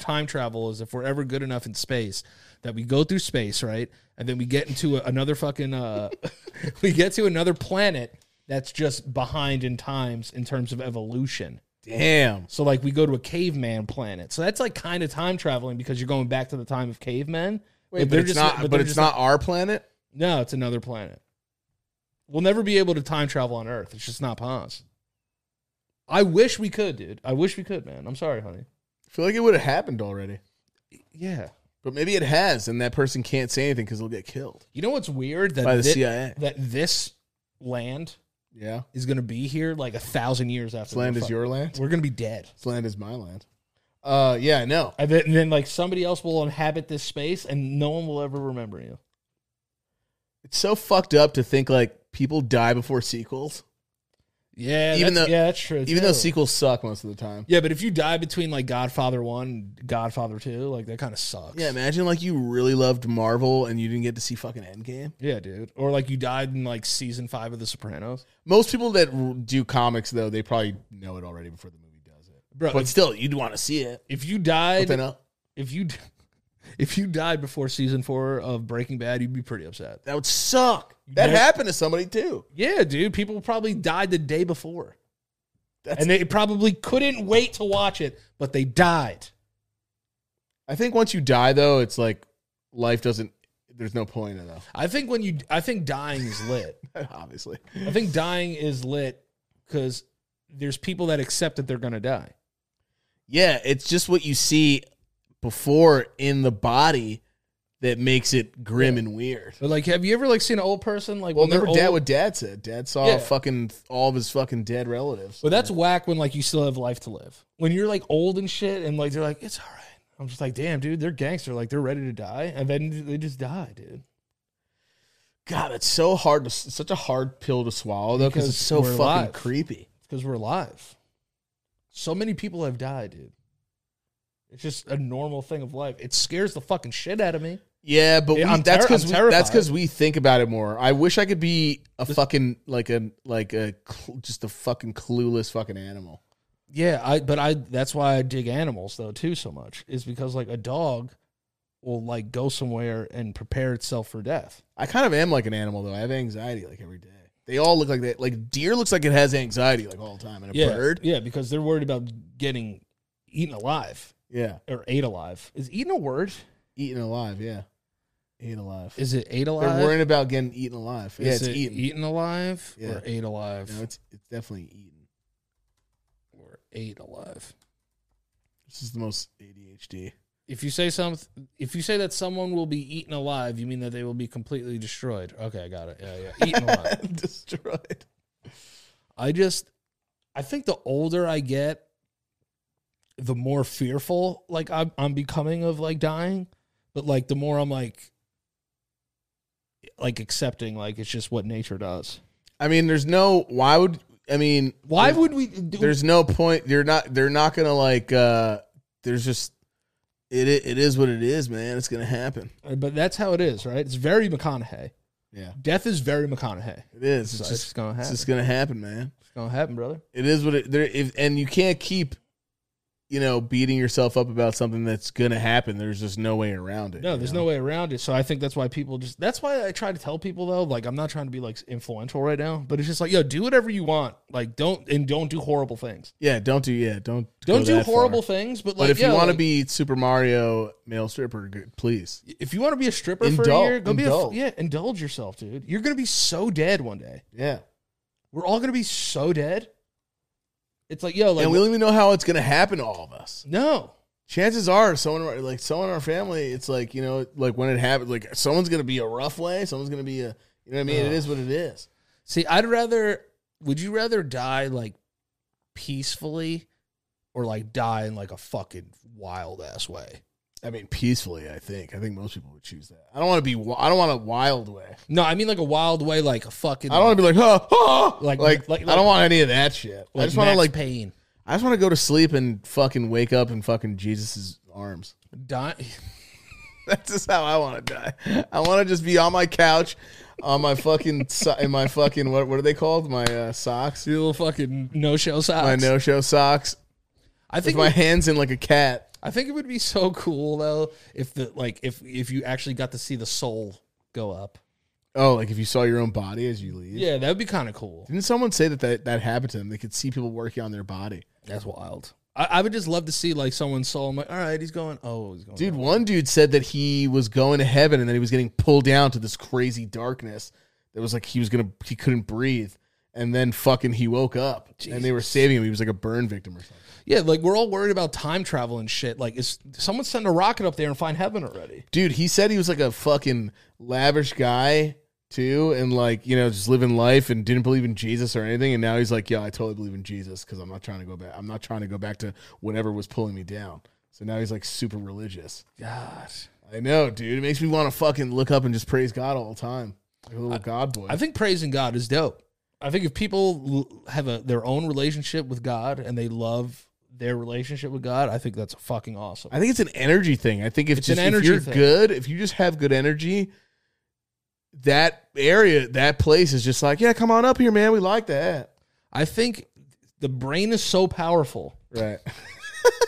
Speaker 3: time travel is if we're ever good enough in space that we go through space, right? And then we get into a, another fucking uh [laughs] we get to another planet that's just behind in times in terms of evolution.
Speaker 2: Damn.
Speaker 3: So like we go to a caveman planet. So that's like kind of time traveling because you're going back to the time of cavemen.
Speaker 2: Wait, but,
Speaker 3: they're
Speaker 2: it's
Speaker 3: just-
Speaker 2: not.
Speaker 3: but
Speaker 2: But,
Speaker 3: they're
Speaker 2: it's
Speaker 3: just
Speaker 2: not our planet.
Speaker 3: No, it's another planet. We'll never be able to time travel on Earth. It's just not possible. I wish we could, dude. I wish we could, man. I'm sorry, honey.
Speaker 2: I feel like it would have happened already,
Speaker 3: Yeah.
Speaker 2: but maybe it has, and that person can't say anything because they'll get killed
Speaker 3: You know what's weird that
Speaker 2: by the
Speaker 3: thi-
Speaker 2: CIA.
Speaker 3: that this land
Speaker 2: Yeah,
Speaker 3: is going to be here like a thousand years after
Speaker 2: this land
Speaker 3: we're
Speaker 2: is
Speaker 3: fuck-
Speaker 2: your land.
Speaker 3: We're going to be dead.
Speaker 2: This land is my land. Uh, yeah, I know.
Speaker 3: And then, and then like somebody else will inhabit this space, and no one will ever remember you.
Speaker 2: It's so fucked up to think like people die before sequels,
Speaker 3: Yeah,
Speaker 2: Even
Speaker 3: that's,
Speaker 2: though-
Speaker 3: yeah, that's true.
Speaker 2: even though
Speaker 3: too.
Speaker 2: sequels suck most of the time.
Speaker 3: yeah, but if you die between like Godfather one, and Godfather two, like that kind of sucks.
Speaker 2: Yeah, imagine like you really loved Marvel and you didn't get to see fucking Endgame.
Speaker 3: Yeah, dude. Or like you died in like season five of The Sopranos.
Speaker 2: Most people that r- do comics though, they probably know it already before the movie does it.
Speaker 3: Bro,
Speaker 2: But
Speaker 3: if,
Speaker 2: still, you'd want to see it.
Speaker 3: if you
Speaker 2: But
Speaker 3: died
Speaker 2: then, uh,
Speaker 3: if you d- [laughs] if you died before season four of Breaking Bad, you'd be pretty upset.
Speaker 2: that would suck. That
Speaker 3: Yeah.
Speaker 2: happened to somebody too.
Speaker 3: Yeah, dude. People probably died the day before.
Speaker 2: That's-
Speaker 3: and they probably couldn't wait to watch it, but they died.
Speaker 2: I think once you die though, it's like life doesn't. There's no point in it.
Speaker 3: I think when you I think dying is lit.
Speaker 2: [laughs] Obviously,
Speaker 3: I think dying is lit because there's people that accept that they're gonna die.
Speaker 2: yeah, it's just what you see before in the body that makes it grim and weird.
Speaker 3: But like have you ever like seen an old person like
Speaker 2: Well,
Speaker 3: when they're
Speaker 2: remember dad
Speaker 3: old-
Speaker 2: what dad said. Dad saw
Speaker 3: Yeah.
Speaker 2: fucking all of his fucking dead relatives.
Speaker 3: But that's whack when like you still have life to live. When you're like old and shit, and like they're like, it's all right. I'm just like, damn, dude, they're gangster. Like they're ready to die, and then they just die, dude.
Speaker 2: God, it's so hard. To, it's such a hard pill to swallow though, because
Speaker 3: Because
Speaker 2: it's so
Speaker 3: we're
Speaker 2: fucking
Speaker 3: alive.
Speaker 2: creepy.
Speaker 3: Because we're alive. So many people have died, dude. It's just a normal thing of life. It scares the fucking shit out of me.
Speaker 2: Yeah, but
Speaker 3: Yeah,
Speaker 2: we,
Speaker 3: I'm
Speaker 2: that's
Speaker 3: terri-
Speaker 2: because
Speaker 3: I'm
Speaker 2: that's
Speaker 3: terrified.
Speaker 2: because we think about it more. I wish I could be a fucking like a like a cl- just a fucking clueless fucking animal.
Speaker 3: Yeah, I but I that's why I dig animals though too so much is because like a dog will like go somewhere and prepare itself for death.
Speaker 2: I kind of am like an animal though. I have anxiety like every day. They all look like that. Like deer looks like it has anxiety like all the time, and a
Speaker 3: yeah,
Speaker 2: bird,
Speaker 3: yeah, because they're worried about getting eaten alive.
Speaker 2: yeah,
Speaker 3: or ate alive. Is eaten a word?
Speaker 2: eaten alive, yeah, eaten alive.
Speaker 3: Is it ate
Speaker 2: They're
Speaker 3: alive?
Speaker 2: worrying about getting eaten alive. Yeah,
Speaker 3: Is
Speaker 2: it's
Speaker 3: it
Speaker 2: eaten.
Speaker 3: alive
Speaker 2: Yeah.
Speaker 3: or ate alive
Speaker 2: No, it's it's definitely eaten.
Speaker 3: or ate alive?
Speaker 2: This is the most ADHD.
Speaker 3: If you say something, if you say that someone will be eaten alive, you mean that they will be completely destroyed. Okay, I got it. Yeah, yeah, eaten
Speaker 2: [laughs]
Speaker 3: alive.
Speaker 2: Destroyed.
Speaker 3: I just, I think the older I get, the more fearful like I'm, I'm becoming of like dying, but like the more I'm like, like accepting like it's just what nature does.
Speaker 2: I mean, there's no. Why would I mean?
Speaker 3: Why
Speaker 2: there's-
Speaker 3: would we? Do,
Speaker 2: There's no point. They're not. They're not gonna like. uh There's just. It i- it is what it is, man. It's gonna happen.
Speaker 3: Uh, But that's how it is, right? It's very McConaughey.
Speaker 2: Yeah,
Speaker 3: Death is very McConaughey.
Speaker 2: it is.
Speaker 3: So
Speaker 2: It's
Speaker 3: it's,
Speaker 2: just.
Speaker 3: gonna
Speaker 2: It's
Speaker 3: happen.
Speaker 2: just gonna happen, man.
Speaker 3: it's gonna happen, brother.
Speaker 2: It is what it. There, if, and you can't keep, you know, beating yourself up about something that's gonna happen. There's just no way around it.
Speaker 3: No, there's no way around it. So I think that's why people just. That's why I try to tell people though. Like I'm not trying to be like influential right now, but it's just like yo, do whatever you want. Like don't and don't do horrible things.
Speaker 2: Yeah, don't do. Yeah, don't. go
Speaker 3: Don't do
Speaker 2: that far.
Speaker 3: horrible things. But
Speaker 2: But
Speaker 3: like,
Speaker 2: if you
Speaker 3: yo,
Speaker 2: want to
Speaker 3: like,
Speaker 2: be Super Mario male stripper, g- please.
Speaker 3: if you want to be a stripper for a
Speaker 2: Indul-
Speaker 3: year, go
Speaker 2: indulge.
Speaker 3: be a yeah, indulge yourself, dude. You're gonna be so dead one day.
Speaker 2: Yeah.
Speaker 3: We're all gonna be so dead. It's like yo, like
Speaker 2: and we don't even know how it's gonna happen to all of us.
Speaker 3: no,
Speaker 2: chances are someone like someone in our family, it's like you know, like when it happens, like someone's gonna be a rough way, someone's gonna be a you know what I mean. It is what it is.
Speaker 3: See, I'd rather. Would you rather die like peacefully, or like die in like a fucking wild ass way?
Speaker 2: I mean, peacefully. I think. I think most people would choose that. I don't want to be. wi- I don't want a wild way.
Speaker 3: No, I mean like a wild way, like a fucking.
Speaker 2: I don't want to be like, oh, oh,
Speaker 3: Like-
Speaker 2: like,
Speaker 3: like-
Speaker 2: I don't want any of that shit. I just want to like,
Speaker 3: pain.
Speaker 2: I just want to go to sleep and fucking wake up in fucking Jesus's arms.
Speaker 3: Die.
Speaker 2: That's just how I want to die. I want to just be on my couch, on my fucking so- in my fucking what what are they called? My uh, socks,
Speaker 3: Do [laughs] little fucking no show socks.
Speaker 2: my no show socks.
Speaker 3: I
Speaker 2: With
Speaker 3: think
Speaker 2: my
Speaker 3: it-
Speaker 2: hands in like a cat.
Speaker 3: I think it would be so cool though if the like if if you actually got to see the soul go up.
Speaker 2: Oh, like if you saw your own body as you leave.
Speaker 3: Yeah, that would be kind of cool.
Speaker 2: Didn't someone say that, that that happened to them? They could see people working on their body.
Speaker 3: That's wild. I, I would just love to see like someone's soul. I'm like, all right, he's going. Oh, he's going.
Speaker 2: Dude,
Speaker 3: up."
Speaker 2: one dude said that he was going to heaven and then he was getting pulled down to this crazy darkness that was like he was gonna he couldn't breathe. And then fucking he woke up and they were saving him. He was like a burn victim or something.
Speaker 3: yeah, like we're all worried about time travel and shit. Like, is someone send a rocket up there and find heaven already?
Speaker 2: Dude, he said he was like a fucking lavish guy too, and like, you know, just living life and didn't believe in Jesus or anything. And now he's like, Yeah, I totally believe in Jesus because I'm not trying to go back. I'm not trying to go back to whatever was pulling me down. So now he's like super religious.
Speaker 3: God,
Speaker 2: I know, dude. It makes me want to fucking look up and just praise God all the time. Like a little God boy.
Speaker 3: I think praising God is dope. I think if people l- have a their own relationship with God and they love their relationship with God, I think that's fucking awesome.
Speaker 2: I think it's an energy thing. I think if,
Speaker 3: It's
Speaker 2: just,
Speaker 3: an energy
Speaker 2: if you're
Speaker 3: thing.
Speaker 2: good, if you just have good energy, that area, that place is just like, yeah, come on up here, man. We like that.
Speaker 3: I think the brain is so powerful.
Speaker 2: Right.
Speaker 3: [laughs]
Speaker 2: [laughs]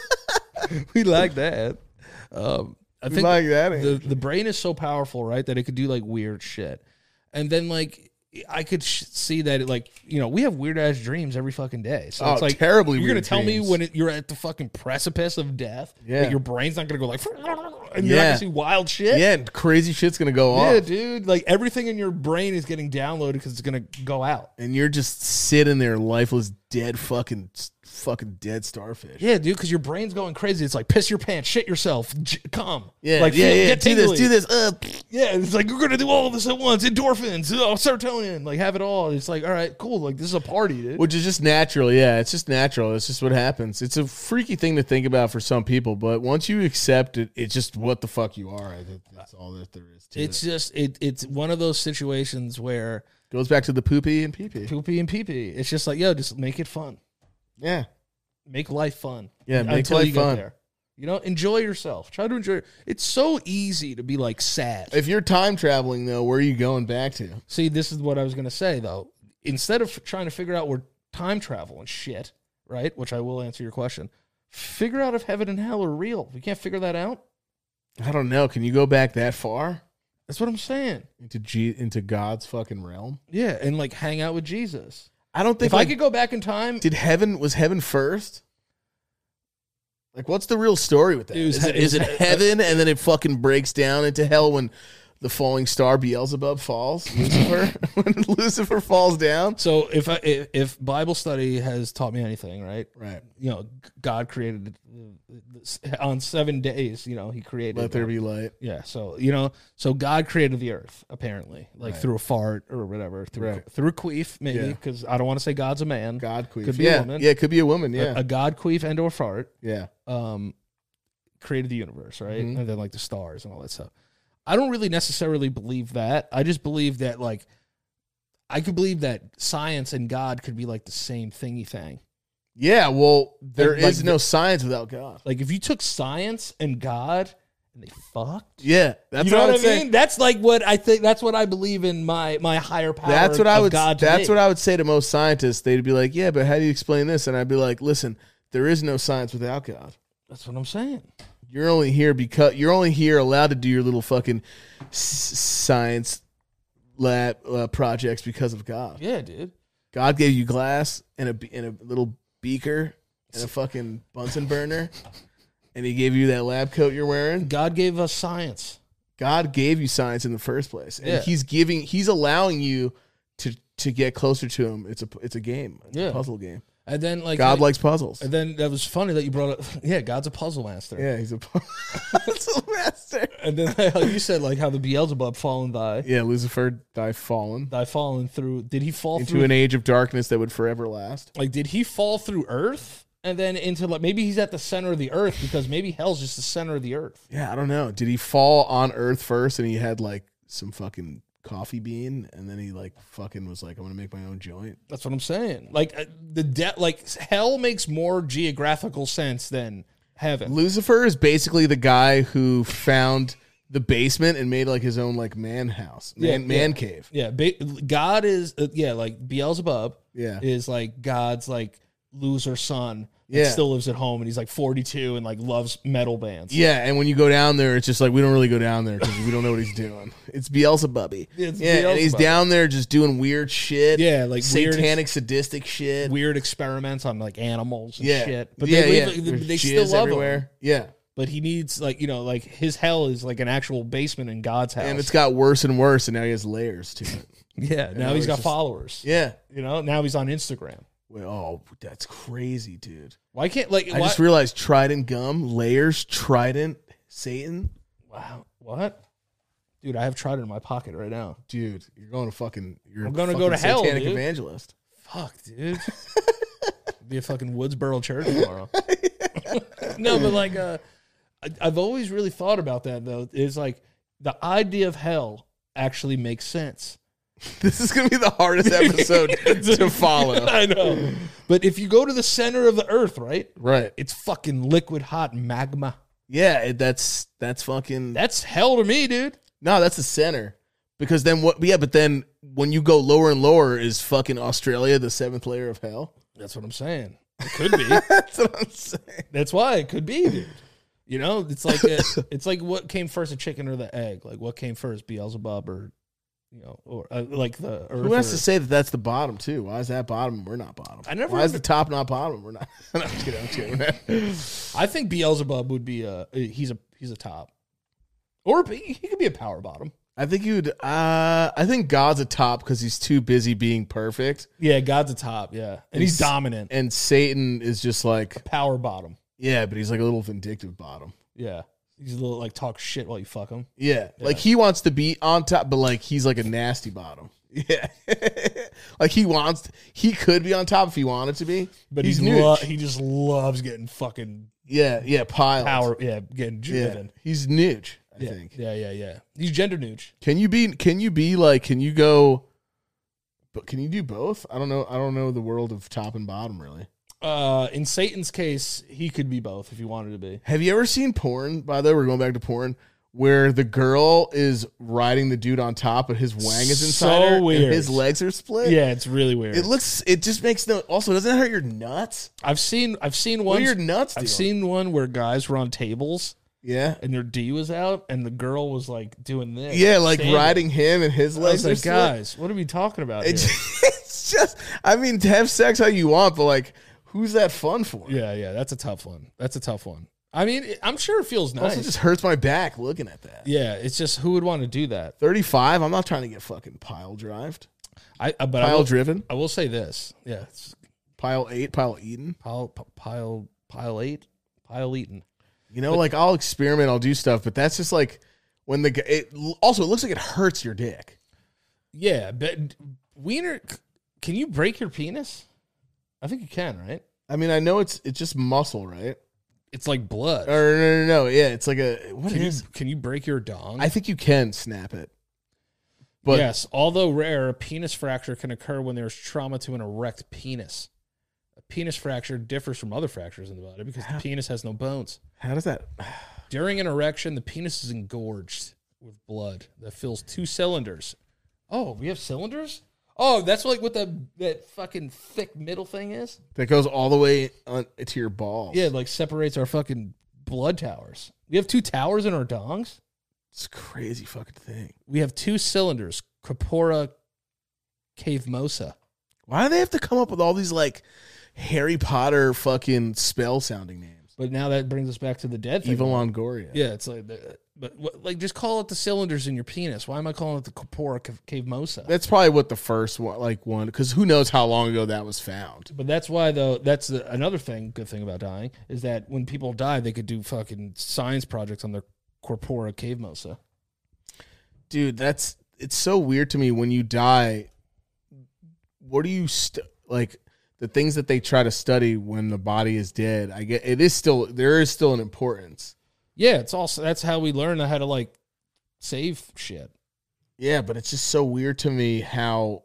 Speaker 3: we like that. Um, I
Speaker 2: We
Speaker 3: think
Speaker 2: like that.
Speaker 3: the the brain is so powerful, right, that it could do like weird shit, and then like I could sh- see that it, like you know we have weird ass dreams every fucking day. So
Speaker 2: Oh,
Speaker 3: it's like
Speaker 2: terribly
Speaker 3: You're gonna
Speaker 2: weird
Speaker 3: tell me
Speaker 2: dreams.
Speaker 3: when it, you're at the fucking precipice of death
Speaker 2: Yeah.
Speaker 3: that your brain's not gonna go like [laughs] and you're not
Speaker 2: Yeah.
Speaker 3: gonna see wild shit.
Speaker 2: yeah, and crazy shit's gonna go
Speaker 3: Yeah,
Speaker 2: off,
Speaker 3: dude. Like everything in your brain is getting downloaded because it's gonna go out.
Speaker 2: and you're just sitting there, lifeless, dead, fucking, fucking dead starfish.
Speaker 3: Yeah, dude, because your brain's going crazy. It's like piss your pants, shit yourself, j- come.
Speaker 2: yeah,
Speaker 3: like
Speaker 2: yeah,
Speaker 3: feel-
Speaker 2: yeah.
Speaker 3: get
Speaker 2: Do this,
Speaker 3: tingly.
Speaker 2: do this. Uh,
Speaker 3: Yeah, it's like you're gonna do all of this at once. Endorphins, oh, serotonin, like have it all. It's like, all right, cool. Like this is a party, dude.
Speaker 2: which is just natural. Yeah, it's just natural. It's just what happens. It's a freaky thing to think about for some people, but once you accept it, it's just what the fuck you are. I think That's all that there is to
Speaker 3: It's
Speaker 2: it.
Speaker 3: just it. It's one of those situations where
Speaker 2: Goes back to the poopy and pee pee.
Speaker 3: poopy and pee pee. It's just like, yo, just make it fun.
Speaker 2: Yeah,
Speaker 3: Make life fun.
Speaker 2: yeah. Make life fun.
Speaker 3: You know, enjoy yourself. Try to enjoy. It's so easy to be like sad.
Speaker 2: If you're time traveling though, where are you going back to?
Speaker 3: See, this is what I was going to say though. Instead of trying to figure out where time travel and shit, right? Which I will answer your question. Figure out if heaven and hell are real. If you can't figure that out,
Speaker 2: I don't know. Can you go back that far
Speaker 3: that's what I'm saying.
Speaker 2: into G- into God's fucking realm?
Speaker 3: Yeah, and like hang out with Jesus.
Speaker 2: I don't think
Speaker 3: If
Speaker 2: like,
Speaker 3: I could go back in time,
Speaker 2: did heaven was heaven first? Like, what's the real story with that?
Speaker 3: It was-
Speaker 2: Is it,
Speaker 3: it
Speaker 2: is it
Speaker 3: was-
Speaker 2: heaven and then it fucking breaks down into hell when the falling star Beelzebub falls? Lucifer, [laughs] when Lucifer falls down,
Speaker 3: so if I if, if Bible study has taught me anything, right?
Speaker 2: right?
Speaker 3: You know, God created uh, on seven days. You know, He created.
Speaker 2: Let there be light.
Speaker 3: Yeah, so you know, so God created the earth apparently, like through a fart or whatever, through
Speaker 2: Right.
Speaker 3: through a queef maybe,
Speaker 2: Yeah.
Speaker 3: because I don't want to say God's a man,
Speaker 2: God queef.
Speaker 3: Could be a
Speaker 2: yeah,
Speaker 3: woman.
Speaker 2: yeah, it could be a woman. Yeah,
Speaker 3: a, a God queef and or fart,
Speaker 2: yeah.
Speaker 3: um, created the universe, right,
Speaker 2: Mm-hmm.
Speaker 3: and then like the stars and all that stuff. I don't really necessarily believe that. I just believe that like I could believe that science and God could be like the same thingy thing.
Speaker 2: Yeah, well, there is
Speaker 3: like
Speaker 2: no science without God.
Speaker 3: Like if you took science and God and they fucked.
Speaker 2: Yeah, that's
Speaker 3: you know what,
Speaker 2: what,
Speaker 3: I
Speaker 2: I'm
Speaker 3: mean?
Speaker 2: saying.
Speaker 3: That's like what I think. That's what I believe in my my higher power.
Speaker 2: That's what I
Speaker 3: of
Speaker 2: would.
Speaker 3: God to
Speaker 2: That's
Speaker 3: be.
Speaker 2: what I would say to most scientists. They'd be like, "Yeah, but how do you explain this?" And I'd be like, "Listen, there is no science without God.
Speaker 3: That's what I'm saying.
Speaker 2: You're only here because you're only here allowed to do your little fucking s- science lab uh, projects because of God.
Speaker 3: Yeah, dude.
Speaker 2: God gave you glass and a be- and a little beaker and a fucking
Speaker 3: [laughs]
Speaker 2: Bunsen burner, and He gave you that lab coat you're wearing.
Speaker 3: God gave us science.
Speaker 2: God gave you science in the first place, and
Speaker 3: Yeah.
Speaker 2: He's giving, He's allowing you to to get closer to Him. It's a it's a game, it's
Speaker 3: Yeah.
Speaker 2: a puzzle game.
Speaker 3: And then like
Speaker 2: God
Speaker 3: like,
Speaker 2: likes puzzles.
Speaker 3: and then that was funny that you brought up. [laughs] Yeah, God's a puzzle master.
Speaker 2: Yeah, he's a [laughs] puzzle
Speaker 3: [laughs]
Speaker 2: master.
Speaker 3: And then like, you said like how the Beelzebub fallen thy
Speaker 2: Yeah, Lucifer thy fallen
Speaker 3: thy fallen through. Did he fall
Speaker 2: into
Speaker 3: through?
Speaker 2: an age of darkness that would forever last.
Speaker 3: like did he fall through Earth? And then into like maybe he's at the center of the Earth because maybe hell's just the center of the Earth.
Speaker 2: Yeah, I don't know. Did he fall on Earth first and he had like some fucking coffee bean and then he like fucking was like, I'm gonna make my own joint?
Speaker 3: That's what I'm saying. Like uh, the de- like hell makes more geographical sense than heaven.
Speaker 2: Lucifer is basically the guy who found the basement and made like his own like man house, man,
Speaker 3: Yeah,
Speaker 2: man cave.
Speaker 3: Yeah, ba- God is uh, yeah like Beelzebub
Speaker 2: Yeah.
Speaker 3: is like God's like loser son. that
Speaker 2: Yeah.
Speaker 3: still lives at home and he's like 42 and like loves metal bands.
Speaker 2: Yeah, and when you go down there, it's just like we don't really go down there because we don't know what he's doing. It's Beelzebubby.
Speaker 3: It's
Speaker 2: yeah, and he's
Speaker 3: Beelzebub.
Speaker 2: down there just doing weird shit.
Speaker 3: Yeah, like weird-
Speaker 2: satanic, sadistic shit.
Speaker 3: weird experiments on like animals and
Speaker 2: yeah,
Speaker 3: shit. But
Speaker 2: yeah,
Speaker 3: they,
Speaker 2: yeah.
Speaker 3: they,
Speaker 2: There's
Speaker 3: they still
Speaker 2: jizz
Speaker 3: love
Speaker 2: everywhere.
Speaker 3: him.
Speaker 2: Yeah,
Speaker 3: But he needs like you know like his hell is like an actual basement in God's house.
Speaker 2: and it's got worse and worse, and now he has layers to it.
Speaker 3: [laughs] yeah. Now
Speaker 2: now
Speaker 3: he's
Speaker 2: it's
Speaker 3: got
Speaker 2: just-
Speaker 3: followers.
Speaker 2: yeah.
Speaker 3: You know now he's on Instagram.
Speaker 2: Wait, oh, that's crazy, dude.
Speaker 3: Why can't like
Speaker 2: I
Speaker 3: why-
Speaker 2: just realized Trident gum layers, Trident, Satan,
Speaker 3: wow what dude I have tried it in my pocket right now.
Speaker 2: dude. You're going to fucking. You're
Speaker 3: I'm gonna
Speaker 2: a
Speaker 3: go to
Speaker 2: fucking
Speaker 3: hell,
Speaker 2: Satanic
Speaker 3: dude.
Speaker 2: evangelist. [laughs]
Speaker 3: Fuck, dude. [laughs] Be a fucking Woodsboro church
Speaker 2: [laughs]
Speaker 3: tomorrow. no, but like, uh, I, I've always really thought about that though. Is like the idea of hell actually makes sense.
Speaker 2: This is gonna be
Speaker 3: [laughs]
Speaker 2: the hardest episode to follow.
Speaker 3: I know, but if you go to the center of the earth, right,
Speaker 2: Right.
Speaker 3: it's fucking liquid hot magma.
Speaker 2: Yeah, it- that's that's fucking
Speaker 3: That's hell to me, dude.
Speaker 2: no. That's the center because then what? Yeah, but then when you go lower and lower, is fucking Australia the seventh layer of hell? [laughs]
Speaker 3: That's what I'm saying. It could be. [laughs]
Speaker 2: That's what I'm saying.
Speaker 3: That's why it could be, dude. You know, it's like [laughs] a, it's like what came first, the chicken or the egg? Like what came first, Beelzebub or you know, or uh, like the earth?
Speaker 2: Who has
Speaker 3: or-
Speaker 2: to say that that's the bottom too? Why is that bottom? We're not bottom.
Speaker 3: I never
Speaker 2: Why is
Speaker 3: under-
Speaker 2: the top not bottom? We're not. [laughs] No, I'm just kidding, I'm just kidding. [laughs]
Speaker 3: I think Beelzebub would be a he's a he's a top, or he he could be a power bottom.
Speaker 2: I think you'd. Uh, I think God's a top because he's too busy being perfect,
Speaker 3: Yeah, God's a top. Yeah, and he's,
Speaker 2: He's-
Speaker 3: dominant.
Speaker 2: and Satan is just like
Speaker 3: power bottom.
Speaker 2: yeah, but he's like a little vindictive bottom.
Speaker 3: Yeah, he's a little like talk shit while you fuck him.
Speaker 2: Yeah, like he wants to be on top, but like he's like a nasty bottom. [laughs] Yeah, like he wants. He could be on top if he wanted to be,
Speaker 3: But
Speaker 2: but
Speaker 3: he's
Speaker 2: he's,
Speaker 3: he,
Speaker 2: new.
Speaker 3: lo- he just loves getting fucking
Speaker 2: yeah, yeah, piled.
Speaker 3: power. Yeah, getting
Speaker 2: Yeah,
Speaker 3: driven.
Speaker 2: he's nooch. I
Speaker 3: Yeah.
Speaker 2: think.
Speaker 3: yeah, yeah, yeah. He's gender neutral.
Speaker 2: Can you be? Can you be like? Can you go? But can you do both? I don't know. I don't know the world of top and bottom really.
Speaker 3: Uh, in Satan's case, he could be both if he wanted to be.
Speaker 2: Have you ever seen porn? By the way, we're going back to porn, where the girl is riding the dude on top, but his wang is inside
Speaker 3: So
Speaker 2: her, and
Speaker 3: weird.
Speaker 2: his legs are split.
Speaker 3: Yeah, it's really weird.
Speaker 2: it looks. It just makes no. Also, doesn't it hurt your nuts?
Speaker 3: I've seen I've seen
Speaker 2: What
Speaker 3: one
Speaker 2: are your nuts?
Speaker 3: I've
Speaker 2: doing?
Speaker 3: seen one where guys were on tables
Speaker 2: Yeah,
Speaker 3: and their D was out and the girl was like doing this.
Speaker 2: yeah, like
Speaker 3: standing.
Speaker 2: riding him and his
Speaker 3: I was
Speaker 2: legs. are
Speaker 3: like,
Speaker 2: split.
Speaker 3: guys, what are we talking about? Here?
Speaker 2: It [laughs] just- [laughs] it's just. I mean, to have sex how you want, but like, who's that fun for?
Speaker 3: Yeah, yeah, that's a tough one. That's a tough one. I mean, it- I'm sure it feels nice.
Speaker 2: Also, just hurts my back looking at that.
Speaker 3: yeah, it's just who would want to do that?
Speaker 2: 35. I'm not trying to get fucking pile drived.
Speaker 3: I uh, but I
Speaker 2: Pile
Speaker 3: will,
Speaker 2: driven.
Speaker 3: I will say this. Yeah, it's
Speaker 2: Pile eight. Pile eaten.
Speaker 3: pile p- pile pile eight pile eaten.
Speaker 2: You know, like I'll experiment. I'll do stuff, but that's just like when the guy. It, also, it looks like it hurts your dick.
Speaker 3: Yeah, but wiener, c- can you break your penis? I think you can, right?
Speaker 2: I mean, I know it's it's just muscle, right?
Speaker 3: It's like blood.
Speaker 2: Or no, no, no. Yeah, it's like a what
Speaker 3: can you
Speaker 2: is?
Speaker 3: can you break your dong?
Speaker 2: I think you can snap it, but
Speaker 3: yes, although rare, a penis fracture can occur when there's trauma to an erect penis. A penis fracture differs from other fractures in the body because the penis has no bones.
Speaker 2: how does that?
Speaker 3: During an erection, the penis is engorged with blood that fills two cylinders. Oh, we have cylinders? Oh, that's like what the that fucking thick middle thing is?
Speaker 2: That goes all the way on, to your balls.
Speaker 3: Yeah, it, like separates our fucking blood towers. We have two towers in our dongs.
Speaker 2: it's a crazy fucking thing.
Speaker 3: We have two cylinders, Capora cavemosa.
Speaker 2: Why do they have to come up with all these like Harry Potter fucking spell sounding names?
Speaker 3: But now that brings us back to the dead thing.
Speaker 2: Eva Longoria.
Speaker 3: Yeah, it's like, the, but what, like just call it the cylinders in your penis. Why am I calling it the corpora cav- cavemosa?
Speaker 2: That's probably what the first one, like one, because who knows how long ago that was found.
Speaker 3: But that's why, though. That's the, another thing. Good thing about dying is that when people die, they could do fucking science projects on their corpora cavemosa.
Speaker 2: Dude, that's it's so weird to me when you die. What do you st- like? The things that they try to study when the body is dead, I get it is still there is still an importance.
Speaker 3: Yeah, it's also that's how we learn how to like save shit.
Speaker 2: Yeah, but it's just so weird to me how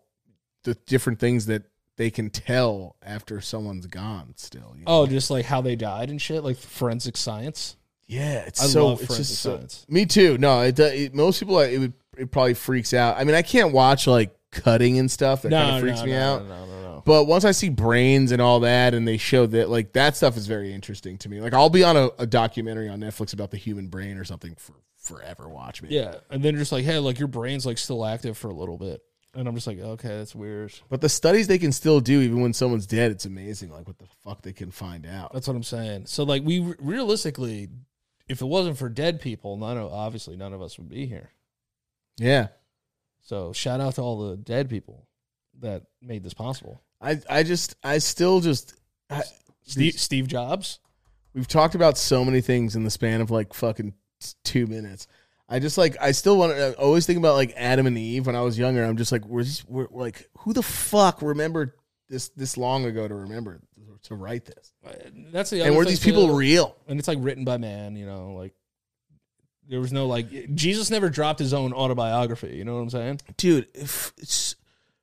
Speaker 2: the different things that they can tell after someone's gone. Still, you know?
Speaker 3: Oh, just like how they died and shit, like forensic science.
Speaker 2: Yeah, it's
Speaker 3: I
Speaker 2: so.
Speaker 3: love
Speaker 2: it's
Speaker 3: forensic
Speaker 2: just so-
Speaker 3: science.
Speaker 2: me too. No, it, do- it most people uh, it would it probably freaks out. I mean, I can't watch like cutting and stuff. That kind of freaks me out.
Speaker 3: No, no, no.
Speaker 2: But once I see brains and all that, and they show that like that stuff is very interesting to me. Like I'll be on a, a documentary on Netflix about the human brain or something for forever. Watch me.
Speaker 3: Yeah, and then just like, hey, like your brain's like still active for a little bit, and I'm just like, okay, that's weird.
Speaker 2: But the studies they can still do even when someone's dead, it's amazing. Like what the fuck they can find out.
Speaker 3: That's what I'm saying. So like, we re- realistically, if it wasn't for dead people, none of obviously none of us would be here.
Speaker 2: yeah.
Speaker 3: So shout out to all the dead people that made this possible.
Speaker 2: I I just I still just I,
Speaker 3: Steve, Steve Jobs.
Speaker 2: We've talked about so many things in the span of like fucking t- two minutes. I just like I still want to I always think about like Adam and Eve when I was younger. I'm just like we're, just, we're, we're like who the fuck remembered this this long ago to remember to write this?
Speaker 3: Uh, That's the other
Speaker 2: and were
Speaker 3: thing,
Speaker 2: these people
Speaker 3: too.
Speaker 2: real?
Speaker 3: and it's like written by man, you know, like there was no like Jesus never dropped his own autobiography, you know what I'm saying?
Speaker 2: Dude, if it's,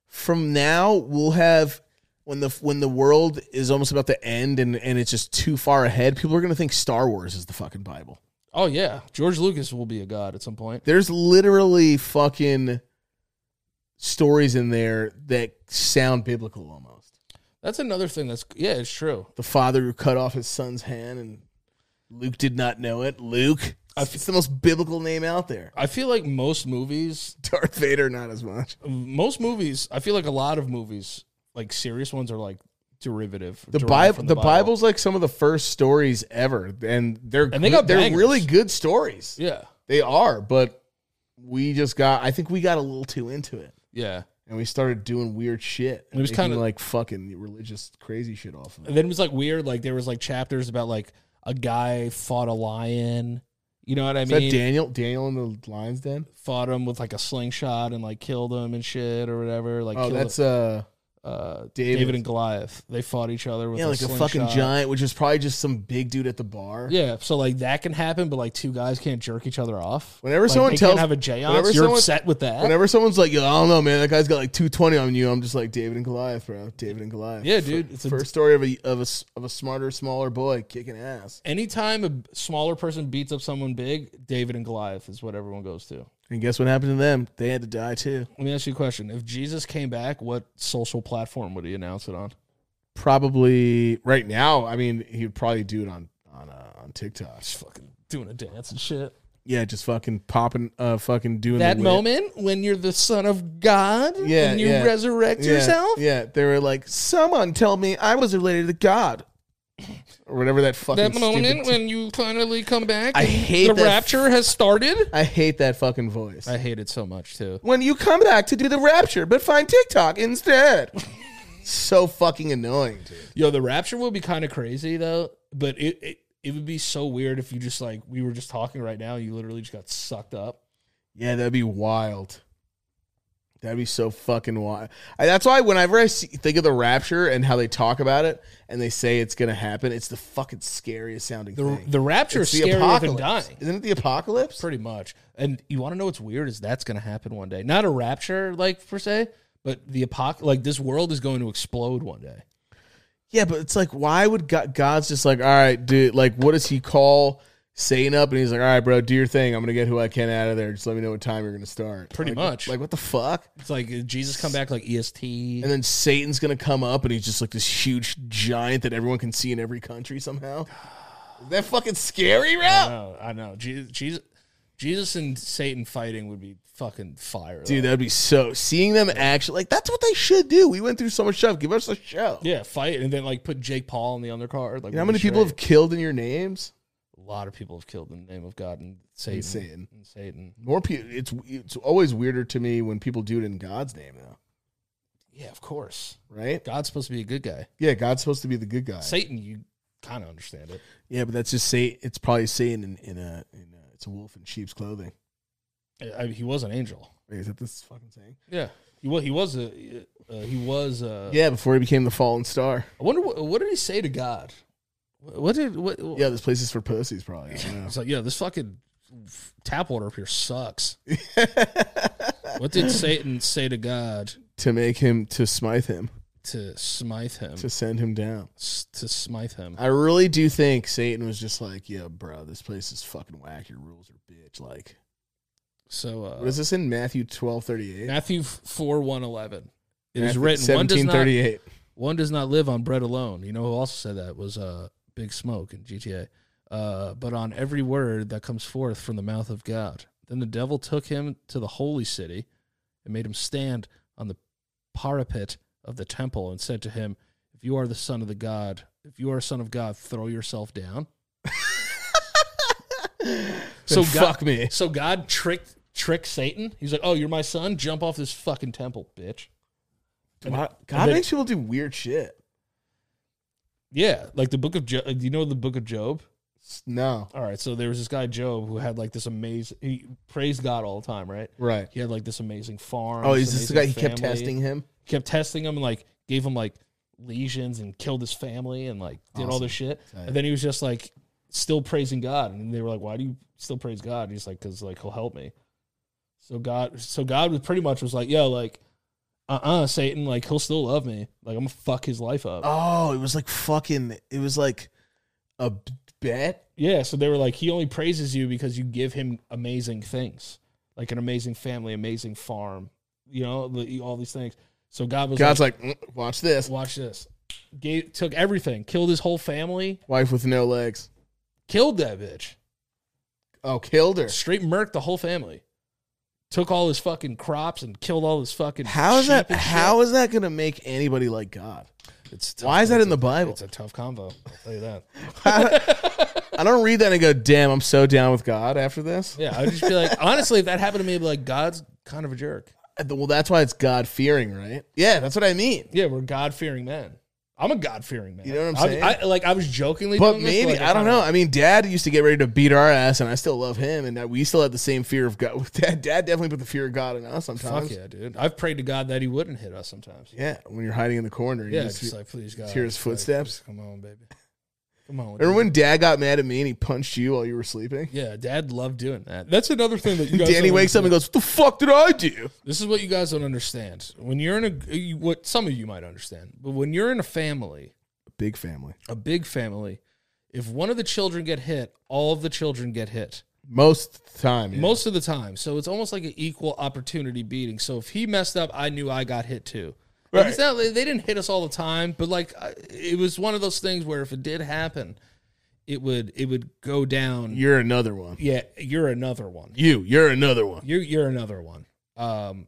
Speaker 2: from now we'll have when the when the world is almost about to end and and it's just too far ahead, people are going to think Star Wars is the fucking bible.
Speaker 3: Oh yeah, George Lucas will be a god at some point.
Speaker 2: There's literally fucking stories in there that sound biblical almost.
Speaker 3: That's another thing that's yeah, it's true.
Speaker 2: The father who cut off his son's hand and Luke did not know it. Luke. It's the most biblical name out there.
Speaker 3: I feel like most movies,
Speaker 2: Darth Vader, not as much.
Speaker 3: most movies, I feel like a lot of movies, like serious ones are like derivative.
Speaker 2: The
Speaker 3: derived
Speaker 2: Bible,
Speaker 3: from
Speaker 2: the Bible's like some of the first stories ever, and they're
Speaker 3: And they got
Speaker 2: they're
Speaker 3: bangers.
Speaker 2: really good stories.
Speaker 3: Yeah.
Speaker 2: They are, but we just got. I think we got a little too into it,
Speaker 3: Yeah.
Speaker 2: and we started doing weird shit.
Speaker 3: It was
Speaker 2: Making,
Speaker 3: kinda-
Speaker 2: like fucking religious crazy shit off of it.
Speaker 3: And then it was like weird, like there was like chapters about like a guy fought a lion. You know what I
Speaker 2: Is
Speaker 3: mean?
Speaker 2: that Daniel? Daniel in the lion's den?
Speaker 3: Fought him with like a slingshot and like killed him and shit or whatever. Like
Speaker 2: Oh,
Speaker 3: killed
Speaker 2: that's uh
Speaker 3: uh,
Speaker 2: David.
Speaker 3: David. and Goliath. They fought each other with
Speaker 2: yeah,
Speaker 3: a
Speaker 2: like a fucking
Speaker 3: slingshot.
Speaker 2: giant, which is probably just some big dude at the bar.
Speaker 3: Yeah, so like that can happen, but like two guys can't jerk each other off.
Speaker 2: Whenever
Speaker 3: Like,
Speaker 2: someone
Speaker 3: they
Speaker 2: tells-
Speaker 3: can't have a j
Speaker 2: whenever
Speaker 3: you're
Speaker 2: someone-
Speaker 3: upset with that.
Speaker 2: Whenever someone's like, "Yo, I don't know, man, that guy's got like 220 on you," I'm just like David and Goliath, bro. David and Goliath.
Speaker 3: yeah, dude. It's a,
Speaker 2: First story of a of a s- of a smarter, smaller boy kicking ass
Speaker 3: anytime a smaller person beats up someone big, David and Goliath is what everyone goes to.
Speaker 2: And guess what happened to them? They had to die too.
Speaker 3: Let me ask you a question: If Jesus came back, what social platform would he announce it on?
Speaker 2: Probably right now. I mean, he would probably do it on on uh, on TikTok.
Speaker 3: Just fucking doing a dance and shit.
Speaker 2: Yeah, just fucking popping, uh, fucking doing
Speaker 3: That
Speaker 2: the whip.
Speaker 3: moment when you're the son of God
Speaker 2: Yeah,
Speaker 3: and you
Speaker 2: yeah.
Speaker 3: resurrect yourself.
Speaker 2: Yeah, they were like, someone tell me I was related to God, or whatever that fucking.
Speaker 3: That moment
Speaker 2: stupid-
Speaker 3: when you finally come back,
Speaker 2: I
Speaker 3: and
Speaker 2: hate
Speaker 3: the
Speaker 2: that
Speaker 3: rapture has started.
Speaker 2: [laughs] I hate that fucking voice.
Speaker 3: I hate it so much too.
Speaker 2: when you come back to do the rapture, but find TikTok instead. so fucking annoying, dude.
Speaker 3: Yo, the rapture would be kind of crazy though, but it, it it would be so weird if you just like we were just talking right now, you literally just got sucked up.
Speaker 2: Yeah, that'd be wild. That'd be so fucking wild. I, that's why whenever I see, think of the rapture and how they talk about it and they say it's gonna happen, it's the fucking scariest sounding
Speaker 3: The
Speaker 2: thing.
Speaker 3: the rapture
Speaker 2: It's
Speaker 3: is
Speaker 2: the
Speaker 3: scarier than
Speaker 2: apocalypse.
Speaker 3: dying.
Speaker 2: Isn't it the apocalypse?
Speaker 3: Pretty much. And you want to know what's weird is that's going to happen one day. Not a rapture like per se, but the apoc like this world is going to explode one day.
Speaker 2: Yeah, but it's like, why would God, God's just like, all right, dude, like, what does he call Satan up? And he's like, all right, bro, do your thing. I'm going to get who I can out of there. Just let me know what time you're going to start.
Speaker 3: Pretty
Speaker 2: Like,
Speaker 3: much.
Speaker 2: Like, what the fuck?
Speaker 3: It's like uh, Jesus come back like E EST.
Speaker 2: And then Satan's going to come up and he's just like this huge giant that everyone can see in every
Speaker 3: [sighs]
Speaker 2: country somehow. Is
Speaker 3: Oh,
Speaker 2: that fucking scary, bro?
Speaker 3: I know. I know. Jesus Jesus and Satan fighting would be fucking fire. though.
Speaker 2: Dude, that'd be so. Seeing them actually, like, that's what they should do. We went through so much stuff. Give us a show.
Speaker 3: Yeah, fight and then like put Jake Paul on the undercard. Like
Speaker 2: You know how many people have killed in your names?
Speaker 3: A lot of people have killed in the name of God and Satan.
Speaker 2: And Satan.
Speaker 3: And Satan.
Speaker 2: More people. It's it's always weirder to me when people do it in God's name, though.
Speaker 3: Yeah, of course.
Speaker 2: Right?
Speaker 3: God's supposed to be a good guy.
Speaker 2: Yeah, God's supposed to be the good guy.
Speaker 3: Satan, you kind of understand it.
Speaker 2: Yeah, but that's just say it's probably Satan in, in a in a, it's a wolf in sheep's clothing.
Speaker 3: I- I- he was an angel.
Speaker 2: Wait, is that this fucking saying?
Speaker 3: Yeah, he was. He was a. Uh, he was. A,
Speaker 2: Yeah, before he became the fallen star.
Speaker 3: I wonder what, what did he say to God? What what did what? what
Speaker 2: Yeah, this place is for pussies, probably. I [laughs] don't know.
Speaker 3: It's like yeah, this fucking tap water up here
Speaker 2: [laughs]
Speaker 3: sucks. what did Satan say to God
Speaker 2: to make him to smite him
Speaker 3: to smite him?
Speaker 2: to send him down.
Speaker 3: S- To, smite him.
Speaker 2: I really do think Satan was just like, "Yeah, bro, this place is fucking whack. Your rules are bitch." Like,
Speaker 3: So uh,
Speaker 2: what is this in Matthew twelve thirty eight?
Speaker 3: Matthew four one eleven. It is written one does
Speaker 2: seventeen
Speaker 3: not
Speaker 2: thirty eight.
Speaker 3: one does not live on bread alone. You know who also said that was uh, Big Smoke in GTA. Uh, but on every word that comes forth from the mouth of God. Then the devil took him to the holy city and made him stand on the parapet of the temple and said to him, If you are the son of the God, if you are a son of God, throw yourself down.
Speaker 2: So
Speaker 3: So
Speaker 2: fuck
Speaker 3: God-
Speaker 2: me.
Speaker 3: So God tricked tricked Satan. He's like, Oh, you're my son? Jump off this fucking temple, bitch.
Speaker 2: God
Speaker 3: and then-
Speaker 2: makes people do weird shit.
Speaker 3: Yeah, like the book of Job. You know the book of Job?
Speaker 2: No,
Speaker 3: All right, so there was this guy Job who had like this amazing. He praised God all the time, right?
Speaker 2: right?
Speaker 3: He had like this amazing farm.
Speaker 2: Oh, he's just the guy.
Speaker 3: amazing
Speaker 2: He kept
Speaker 3: family.
Speaker 2: testing him.
Speaker 3: kept testing him, and like gave him like lesions and killed his family and like did all
Speaker 2: Awesome.
Speaker 3: this shit.
Speaker 2: Tight.
Speaker 3: And then he was just like still praising God, and they were like, "Why do you still praise God?" And he's like, "Cause like he'll help me." So God, so God was pretty much was like, "Yo, like, uh, uh Satan, like he'll still love me. Like I'm gonna fuck his life up."
Speaker 2: Oh, it was like fucking. It was like a b- bet.
Speaker 3: Yeah, so they were like, he only praises you because you give him amazing things, like an amazing family, amazing farm, you know, the- e, all these things. So God was
Speaker 2: God's
Speaker 3: like,
Speaker 2: like, "Mm, watch this.
Speaker 3: watch this. Gave, took everything, killed his whole family,
Speaker 2: Wife with no legs.
Speaker 3: killed that bitch,
Speaker 2: Oh, killed her.
Speaker 3: straight murked the whole family, took all his fucking crops and killed all his fucking.
Speaker 2: How is that?
Speaker 3: sheep and shit.
Speaker 2: How is that going to make anybody like God?
Speaker 3: It's tough.
Speaker 2: Why is that
Speaker 3: It's
Speaker 2: in the
Speaker 3: a-
Speaker 2: Bible?
Speaker 3: It's a tough convo. I'll tell you that.
Speaker 2: [laughs] I don't read that and go, damn, I'm so down with God after this.
Speaker 3: Yeah, I'd just be like, honestly, if that happened to me, I'd be like, God's kind of a jerk.
Speaker 2: Uh, Well, that's why it's God fearing, right? Yeah, that's what I mean.
Speaker 3: Yeah, we're God fearing men. I'm a God fearing man.
Speaker 2: You know what I'm
Speaker 3: I-
Speaker 2: saying?
Speaker 3: I, like I was jokingly,
Speaker 2: But
Speaker 3: doing this,
Speaker 2: maybe
Speaker 3: like,
Speaker 2: I don't uh,
Speaker 3: kinda-
Speaker 2: know. I mean, Dad used to get ready to beat our ass, and I still love him, and that we still had the same fear of God. [laughs] Dad, Dad definitely put the fear of God in us sometimes.
Speaker 3: Fuck yeah, dude! I've prayed to God that He wouldn't hit us sometimes. Yeah,
Speaker 2: Yeah, when you're hiding in the corner, you
Speaker 3: it's
Speaker 2: just,
Speaker 3: just like please God.
Speaker 2: hear his
Speaker 3: like,
Speaker 2: footsteps.
Speaker 3: just come on, baby. Come on.
Speaker 2: remember
Speaker 3: dude.
Speaker 2: when Dad got mad at me and he punched you while you were [laughs] sleeping?
Speaker 3: Yeah, Dad loved doing that. That's another thing
Speaker 2: [laughs]
Speaker 3: that you guys.
Speaker 2: Danny
Speaker 3: don't
Speaker 2: wakes up and
Speaker 3: understand.
Speaker 2: goes, "What the fuck did I do?"
Speaker 3: This is what you guys don't understand. When you're in a you- what some of you might understand, but when you're in a family,
Speaker 2: Big family,
Speaker 3: a big family, if one of the children get hit, all of the children get hit.
Speaker 2: most of the time. yeah.
Speaker 3: most of the time. So it's almost like an equal opportunity beating. So if he messed up, I knew I got hit too. Like, it's
Speaker 2: Right.
Speaker 3: not- they they didn't hit us all the time, but like I- it was one of those things where if it did happen, it would it would go down.
Speaker 2: you're another one.
Speaker 3: yeah, you're another one.
Speaker 2: You, you're another one.
Speaker 3: You're you're another one. Um,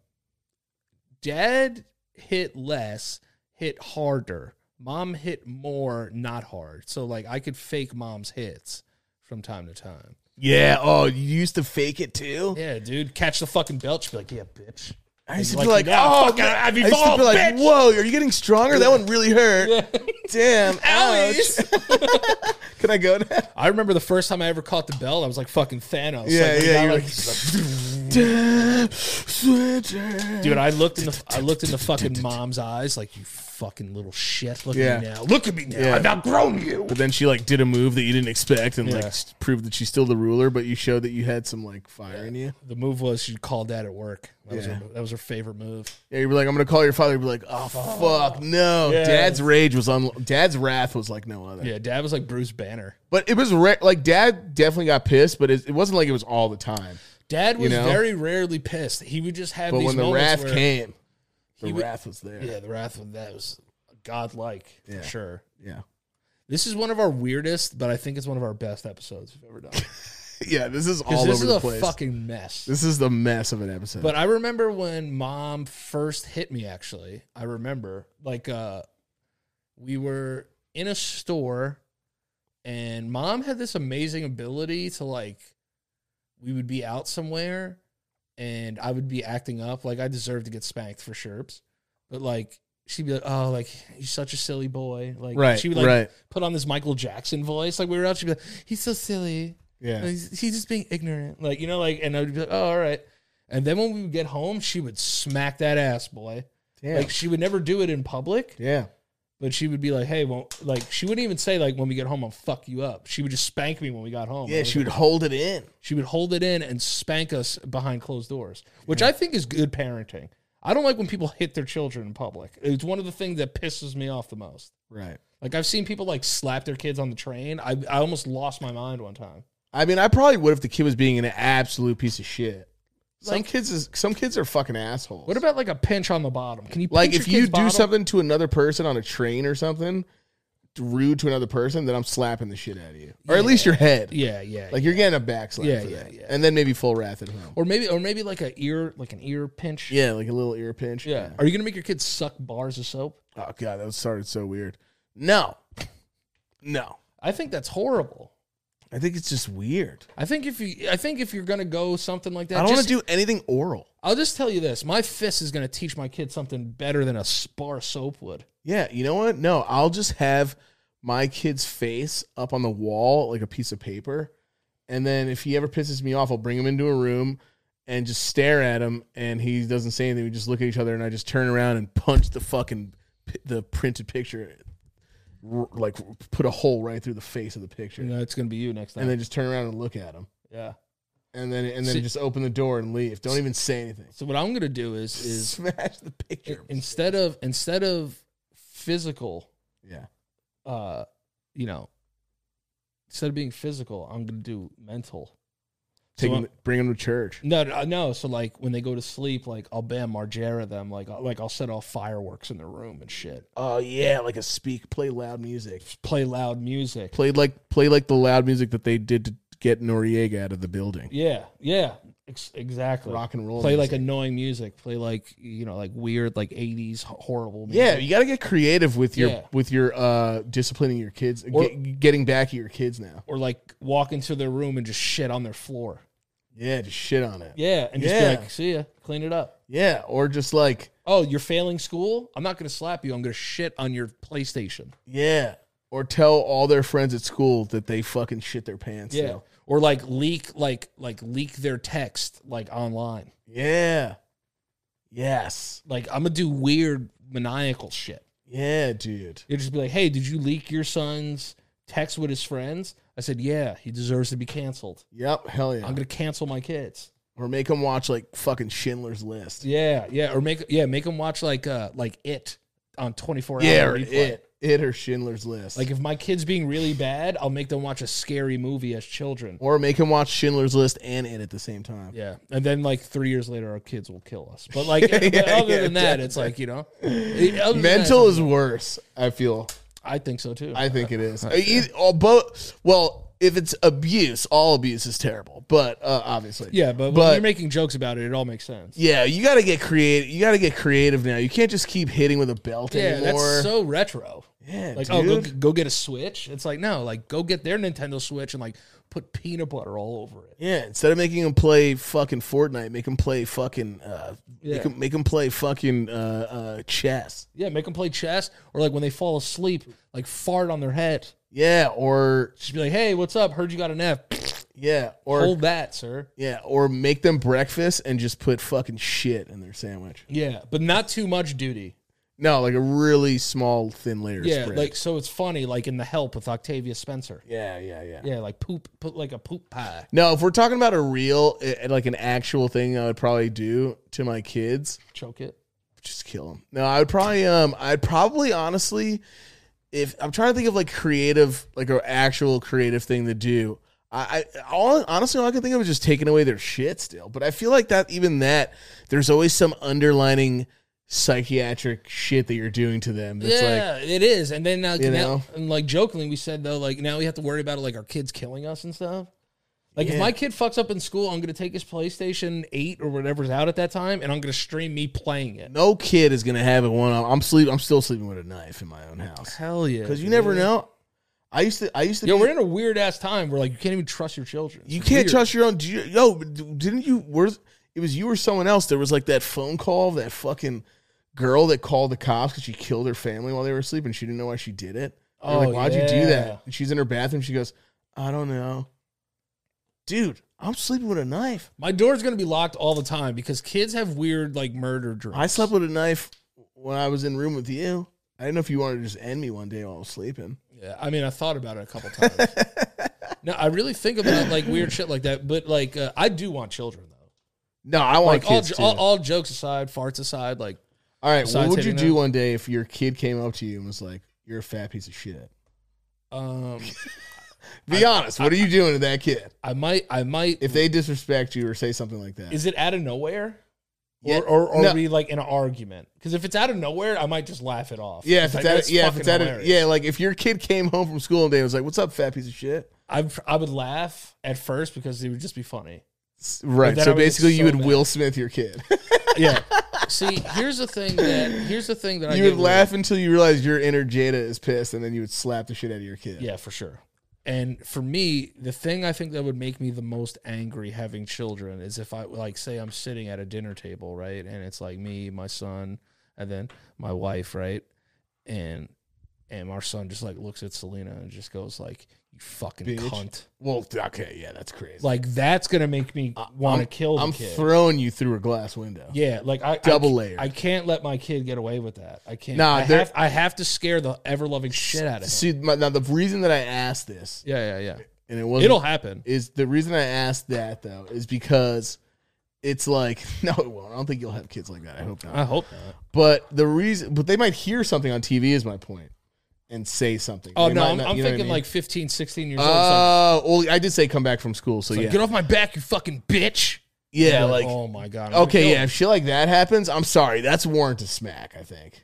Speaker 3: dad hit less, hit harder. Mom hit more, not hard. So like I could fake mom's hits from time to time.
Speaker 2: Yeah. Oh, you used to fake it too.
Speaker 3: Yeah, dude, catch the fucking belch. Be like, yeah, bitch.
Speaker 2: I used to
Speaker 3: Like,
Speaker 2: be like,
Speaker 3: yeah,
Speaker 2: oh,
Speaker 3: fuck, I- I've
Speaker 2: I used to
Speaker 3: evolved,
Speaker 2: be like,
Speaker 3: bitch."
Speaker 2: whoa, are you getting stronger? That one really hurt. [laughs] Damn, ouch.
Speaker 3: [laughs]
Speaker 2: Can I go now?
Speaker 3: I remember the first time I ever caught the belt, I was like fucking Thanos.
Speaker 2: Yeah,
Speaker 3: Like, we
Speaker 2: yeah.
Speaker 3: got,
Speaker 2: You're
Speaker 3: like-
Speaker 2: like, [laughs] "Damn, sweater."
Speaker 3: dude, I looked in the
Speaker 2: [laughs]
Speaker 3: I looked in the fucking mom's eyes, like you fucking little shit. Look at me
Speaker 2: Yeah.
Speaker 3: now. Look at me now.
Speaker 2: Yeah.
Speaker 3: I've outgrown you.
Speaker 2: But then she like did a move that you didn't expect and like
Speaker 3: Yeah.
Speaker 2: s- proved that she's still the ruler, but you showed that you had some like fire in you.
Speaker 3: The move was she called dad at work. That, was,
Speaker 2: Yeah.
Speaker 3: her, that was her favorite move.
Speaker 2: Yeah, you'd be like, I'm gonna call your father. You'd be like, oh fuck, no.
Speaker 3: Yeah.
Speaker 2: Dad's rage was on. Dad's wrath was like no other.
Speaker 3: Yeah, dad was like Bruce Banner.
Speaker 2: But it was re- like dad definitely got pissed, but it, it wasn't like it was all the time.
Speaker 3: Dad was
Speaker 2: know?
Speaker 3: very rarely pissed. He would just have
Speaker 2: But
Speaker 3: these
Speaker 2: when the
Speaker 3: moments
Speaker 2: wrath
Speaker 3: where-
Speaker 2: came, the
Speaker 3: he would-
Speaker 2: wrath was there.
Speaker 3: Yeah, the wrath of that was godlike
Speaker 2: Yeah.
Speaker 3: for sure.
Speaker 2: Yeah. [laughs]
Speaker 3: This is one of our weirdest, but I think it's one of our best episodes we've ever done.
Speaker 2: yeah, this is
Speaker 3: because
Speaker 2: [laughs] all
Speaker 3: this
Speaker 2: over
Speaker 3: is
Speaker 2: the
Speaker 3: a
Speaker 2: place.
Speaker 3: fucking mess.
Speaker 2: this is the mess of an episode.
Speaker 3: But I remember when mom first hit me actually. I remember like uh we were in a store and mom had this amazing ability to like we would be out somewhere and I would be acting up like I deserved to get spanked for sherps. But like she'd be like, "Oh, like you're such a silly boy." Like
Speaker 2: right,
Speaker 3: she would like
Speaker 2: right,
Speaker 3: put on this Michael Jackson voice. Like we were out, she'd be like, "He's so silly."
Speaker 2: yeah,
Speaker 3: He's, he's just being ignorant. Like, you know, like, and I would be like, oh, all right. And then when we would get home, she would smack that ass, boy.
Speaker 2: yeah,
Speaker 3: Like, she would never do it in public,
Speaker 2: yeah.
Speaker 3: but she would be like, hey, well, like, she wouldn't even say, like, when we get home, I'll fuck you up. She would just spank me when we got home. I
Speaker 2: Yeah,
Speaker 3: was
Speaker 2: she
Speaker 3: like-
Speaker 2: would hold it in.
Speaker 3: She would hold it in and spank us behind closed doors, which I think is good parenting. I don't like when people hit their children in public. It's one of the things that pisses me off the most.
Speaker 2: Right.
Speaker 3: Like, I've seen people, like, slap their kids on the train. I, I almost lost my mind one time.
Speaker 2: I mean, I probably would if the kid was being an absolute piece of shit. Some
Speaker 3: Like-
Speaker 2: kids is some kids are fucking assholes.
Speaker 3: What about like a pinch on the bottom? Can you
Speaker 2: like
Speaker 3: pinch
Speaker 2: if
Speaker 3: your
Speaker 2: you
Speaker 3: kid's
Speaker 2: do
Speaker 3: bottom?
Speaker 2: something to another person on a train or something rude to another person, then I'm slapping the shit out of you, or at least your head.
Speaker 3: Yeah, yeah.
Speaker 2: Like you're getting a backslap
Speaker 3: Yeah,
Speaker 2: for
Speaker 3: yeah,
Speaker 2: that,
Speaker 3: yeah.
Speaker 2: and then maybe full wrath at home.
Speaker 3: or maybe or maybe like a ear like an ear pinch.
Speaker 2: Yeah, like a little ear pinch.
Speaker 3: Yeah. Are you gonna make your kids suck bars of soap?
Speaker 2: Oh god, that started so weird. No, no.
Speaker 3: I think that's horrible.
Speaker 2: I think it's just weird.
Speaker 3: I think if you I think if you're gonna go something like that,
Speaker 2: I don't want
Speaker 3: just-
Speaker 2: to do anything oral.
Speaker 3: I'll just tell you this. My fist is gonna teach my kids something better than a s- bar of soap would.
Speaker 2: Yeah, you know what? No, I'll just have my kid's face up on the wall like a piece of paper, and then if he ever pisses me off, I'll bring him into a room and just stare at him, and he doesn't say anything. We just look at each other, and I just turn around and punch the fucking pi- the printed picture, r- like put a hole right through the face of the picture,
Speaker 3: You know, it's gonna be you next time.
Speaker 2: and then just turn around and look at him,
Speaker 3: yeah.
Speaker 2: and then and then
Speaker 3: See-
Speaker 2: just open the door and leave. Don't even say anything.
Speaker 3: So what I'm gonna do is is
Speaker 2: Smash the picture.
Speaker 3: instead of instead of physical
Speaker 2: Yeah.
Speaker 3: uh, you know, instead of being physical, I'm gonna do mental.
Speaker 2: Take
Speaker 3: So
Speaker 2: him, bring him to church.
Speaker 3: No, no, uh, no. So like when they go to sleep, like I'll bam Margera them, like I'll- like I'll set off fireworks in their room and shit.
Speaker 2: Oh yeah, like a speak, play loud music.
Speaker 3: Play loud music.
Speaker 2: Played like play like the loud music that they did to get Noriega out of the building.
Speaker 3: Yeah, yeah, ex- exactly.
Speaker 2: Rock and roll.
Speaker 3: Play like annoying music. Play like you know like weird like eighties horrible. Music.
Speaker 2: Yeah, you got to get creative with your
Speaker 3: Yeah.
Speaker 2: with your uh disciplining your kids,
Speaker 3: Or-
Speaker 2: get, getting back at your kids now.
Speaker 3: or like walk into their room and just shit on their floor.
Speaker 2: Yeah, just shit on it. Yeah,
Speaker 3: Yeah, and just
Speaker 2: Yeah.
Speaker 3: be like, see ya, clean it up.
Speaker 2: or just like
Speaker 3: Oh, you're failing school? I'm not gonna slap you. I'm gonna shit on your PlayStation.
Speaker 2: yeah, or tell all their friends at school that they fucking shit their pants.
Speaker 3: Yeah.
Speaker 2: now.
Speaker 3: Or like leak like like leak their text like online.
Speaker 2: yeah, yes,
Speaker 3: Like I'm gonna do weird maniacal shit.
Speaker 2: yeah, dude.
Speaker 3: It'd just be like, hey, did you leak your son's text with his friends? I said, yeah, he deserves to be canceled.
Speaker 2: Yep, hell yeah.
Speaker 3: I'm gonna cancel my kids.
Speaker 2: or make them watch like fucking Schindler's List.
Speaker 3: Yeah, yeah, or make yeah make them watch like uh like it on 24
Speaker 2: Yeah,
Speaker 3: hour
Speaker 2: or
Speaker 3: replay.
Speaker 2: it, it or Schindler's List.
Speaker 3: Like if my kid's being really bad, I'll make them watch a scary movie as children.
Speaker 2: or make him watch Schindler's List and it at the same time.
Speaker 3: Yeah, and then like three years later, our kids will kill us. But like but
Speaker 2: [laughs] Yeah,
Speaker 3: other
Speaker 2: yeah,
Speaker 3: than that, it's like you
Speaker 2: [laughs]
Speaker 3: know, other than that,
Speaker 2: Mental is worse. I feel.
Speaker 3: I think so too.
Speaker 2: I think it is.
Speaker 3: [laughs]
Speaker 2: Eith- all both. Well, if it's abuse, all abuse is terrible. But uh, obviously,
Speaker 3: yeah, but,
Speaker 2: But-
Speaker 3: when you're making jokes about it, it all makes sense.
Speaker 2: yeah, you got to get creative. You got to get creative now. You can't just keep hitting with a belt
Speaker 3: Yeah,
Speaker 2: anymore.
Speaker 3: that's so retro.
Speaker 2: yeah,
Speaker 3: Like,
Speaker 2: dude.
Speaker 3: oh, go, go get a Switch. It's like, no, like, go get their Nintendo Switch and, like, put peanut butter all over it.
Speaker 2: yeah. Instead of making him play fucking Fortnite, make him play fucking. Uh,
Speaker 3: Yeah.
Speaker 2: Make him make him play fucking uh, uh, chess.
Speaker 3: Yeah, make them play chess or, like, when they fall asleep, like, fart on their head.
Speaker 2: Yeah, or
Speaker 3: Just be like, hey, what's up? Heard you got an F.
Speaker 2: yeah, or
Speaker 3: Hold that, sir.
Speaker 2: Yeah, or make them breakfast and just put fucking shit in their sandwich.
Speaker 3: Yeah, but not too much duty.
Speaker 2: No, like a really small thin layer. of
Speaker 3: Yeah,
Speaker 2: spread.
Speaker 3: like, so it's funny, like, in The Help with Octavia Spencer.
Speaker 2: yeah, yeah, yeah,
Speaker 3: Yeah, like, poop, put, like, a poop pie.
Speaker 2: No, if we're talking about a real, eh, eh, like an actual thing, I would probably do to my kids,
Speaker 3: Choke it.
Speaker 2: just kill them. No, I would probably, um, I'd probably honestly, if I'm trying to think of like creative, like an actual creative thing to do. I, I all honestly, all I can think of is just taking away their shit still. But I feel like that even that there's always some underlining psychiatric shit that you're doing to them. That's like
Speaker 3: yeah, it is. And then, uh,
Speaker 2: You
Speaker 3: now-
Speaker 2: know?
Speaker 3: and, like, jokingly, we said, though, like, now we have to worry about, like, our kids killing us and stuff. Like if
Speaker 2: Yeah.
Speaker 3: my kid fucks up in school, I'm gonna take his PlayStation 8 or whatever's out at that time, and I'm gonna stream me playing it.
Speaker 2: No kid is gonna have it one. I'm sleep. I'm still sleeping with a knife in my own house
Speaker 3: Hell yeah!
Speaker 2: because you never know. I used to. I used to.
Speaker 3: Yo,
Speaker 2: be-
Speaker 3: we're in a weird ass time where like you can't even trust your children.
Speaker 2: you
Speaker 3: It's
Speaker 2: can't
Speaker 3: weird.
Speaker 2: trust your own. do you- yo, didn't you? Were it was you or someone else? There was like that phone call of that fucking girl that called the cops because she killed her family while they were asleep and she didn't know why she did it. They were
Speaker 3: Oh,
Speaker 2: like, why'd you
Speaker 3: yeah.
Speaker 2: do that? And she's in her bathroom. She goes, I don't know, dude. I'm sleeping with a knife.
Speaker 3: My door's gonna be locked all the time because kids have weird like murder dreams.
Speaker 2: I slept with a knife when I was in room with you. I didn't know if you wanted to just end me one day while I was sleeping.
Speaker 3: Yeah, I mean, I thought about it a couple
Speaker 2: [laughs]
Speaker 3: times. no, I really think about like weird shit like that. But like, uh, I do want children though.
Speaker 2: No, I want
Speaker 3: Like all,
Speaker 2: kids too.
Speaker 3: all, all jokes aside, farts aside, like
Speaker 2: all right, what
Speaker 3: besides
Speaker 2: would you
Speaker 3: hitting
Speaker 2: do
Speaker 3: them.
Speaker 2: one day if your kid came up to you and was like, "You're a fat piece of shit"?
Speaker 3: um,
Speaker 2: Be honest. What are you doing to that kid
Speaker 3: I might, I might.
Speaker 2: if they disrespect you or say something like that?
Speaker 3: is it out of nowhere?
Speaker 2: Yeah,
Speaker 3: Or, or, or
Speaker 2: no.
Speaker 3: are we like in an argument? Because if it's out of nowhere, I might just laugh it off.
Speaker 2: yeah, if
Speaker 3: 'Cause
Speaker 2: it's
Speaker 3: I know
Speaker 2: at, yeah, if it's
Speaker 3: fucking
Speaker 2: at,
Speaker 3: hilarious.
Speaker 2: yeah, like if your kid came home from school one day and was like, "What's up, fat piece of shit"?
Speaker 3: I I would laugh at first because it would just be funny.
Speaker 2: Right.
Speaker 3: then I
Speaker 2: So
Speaker 3: would get
Speaker 2: basically, you
Speaker 3: so
Speaker 2: would
Speaker 3: mad.
Speaker 2: Will Smith your kid.
Speaker 3: [laughs]
Speaker 2: [laughs]
Speaker 3: Yeah. See, here's the thing that here's the thing that I
Speaker 2: you
Speaker 3: get
Speaker 2: would
Speaker 3: with-
Speaker 2: laugh until you realize your inner Jada is pissed, and then you would slap the shit out of your kid.
Speaker 3: Yeah, for sure. And for me, the thing I think that would make me the most angry having children is if I like say I'm sitting at a dinner table, right? And it's like me, my son, and then my wife, right? And and our son just like looks at Selena and just goes like, "You fucking
Speaker 2: Bitch.
Speaker 3: cunt!"
Speaker 2: Well, okay, yeah, that's crazy.
Speaker 3: Like that's gonna make me want to kill the
Speaker 2: I'm
Speaker 3: kid.
Speaker 2: throwing you through a glass window.
Speaker 3: yeah, like I I-
Speaker 2: Double layer.
Speaker 3: I can't let my kid get away with that. I can't.
Speaker 2: Nah,
Speaker 3: I
Speaker 2: there-
Speaker 3: have, I have to scare the ever loving shit out of him.
Speaker 2: See, my, now the reason that I asked this,
Speaker 3: Yeah, yeah,
Speaker 2: and it
Speaker 3: yeah.
Speaker 2: wasn't,
Speaker 3: It'll happen.
Speaker 2: is the reason I asked that though is because it's like [laughs] no, it won't. I don't think you'll have kids like that. I hope not.
Speaker 3: I hope not.
Speaker 2: But the reason, but they might hear something on TV is my point, and say something.
Speaker 3: Oh,
Speaker 2: They
Speaker 3: no,
Speaker 2: might
Speaker 3: I'm,
Speaker 2: not-
Speaker 3: I'm
Speaker 2: you know what I
Speaker 3: thinking
Speaker 2: mean?
Speaker 3: like 15, 16 years old. It's like,
Speaker 2: Oh, well, I did say come back from school, so
Speaker 3: it's like,
Speaker 2: yeah,
Speaker 3: get off my back, you fucking bitch.
Speaker 2: yeah,
Speaker 3: You're
Speaker 2: like,
Speaker 3: oh my God. I'm gonna
Speaker 2: okay,
Speaker 3: kill
Speaker 2: yeah. If shit like that happens, I'm sorry, that's warrant to smack. I think.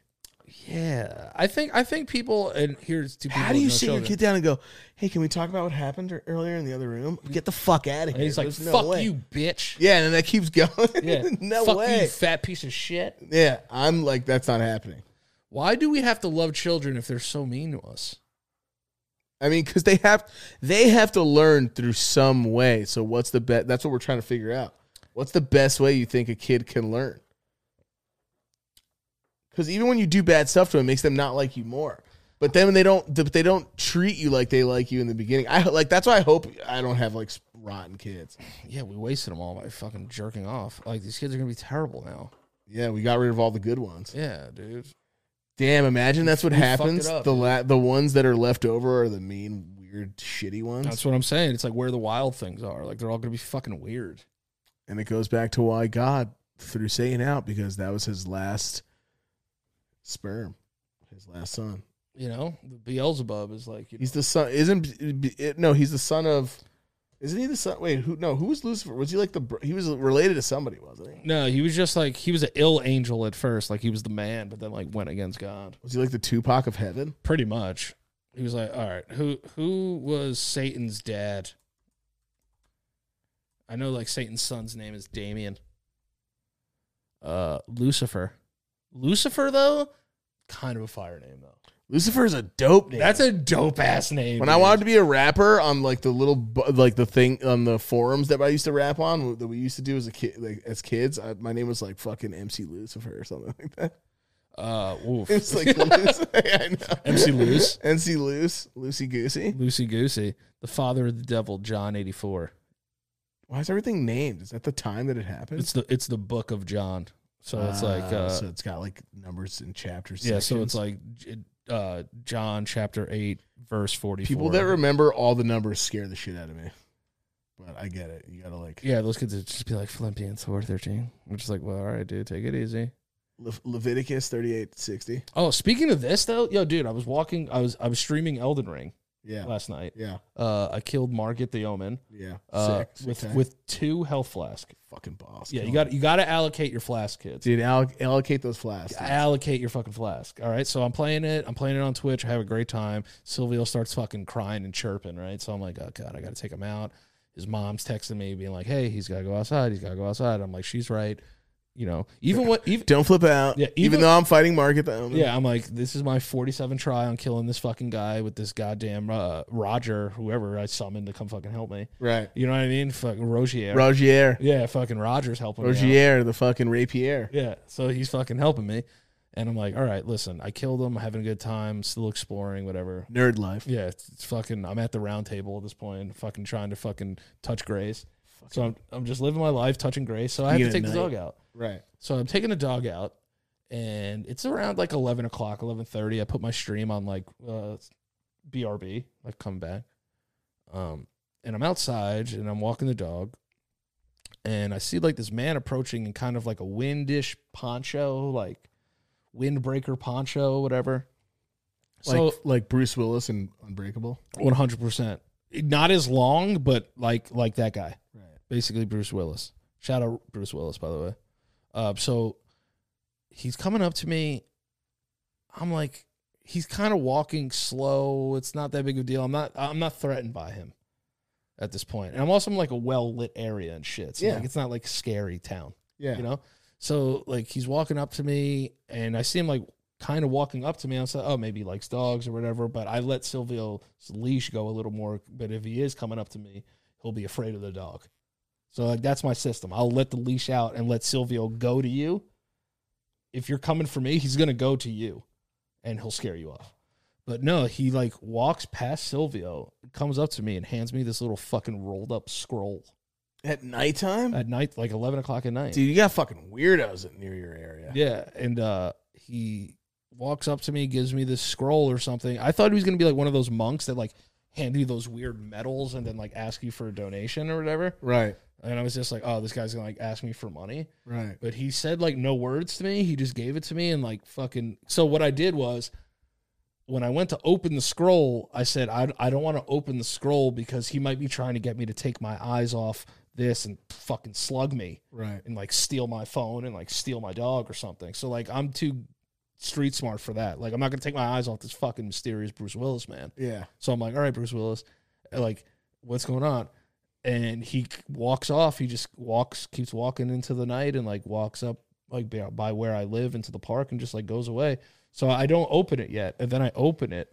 Speaker 3: you. Yeah. I think, I think people, and here's two people.
Speaker 2: How do
Speaker 3: with
Speaker 2: you
Speaker 3: no
Speaker 2: sit
Speaker 3: children.
Speaker 2: your kid down and go, "Hey, can we talk about what happened er- earlier in the other room? Get the fuck out of
Speaker 3: And
Speaker 2: here!"
Speaker 3: he's like,
Speaker 2: There's no
Speaker 3: fuck
Speaker 2: way."
Speaker 3: you, bitch.
Speaker 2: [laughs] Yeah, and then that keeps going.
Speaker 3: Yeah.
Speaker 2: no
Speaker 3: fuck you,
Speaker 2: way.
Speaker 3: you fat piece of shit.
Speaker 2: Yeah, I'm like, that's not happening.
Speaker 3: Why do we have to love children if they're so mean to us?
Speaker 2: I mean, because they have they have to learn through some way. So what's the best? That's what we're trying to figure out. What's the best way you think a kid can learn? Because even when you do bad stuff to them, it makes them not like you more. But then when they don't, but they don't treat you like they like you in the beginning. I like that's why I hope I don't have like rotten kids.
Speaker 3: Yeah, we wasted them all by fucking jerking off. Like, these kids are going to be terrible now.
Speaker 2: Yeah, we got rid of all the good ones.
Speaker 3: Yeah, dude.
Speaker 2: Damn, imagine that's what
Speaker 3: We fucked it
Speaker 2: happens.
Speaker 3: up,
Speaker 2: the
Speaker 3: dude.
Speaker 2: la- the ones that are left over are the mean, weird, shitty ones.
Speaker 3: That's what I'm saying. It's like where the wild things are. Like, they're all going to be fucking weird.
Speaker 2: And it goes back to why God threw Satan out because that was his last sperm, his last son.
Speaker 3: You know, Beelzebub is like, you know,
Speaker 2: He's the son. Isn't it- no? He's the son of. Isn't he the son? Wait, who? No, who was Lucifer? Was he like the? br- He was related to somebody, wasn't he?
Speaker 3: No, he was just like he was an ill angel at first, like he was the man, but then like went against God.
Speaker 2: Was he like the Tupac of heaven?
Speaker 3: Pretty much. He was like, "All right, who who was Satan's dad?" I know like Satan's son's name is Damien. Uh Lucifer. Lucifer though, kind of a fire name though.
Speaker 2: Lucifer is a dope name.
Speaker 3: That's a dope ass name.
Speaker 2: when I
Speaker 3: dude.
Speaker 2: wanted to be a rapper on like the little bu- like the thing on the forums that I used to rap on that we used to do as a kid like as kids. I, my name was like fucking MC Lucifer or something like that.
Speaker 3: uh oof.
Speaker 2: [laughs] It's like loose. I know.
Speaker 3: MC Loose.
Speaker 2: MC Loose. Loosey Goosey.
Speaker 3: Lucy Goosey, the father of the devil, John 84.
Speaker 2: Why is everything named? Is that the time that it happened?
Speaker 3: It's the it's the book of John. So it's like
Speaker 2: Ah,
Speaker 3: uh,
Speaker 2: so it's got like numbers and chapters.
Speaker 3: Yeah, so it's
Speaker 2: sections.
Speaker 3: like uh, John chapter 8, verse 44.
Speaker 2: people that remember all the numbers scare the shit out of me. But I get it. You gotta like
Speaker 3: Yeah, those kids would just be like Philippians 4 13. I'm just like, well, all right, dude, take it easy.
Speaker 2: Le- Leviticus thirty eight sixty.
Speaker 3: Oh, speaking of this though, yo, dude, I was walking, I was I was streaming Elden Ring
Speaker 2: Yeah,
Speaker 3: last night.
Speaker 2: yeah,
Speaker 3: Uh, I killed Margit the Omen
Speaker 2: yeah.
Speaker 3: uh,
Speaker 2: Sick, sick
Speaker 3: with
Speaker 2: time.
Speaker 3: with two health flask.
Speaker 2: fucking boss.
Speaker 3: Yeah,
Speaker 2: Come
Speaker 3: you
Speaker 2: on.
Speaker 3: got you got to allocate your flask, kids.
Speaker 2: dude. Alloc- allocate those flasks. dude.
Speaker 3: allocate your fucking flask. All right. So I'm playing it. I'm playing it on Twitch. I have a great time. Silvio starts fucking crying and chirping, right? So I'm like, oh God, I gotta take him out. His mom's texting me, being like, "Hey, he's got to go outside. He's got to go outside." I'm like, "She's right." You know, even what even [laughs]
Speaker 2: Don't flip out.
Speaker 3: Yeah,
Speaker 2: even,
Speaker 3: even-
Speaker 2: though I'm fighting Mark at the moment.
Speaker 3: yeah, I'm like, this is my 47 try on killing this fucking guy with this goddamn uh, Roger, whoever I summoned to come fucking help me.
Speaker 2: Right.
Speaker 3: You know what I mean? Fucking Rogier.
Speaker 2: Rogier.
Speaker 3: yeah, fucking Roger's helping me. out.
Speaker 2: Rogier, the fucking rapier.
Speaker 3: Yeah. So he's fucking helping me. And I'm like, all right, listen, I killed him, having a good time, still exploring, whatever.
Speaker 2: Nerd life.
Speaker 3: Yeah, it's, it's fucking I'm at the round table at this point, fucking trying to fucking touch Grace. So I'm I'm just living my life touching Grace. So I have to
Speaker 2: Speaking
Speaker 3: take
Speaker 2: of
Speaker 3: the dog
Speaker 2: night.
Speaker 3: out.
Speaker 2: Right.
Speaker 3: So I'm taking the dog out, and it's around like eleven o'clock, eleven thirty. I put my stream on like uh, BRB. I've come back, um, and I'm outside and I'm walking the dog, and I see like this man approaching in kind of like a windish poncho, like windbreaker poncho, whatever. So
Speaker 2: like like Bruce Willis in Unbreakable.
Speaker 3: one hundred percent, not as long, but like like that guy
Speaker 2: Right.
Speaker 3: basically Bruce Willis. Shout out Bruce Willis, by the way. Uh, so he's coming up to me. I'm like, he's kind of walking slow. It's not that big of a deal. I'm not. I'm not threatened by him at this point. And I'm also in like a well lit area and shit. So
Speaker 2: Yeah.
Speaker 3: like, it's not like scary town.
Speaker 2: Yeah.
Speaker 3: You know. So like, he's walking up to me, and I see him like kind of walking up to me. I was like, oh, maybe he likes dogs or whatever. But I let Silvio's leash go a little more. But if he is coming up to me, he'll be afraid of the dog. So like that's my system. I'll let the leash out and let Silvio go to you. If you're coming for me, he's gonna go to you, and he'll scare you off. But no, he like walks past Silvio, comes up to me, and hands me this little fucking rolled up scroll
Speaker 2: At nighttime?
Speaker 3: at night, like eleven o'clock at night.
Speaker 2: Dude, you got fucking weirdos in near your area.
Speaker 3: Yeah, and uh, he walks up to me, gives me this scroll or something. I thought he was gonna be like one of those monks that like hand you those weird medals and then like ask you for a donation or whatever.
Speaker 2: Right.
Speaker 3: And I was just like, oh, this guy's gonna like ask me for money.
Speaker 2: Right.
Speaker 3: But he said like no words to me. He just gave it to me and like fucking. So what I did was, when I went to open the scroll, I said I I don't want to open the scroll because he might be trying to get me to take my eyes off this and fucking slug me
Speaker 2: Right.
Speaker 3: and like steal my phone and like steal my dog or something. So like I'm too street smart for that. Like I'm not gonna take my eyes off this fucking mysterious Bruce Willis man.
Speaker 2: Yeah.
Speaker 3: So I'm like, all right, Bruce Willis, uh, like, what's going on? And he walks off. He just walks, keeps walking into the night, and like walks up like by- by where I live into the park, and just like goes away. So I don't open it yet, and then I open it,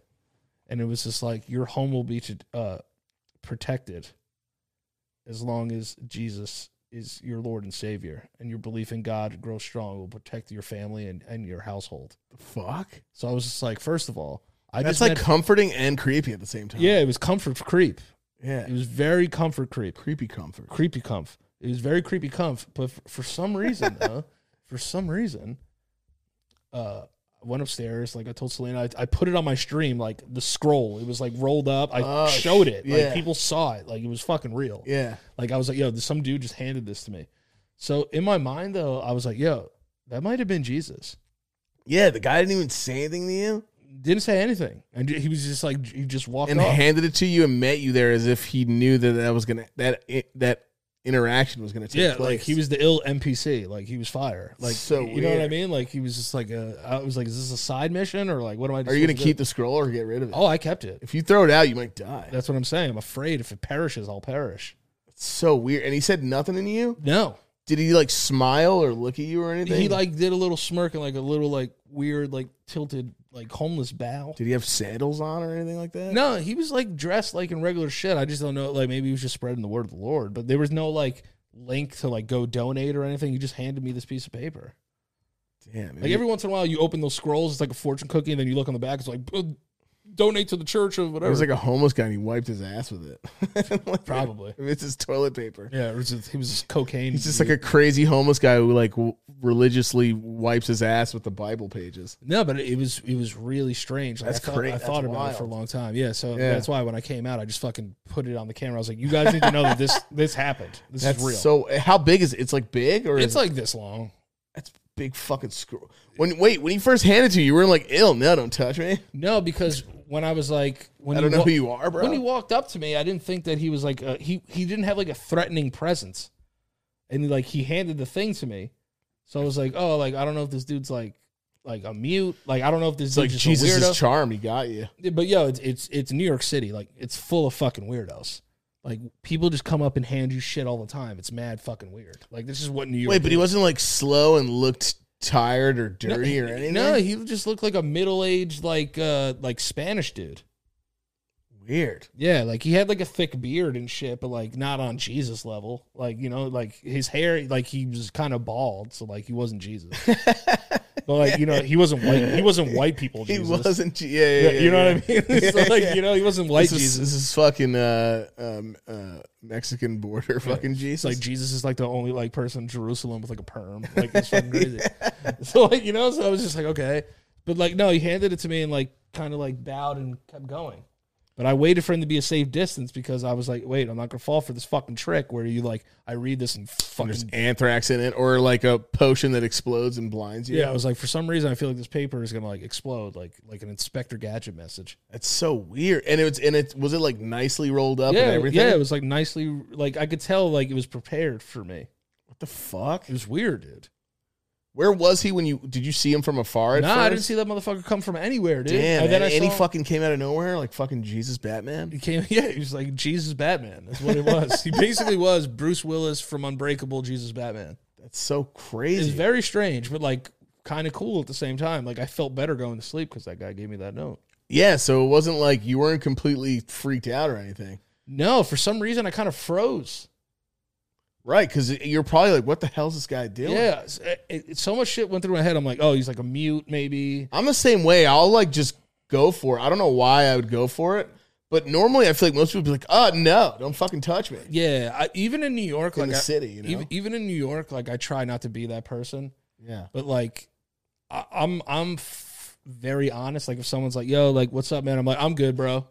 Speaker 3: and it was just like your home will be to, uh, protected as long as Jesus is your Lord and Savior, and your belief in God grows strong. Will protect your family and and your household.
Speaker 2: Fuck.
Speaker 3: So I was just like, first of all, I just
Speaker 2: That's like
Speaker 3: met-
Speaker 2: comforting and creepy at the same time.
Speaker 3: yeah, it was comfort creep.
Speaker 2: Yeah.
Speaker 3: It was very comfort creep,
Speaker 2: Mm. creepy comfort.
Speaker 3: creepy comf. It was very creepy comf. But for, for some
Speaker 2: [laughs]
Speaker 3: reason, though, for some reason, uh, I went upstairs. Like I told Selena, I, I put it on my stream. Like the scroll, it was like rolled up. I
Speaker 2: Oh,
Speaker 3: showed it.
Speaker 2: yeah.
Speaker 3: Like people saw it. Like it was fucking real.
Speaker 2: Yeah.
Speaker 3: Like I was like, yo, some dude just handed this to me. So in my mind, though, I was like, yo, that might have been Jesus.
Speaker 2: Yeah. The guy didn't even say anything to you
Speaker 3: Didn't say anything, and he was just like, he just walked
Speaker 2: and
Speaker 3: off.
Speaker 2: handed it to you and met you there as if he knew that that was gonna that that interaction was gonna take
Speaker 3: yeah,
Speaker 2: place.
Speaker 3: like he was the ill NPC. Like he was fire. Like
Speaker 2: So
Speaker 3: you know what I
Speaker 2: weird.
Speaker 3: mean? Like he was just like a. I was like, is this a side mission or like what am I?
Speaker 2: Are you gonna
Speaker 3: supposed to
Speaker 2: keep the scroll or get rid of
Speaker 3: do?
Speaker 2: it?
Speaker 3: Oh, I kept it.
Speaker 2: If you throw it out, you might die.
Speaker 3: That's what I'm saying. I'm afraid if it perishes, I'll perish.
Speaker 2: That's so weird. And he said nothing to you.
Speaker 3: No,
Speaker 2: Did he like smile or look at you or anything?
Speaker 3: he like did a little smirk and like a little like weird like tilted like homeless bow.
Speaker 2: Did he have sandals on or anything like that?
Speaker 3: No, he was like dressed like in regular shit. I just don't know. Like maybe he was just spreading the word of the Lord, but there was no like link to like go donate or anything. He just handed me this piece of paper.
Speaker 2: Damn.
Speaker 3: Like every once in a while, you open those scrolls. It's like a fortune cookie, and then you look on the back. It's like "Uh, donate to the church or
Speaker 2: it
Speaker 3: whatever.
Speaker 2: was like a homeless guy and he wiped his ass with it. [laughs] Like,
Speaker 3: Probably.
Speaker 2: It's his toilet paper.
Speaker 3: yeah, it was just, he was just cocaine.
Speaker 2: He's just like a crazy homeless guy who like w- religiously wipes his ass with the Bible pages.
Speaker 3: no, but it was it was really strange. Like,
Speaker 2: That's
Speaker 3: I thought,
Speaker 2: cra-
Speaker 3: I thought
Speaker 2: that's
Speaker 3: about it for a
Speaker 2: wild.
Speaker 3: long time. Yeah, so
Speaker 2: Yeah.
Speaker 3: that's why when I came out, I just fucking put it on the camera. I was like, you guys need to know that this [laughs] this happened. This
Speaker 2: That's
Speaker 3: is real.
Speaker 2: So how big is it? It's like big or
Speaker 3: it's
Speaker 2: it's
Speaker 3: like this long.
Speaker 2: that's big fucking scroll. When wait, when he first handed it to you, you were like ill. No, don't touch me.
Speaker 3: No, because when I was like, when
Speaker 2: I
Speaker 3: you
Speaker 2: don't know
Speaker 3: wa-
Speaker 2: who you are, bro.
Speaker 3: when he walked up to me, I didn't think that he was like uh, he he didn't have like a threatening presence, and like he handed the thing to me, so I was like, oh, like I don't know if this dude's like like a mute, like I don't know if this
Speaker 2: it's
Speaker 3: dude's
Speaker 2: like
Speaker 3: just
Speaker 2: Jesus'
Speaker 3: a weirdo.
Speaker 2: charm. He got you.
Speaker 3: but yo, it's, it's it's New York City, like it's full of fucking weirdos. Like people just come up and hand you shit all the time. It's mad fucking weird. Like this is what New York.
Speaker 2: Wait, but he
Speaker 3: is.
Speaker 2: wasn't like slow and looked tired or
Speaker 3: No,
Speaker 2: dirty or anything.
Speaker 3: No, he just looked like a middle aged like uh like Spanish dude.
Speaker 2: Weird.
Speaker 3: Yeah, like he had like a thick beard and shit, but like not on Jesus level. Like you know, like his hair, like he was kind of bald, so like he wasn't
Speaker 2: [laughs]
Speaker 3: Jesus. but like you know, he wasn't white. He wasn't white people.
Speaker 2: He
Speaker 3: Jesus.
Speaker 2: wasn't. G- Yeah, yeah,
Speaker 3: Yeah,
Speaker 2: yeah,
Speaker 3: you know
Speaker 2: yeah.
Speaker 3: what I mean? [laughs] so
Speaker 2: Yeah,
Speaker 3: like
Speaker 2: yeah.
Speaker 3: you know, he wasn't white
Speaker 2: This
Speaker 3: Jesus.
Speaker 2: is, this is fucking uh, um, uh, Mexican border fucking Jesus.
Speaker 3: It's like Jesus is like the only like person in Jerusalem with like a
Speaker 2: [laughs]
Speaker 3: perm. Like it's fucking crazy. So like you know, so I was just like, okay. But like no, he handed it to me and like kind of like bowed and kept going. But I waited for him to be a safe distance because I was like, wait, I'm not gonna fall for this fucking trick where you like I read this and
Speaker 2: there's
Speaker 3: fucking
Speaker 2: anthrax in it, or like a potion that explodes and blinds you.
Speaker 3: yeah. I was like, for some reason, I feel like this paper is gonna like explode, like like an Inspector Gadget message.
Speaker 2: That's so weird. And it was and it was it like nicely rolled up and
Speaker 3: Yeah,
Speaker 2: everything.
Speaker 3: yeah, it was like nicely, like I could tell, like it was prepared for me.
Speaker 2: What the fuck?
Speaker 3: It was weird, dude.
Speaker 2: Where was he when you did you see him from afar? At
Speaker 3: Nah, I didn't
Speaker 2: first?
Speaker 3: see that motherfucker come from anywhere, dude.
Speaker 2: Damn, and,
Speaker 3: then I
Speaker 2: and he
Speaker 3: saw-
Speaker 2: fucking came out of nowhere like fucking Jesus Batman.
Speaker 3: He came, [laughs] yeah, he was like Jesus Batman. That's what it was. he basically was Bruce Willis from Unbreakable Jesus Batman.
Speaker 2: That's so
Speaker 3: It's
Speaker 2: crazy.
Speaker 3: very strange, but like kind of cool at the same time. Like I felt better going to sleep because that guy gave me that note.
Speaker 2: yeah, so it wasn't like you weren't completely freaked out or anything,
Speaker 3: No, for some reason I kind of froze.
Speaker 2: right? Because you're probably like, what the hell's this guy doing?
Speaker 3: Yeah, s- it- it- so much shit went through my head. I'm like, oh, he's like a mute, maybe.
Speaker 2: I'm the same way. I'll like just go for it. I don't know why I would go for it, but normally I feel like most people be like, oh no, don't fucking touch me
Speaker 3: Yeah, I, even in New York,
Speaker 2: in
Speaker 3: like
Speaker 2: the
Speaker 3: I-
Speaker 2: city. You know?
Speaker 3: even, e even in New York, like I try not to be that person.
Speaker 2: yeah.
Speaker 3: but like I, I'm I'm f- very honest. Like if someone's like, "Yo, like what's up, man?" I'm like, "I'm good, bro."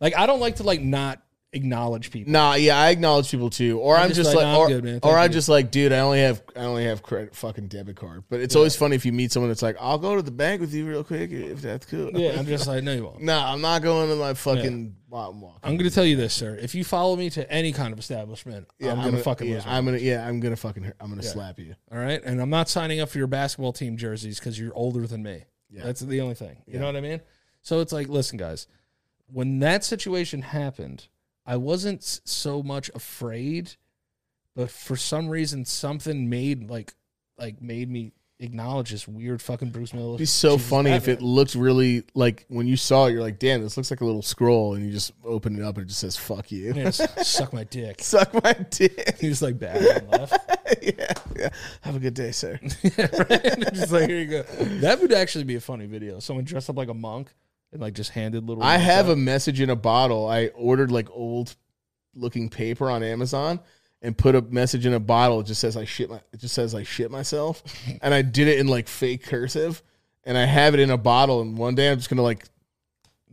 Speaker 3: Like I don't like to like not acknowledge people.
Speaker 2: Nah, yeah, I acknowledge people too, or I'm, just, like,
Speaker 3: "Nah, I'm
Speaker 2: or,
Speaker 3: good, man.
Speaker 2: or
Speaker 3: Thank
Speaker 2: I'm
Speaker 3: you."
Speaker 2: just like, dude, I only have, I only have credit, fucking debit card. But it's always funny if you meet someone that's like, I'll go to the bank with you real quick if that's cool. [laughs]
Speaker 3: Yeah, I'm just like, no, you won't.
Speaker 2: nah, I'm not going to my fucking bottom walk.
Speaker 3: I'm gonna tell you this, sir. If you follow me to any kind of establishment,
Speaker 2: Yeah,
Speaker 3: I'm, gonna, fucking
Speaker 2: yeah,
Speaker 3: lose. my-
Speaker 2: I'm gonna, yeah, I'm gonna fucking, hurt- I'm gonna slap you.
Speaker 3: all right, and I'm not signing up for your basketball team jerseys because you're older than me.
Speaker 2: Yeah.
Speaker 3: That's the only thing. You
Speaker 2: Yeah.
Speaker 3: know what I mean? So it's like, listen, guys, when that situation happened, I wasn't s- so much afraid, but for some reason, something made like, like made me acknowledge this weird fucking Bruce Miller.
Speaker 2: It'd be so funny if it looked really like when you saw it, you're like, damn, this looks like a little scroll, and you just open it up and it just says, "Fuck you."
Speaker 3: suck my dick. [laughs]
Speaker 2: [laughs] Suck my dick. [laughs]
Speaker 3: He was like back and left. [laughs]
Speaker 2: yeah, yeah. Have a good day, sir.
Speaker 3: right? [laughs] Just like here you go. That would actually be a funny video. Someone dressed up like a monk and like just handed little.
Speaker 2: I have a message in a bottle. I ordered like old looking paper on Amazon and put a message in a bottle. It just says I shit my it just says I shit myself. and I did it in like fake cursive. And I have it in a bottle and one day I'm just gonna like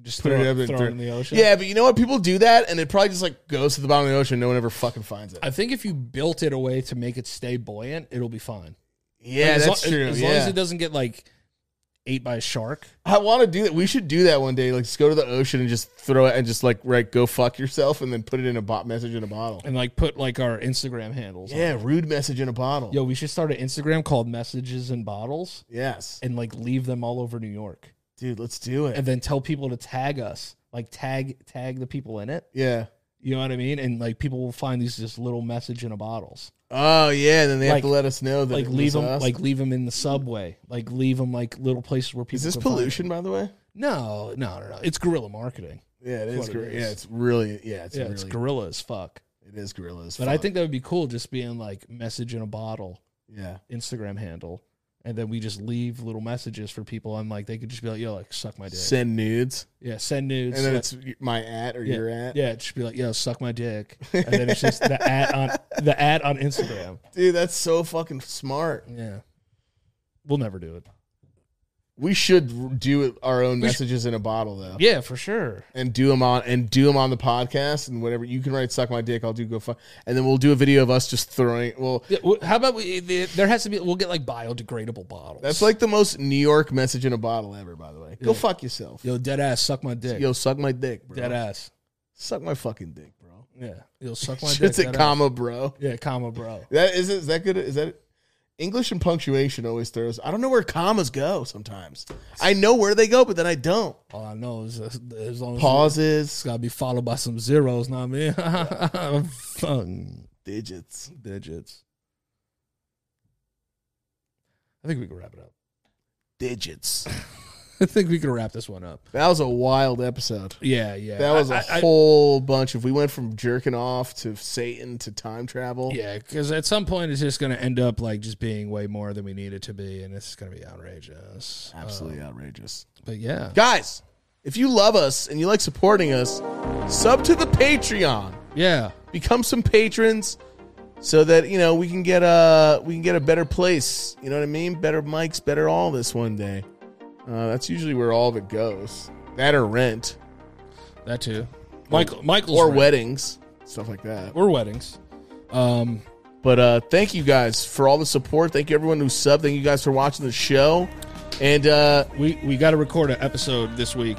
Speaker 3: just
Speaker 2: put
Speaker 3: throw,
Speaker 2: it up and
Speaker 3: throw
Speaker 2: throw-
Speaker 3: it in the ocean.
Speaker 2: Yeah, but you know what? People do that and it probably just like goes to the bottom of the ocean. No one ever fucking finds it.
Speaker 3: I think if you built it a way to make it stay buoyant, it'll be fine.
Speaker 2: Yeah,
Speaker 3: as lo-
Speaker 2: that's true.
Speaker 3: As
Speaker 2: yeah.
Speaker 3: long as it doesn't get like ate by a shark.
Speaker 2: I want to do that. We should do that one day. Like just go to the ocean and just throw it and just like right go fuck yourself and then put it in a bot message in a bottle.
Speaker 3: And like put like our Instagram handles. on it.
Speaker 2: Yeah, rude message in a bottle.
Speaker 3: Yo, we should start an Instagram called Messages and Bottles
Speaker 2: Yes.
Speaker 3: and like leave them all over New York.
Speaker 2: Dude, let's do it.
Speaker 3: And then tell people to tag us. Like tag tag the people in it.
Speaker 2: Yeah.
Speaker 3: You know what I mean? And like people will find these just little message in a bottles.
Speaker 2: Oh yeah, and then they have
Speaker 3: Like-
Speaker 2: to let us know that
Speaker 3: Like
Speaker 2: it
Speaker 3: leave
Speaker 2: was
Speaker 3: them
Speaker 2: us.
Speaker 3: like leave them in the subway. Like leave them like little places where people
Speaker 2: Is this
Speaker 3: can find
Speaker 2: pollution, by the way?
Speaker 3: them. No, no, no, no. It's guerrilla marketing.
Speaker 2: Yeah, it
Speaker 3: That's
Speaker 2: is.
Speaker 3: what it
Speaker 2: gor-
Speaker 3: is.
Speaker 2: Yeah, it's really. Yeah, it's
Speaker 3: yeah,
Speaker 2: really.
Speaker 3: it's gorilla as fuck.
Speaker 2: it is gorillas.
Speaker 3: But I think that would be cool, just being like message in a bottle
Speaker 2: Yeah.
Speaker 3: Instagram handle, and then we just leave little messages for people, and like they could just be like, "Yo, like suck my dick."
Speaker 2: Send nudes,
Speaker 3: yeah, send nudes.
Speaker 2: and then
Speaker 3: like-
Speaker 2: it's my at or
Speaker 3: yeah,
Speaker 2: your at.
Speaker 3: Yeah, it should be like, "Yo, suck my
Speaker 2: [laughs]
Speaker 3: dick," and then it's just the ad on the ad on Instagram.
Speaker 2: Dude, that's so fucking smart.
Speaker 3: Yeah, we'll never do it.
Speaker 2: We should r- do it- our own
Speaker 3: We should-
Speaker 2: messages in a bottle though,
Speaker 3: Yeah, for sure.
Speaker 2: and do them on and do them on the podcast and whatever. You can write "suck my dick," I'll do "go fuck," and then we'll do a video of us just throwing. Well,
Speaker 3: Yeah, wh- how about we? the- There has to be. We'll get like biodegradable bottles.
Speaker 2: that's like the most New York message in a bottle ever. By the way, go fuck yourself. Yo,
Speaker 3: yo, dead ass, suck my dick.
Speaker 2: suck my dick, bro.
Speaker 3: dead ass.
Speaker 2: Suck my fucking dick, bro.
Speaker 3: Yeah, yo, suck my dick.
Speaker 2: It's a
Speaker 3: dead ass.
Speaker 2: comma, bro.
Speaker 3: Yeah, comma, bro.
Speaker 2: That is is that good? Is that English and punctuation always throws. I don't know where commas go sometimes. I know where they go, but then I don't.
Speaker 3: All I know is uh, as long as it's
Speaker 2: Pauses,
Speaker 3: got to be followed by some zeros, know what I mean? [laughs] Fun
Speaker 2: digits.
Speaker 3: digits. I think we can wrap it up.
Speaker 2: Digits.
Speaker 3: I think we can wrap this one up.
Speaker 2: That was a wild episode.
Speaker 3: Yeah, yeah.
Speaker 2: That was
Speaker 3: a
Speaker 2: a whole bunch of. We went from jerking off to Satan to time travel.
Speaker 3: yeah, because at some point it's just going to end up like just being way more than we need it to be, and it's going to be outrageous.
Speaker 2: Absolutely outrageous.
Speaker 3: Uh, but yeah,
Speaker 2: Guys, if you love us and you like supporting us, sub to the Patreon.
Speaker 3: yeah,
Speaker 2: Become some patrons so that, you know, we can get a we can get a better place. You know what I mean? Better mics, better all this one day. Uh, that's usually where all of it goes. That or rent
Speaker 3: that too. Michael, Michael's
Speaker 2: or
Speaker 3: right.
Speaker 2: weddings, stuff like that.
Speaker 3: or weddings. Um,
Speaker 2: But uh, thank you guys for all the support. Thank you everyone who subbed. Thank you guys for watching the show. And uh,
Speaker 3: we we got to record an episode this week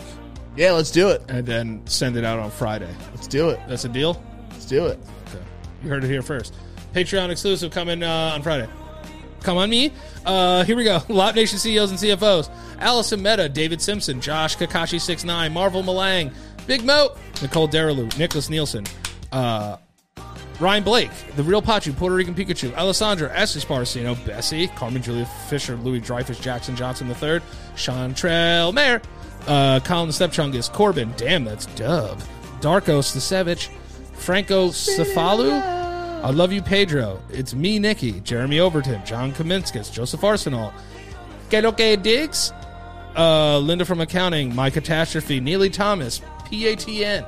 Speaker 2: yeah, let's do it.
Speaker 3: and then send it out on Friday.
Speaker 2: Let's do it.
Speaker 3: That's a deal.
Speaker 2: Let's do it.
Speaker 3: Okay. uh, You heard it here first. Patreon exclusive coming uh, on Friday. Come on me. Uh, here we go. [laughs] Lot Nation CEOs and CFOs. Allison Meta, David Simpson, Josh Kakashi 69 Marvel Malang, Big Moat, Nicole Derelu, Nicholas Nielsen, uh, Ryan Blake, The Real Pachu, Puerto Rican Pikachu, Alessandra, Estes Parasino, Bessie, Carmen Julia Fisher, Louis Dreyfus, Jackson Johnson III, Sean Trail Mayer, uh, Colin Stepchungus, Corbin, damn, that's dub, Darko Stasevich, Franco Cefalu, I Love You Pedro, It's Me Nikki, Jeremy Overton, John Kaminskis, Joseph Arsenal, Que lo que Diggs, uh, Linda from Accounting, My Catastrophe, Neely Thomas, PATN,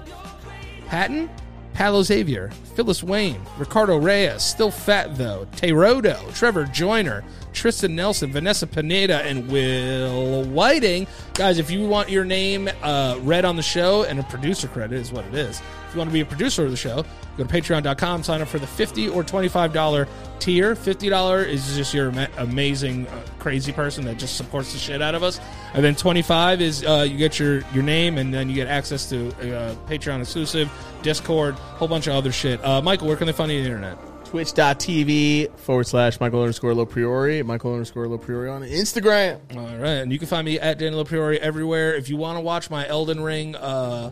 Speaker 3: Patton, Palo Xavier, Phyllis Wayne, Ricardo Reyes, Still Fat Though, Terodo, Trevor Joyner, Tristan Nelson, Vanessa Pineda, and Will Whiting. Guys, if you want your name uh, read on the show, and a producer credit is what it is, if you want to be a producer of the show, go to patreon.com, sign up for the 50 or $25 tier. $50 is just your ama- amazing, uh, crazy person that just supports the shit out of us. And then 25 is uh, you get your, your name, and then you get access to uh, Patreon exclusive, Discord, whole bunch of other shit. Uh, Michael, where can they find you on the internet?
Speaker 2: Twitch.tv forward slash Michael underscore low priori. Michael underscore low priori on Instagram.
Speaker 3: All right, and you can find me at Daniel Priori everywhere. If you want to watch my Elden Ring uh,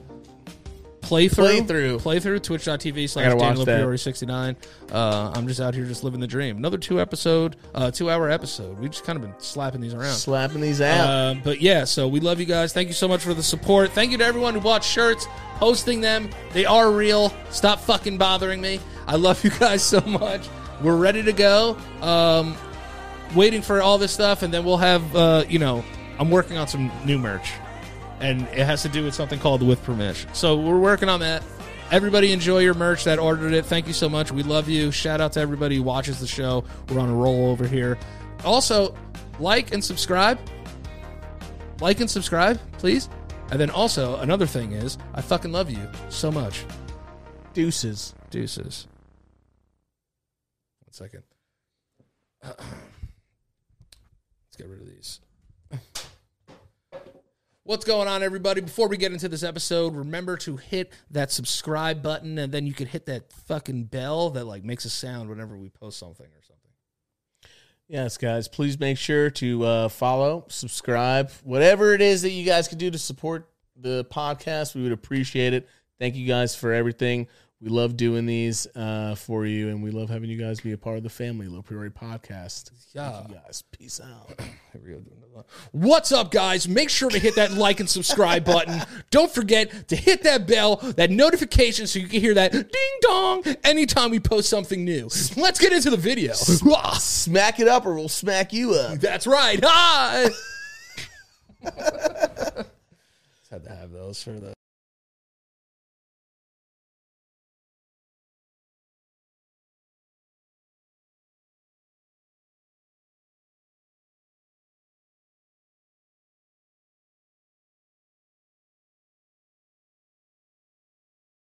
Speaker 3: playthrough,
Speaker 2: Playthrough.
Speaker 3: playthrough, twitch.tv
Speaker 2: I
Speaker 3: slash
Speaker 2: gotta watch
Speaker 3: Daniel
Speaker 2: that.
Speaker 3: Priori 69. Uh, I'm just out here just living the dream. Another two episode, uh, two hour episode. We've just kind of been slapping these around.
Speaker 2: Slapping these out.
Speaker 3: Um, but yeah, so we love you guys. Thank you so much for the support. Thank you to everyone who bought shirts, posting them. They are real. Stop fucking bothering me. I love [laughs] you guys so much. We're ready to go. Um, waiting for all this stuff, and then we'll have, uh, you know, I'm working on some new merch, and it has to do with something called With Permission. So we're working on that. Everybody enjoy your merch that ordered it. Thank you so much. We love you. Shout out to everybody who watches the show. We're on a roll over here. Also, like and subscribe like and subscribe, please. And then also, another thing is, I fucking love you so much.
Speaker 2: Deuces.
Speaker 3: Deuces. One second. [clears throat] Let's get rid of these. [laughs] What's going on, everybody? Before we get into this episode, remember to hit that subscribe button, and then you can hit that fucking bell that like makes a sound whenever we post something or something.
Speaker 2: Yes, guys. Please make sure to uh, follow, subscribe, whatever it is that you guys can do to support the podcast. We would appreciate it. Thank you guys for everything. We love doing these uh, for you, and we love having you guys be a part of the family, Low Priori Podcast.
Speaker 3: Yeah.
Speaker 2: You guys, peace out.
Speaker 3: Here we go. do another one. What's up, guys? Make sure to hit that like and subscribe button. Don't forget to hit that bell, that notification, so you can hear that ding dong anytime we post something new. Let's get into the video. Ah,
Speaker 2: smack it up, or we'll smack you up.
Speaker 3: That's [laughs] right. Ah! Had to have those for the.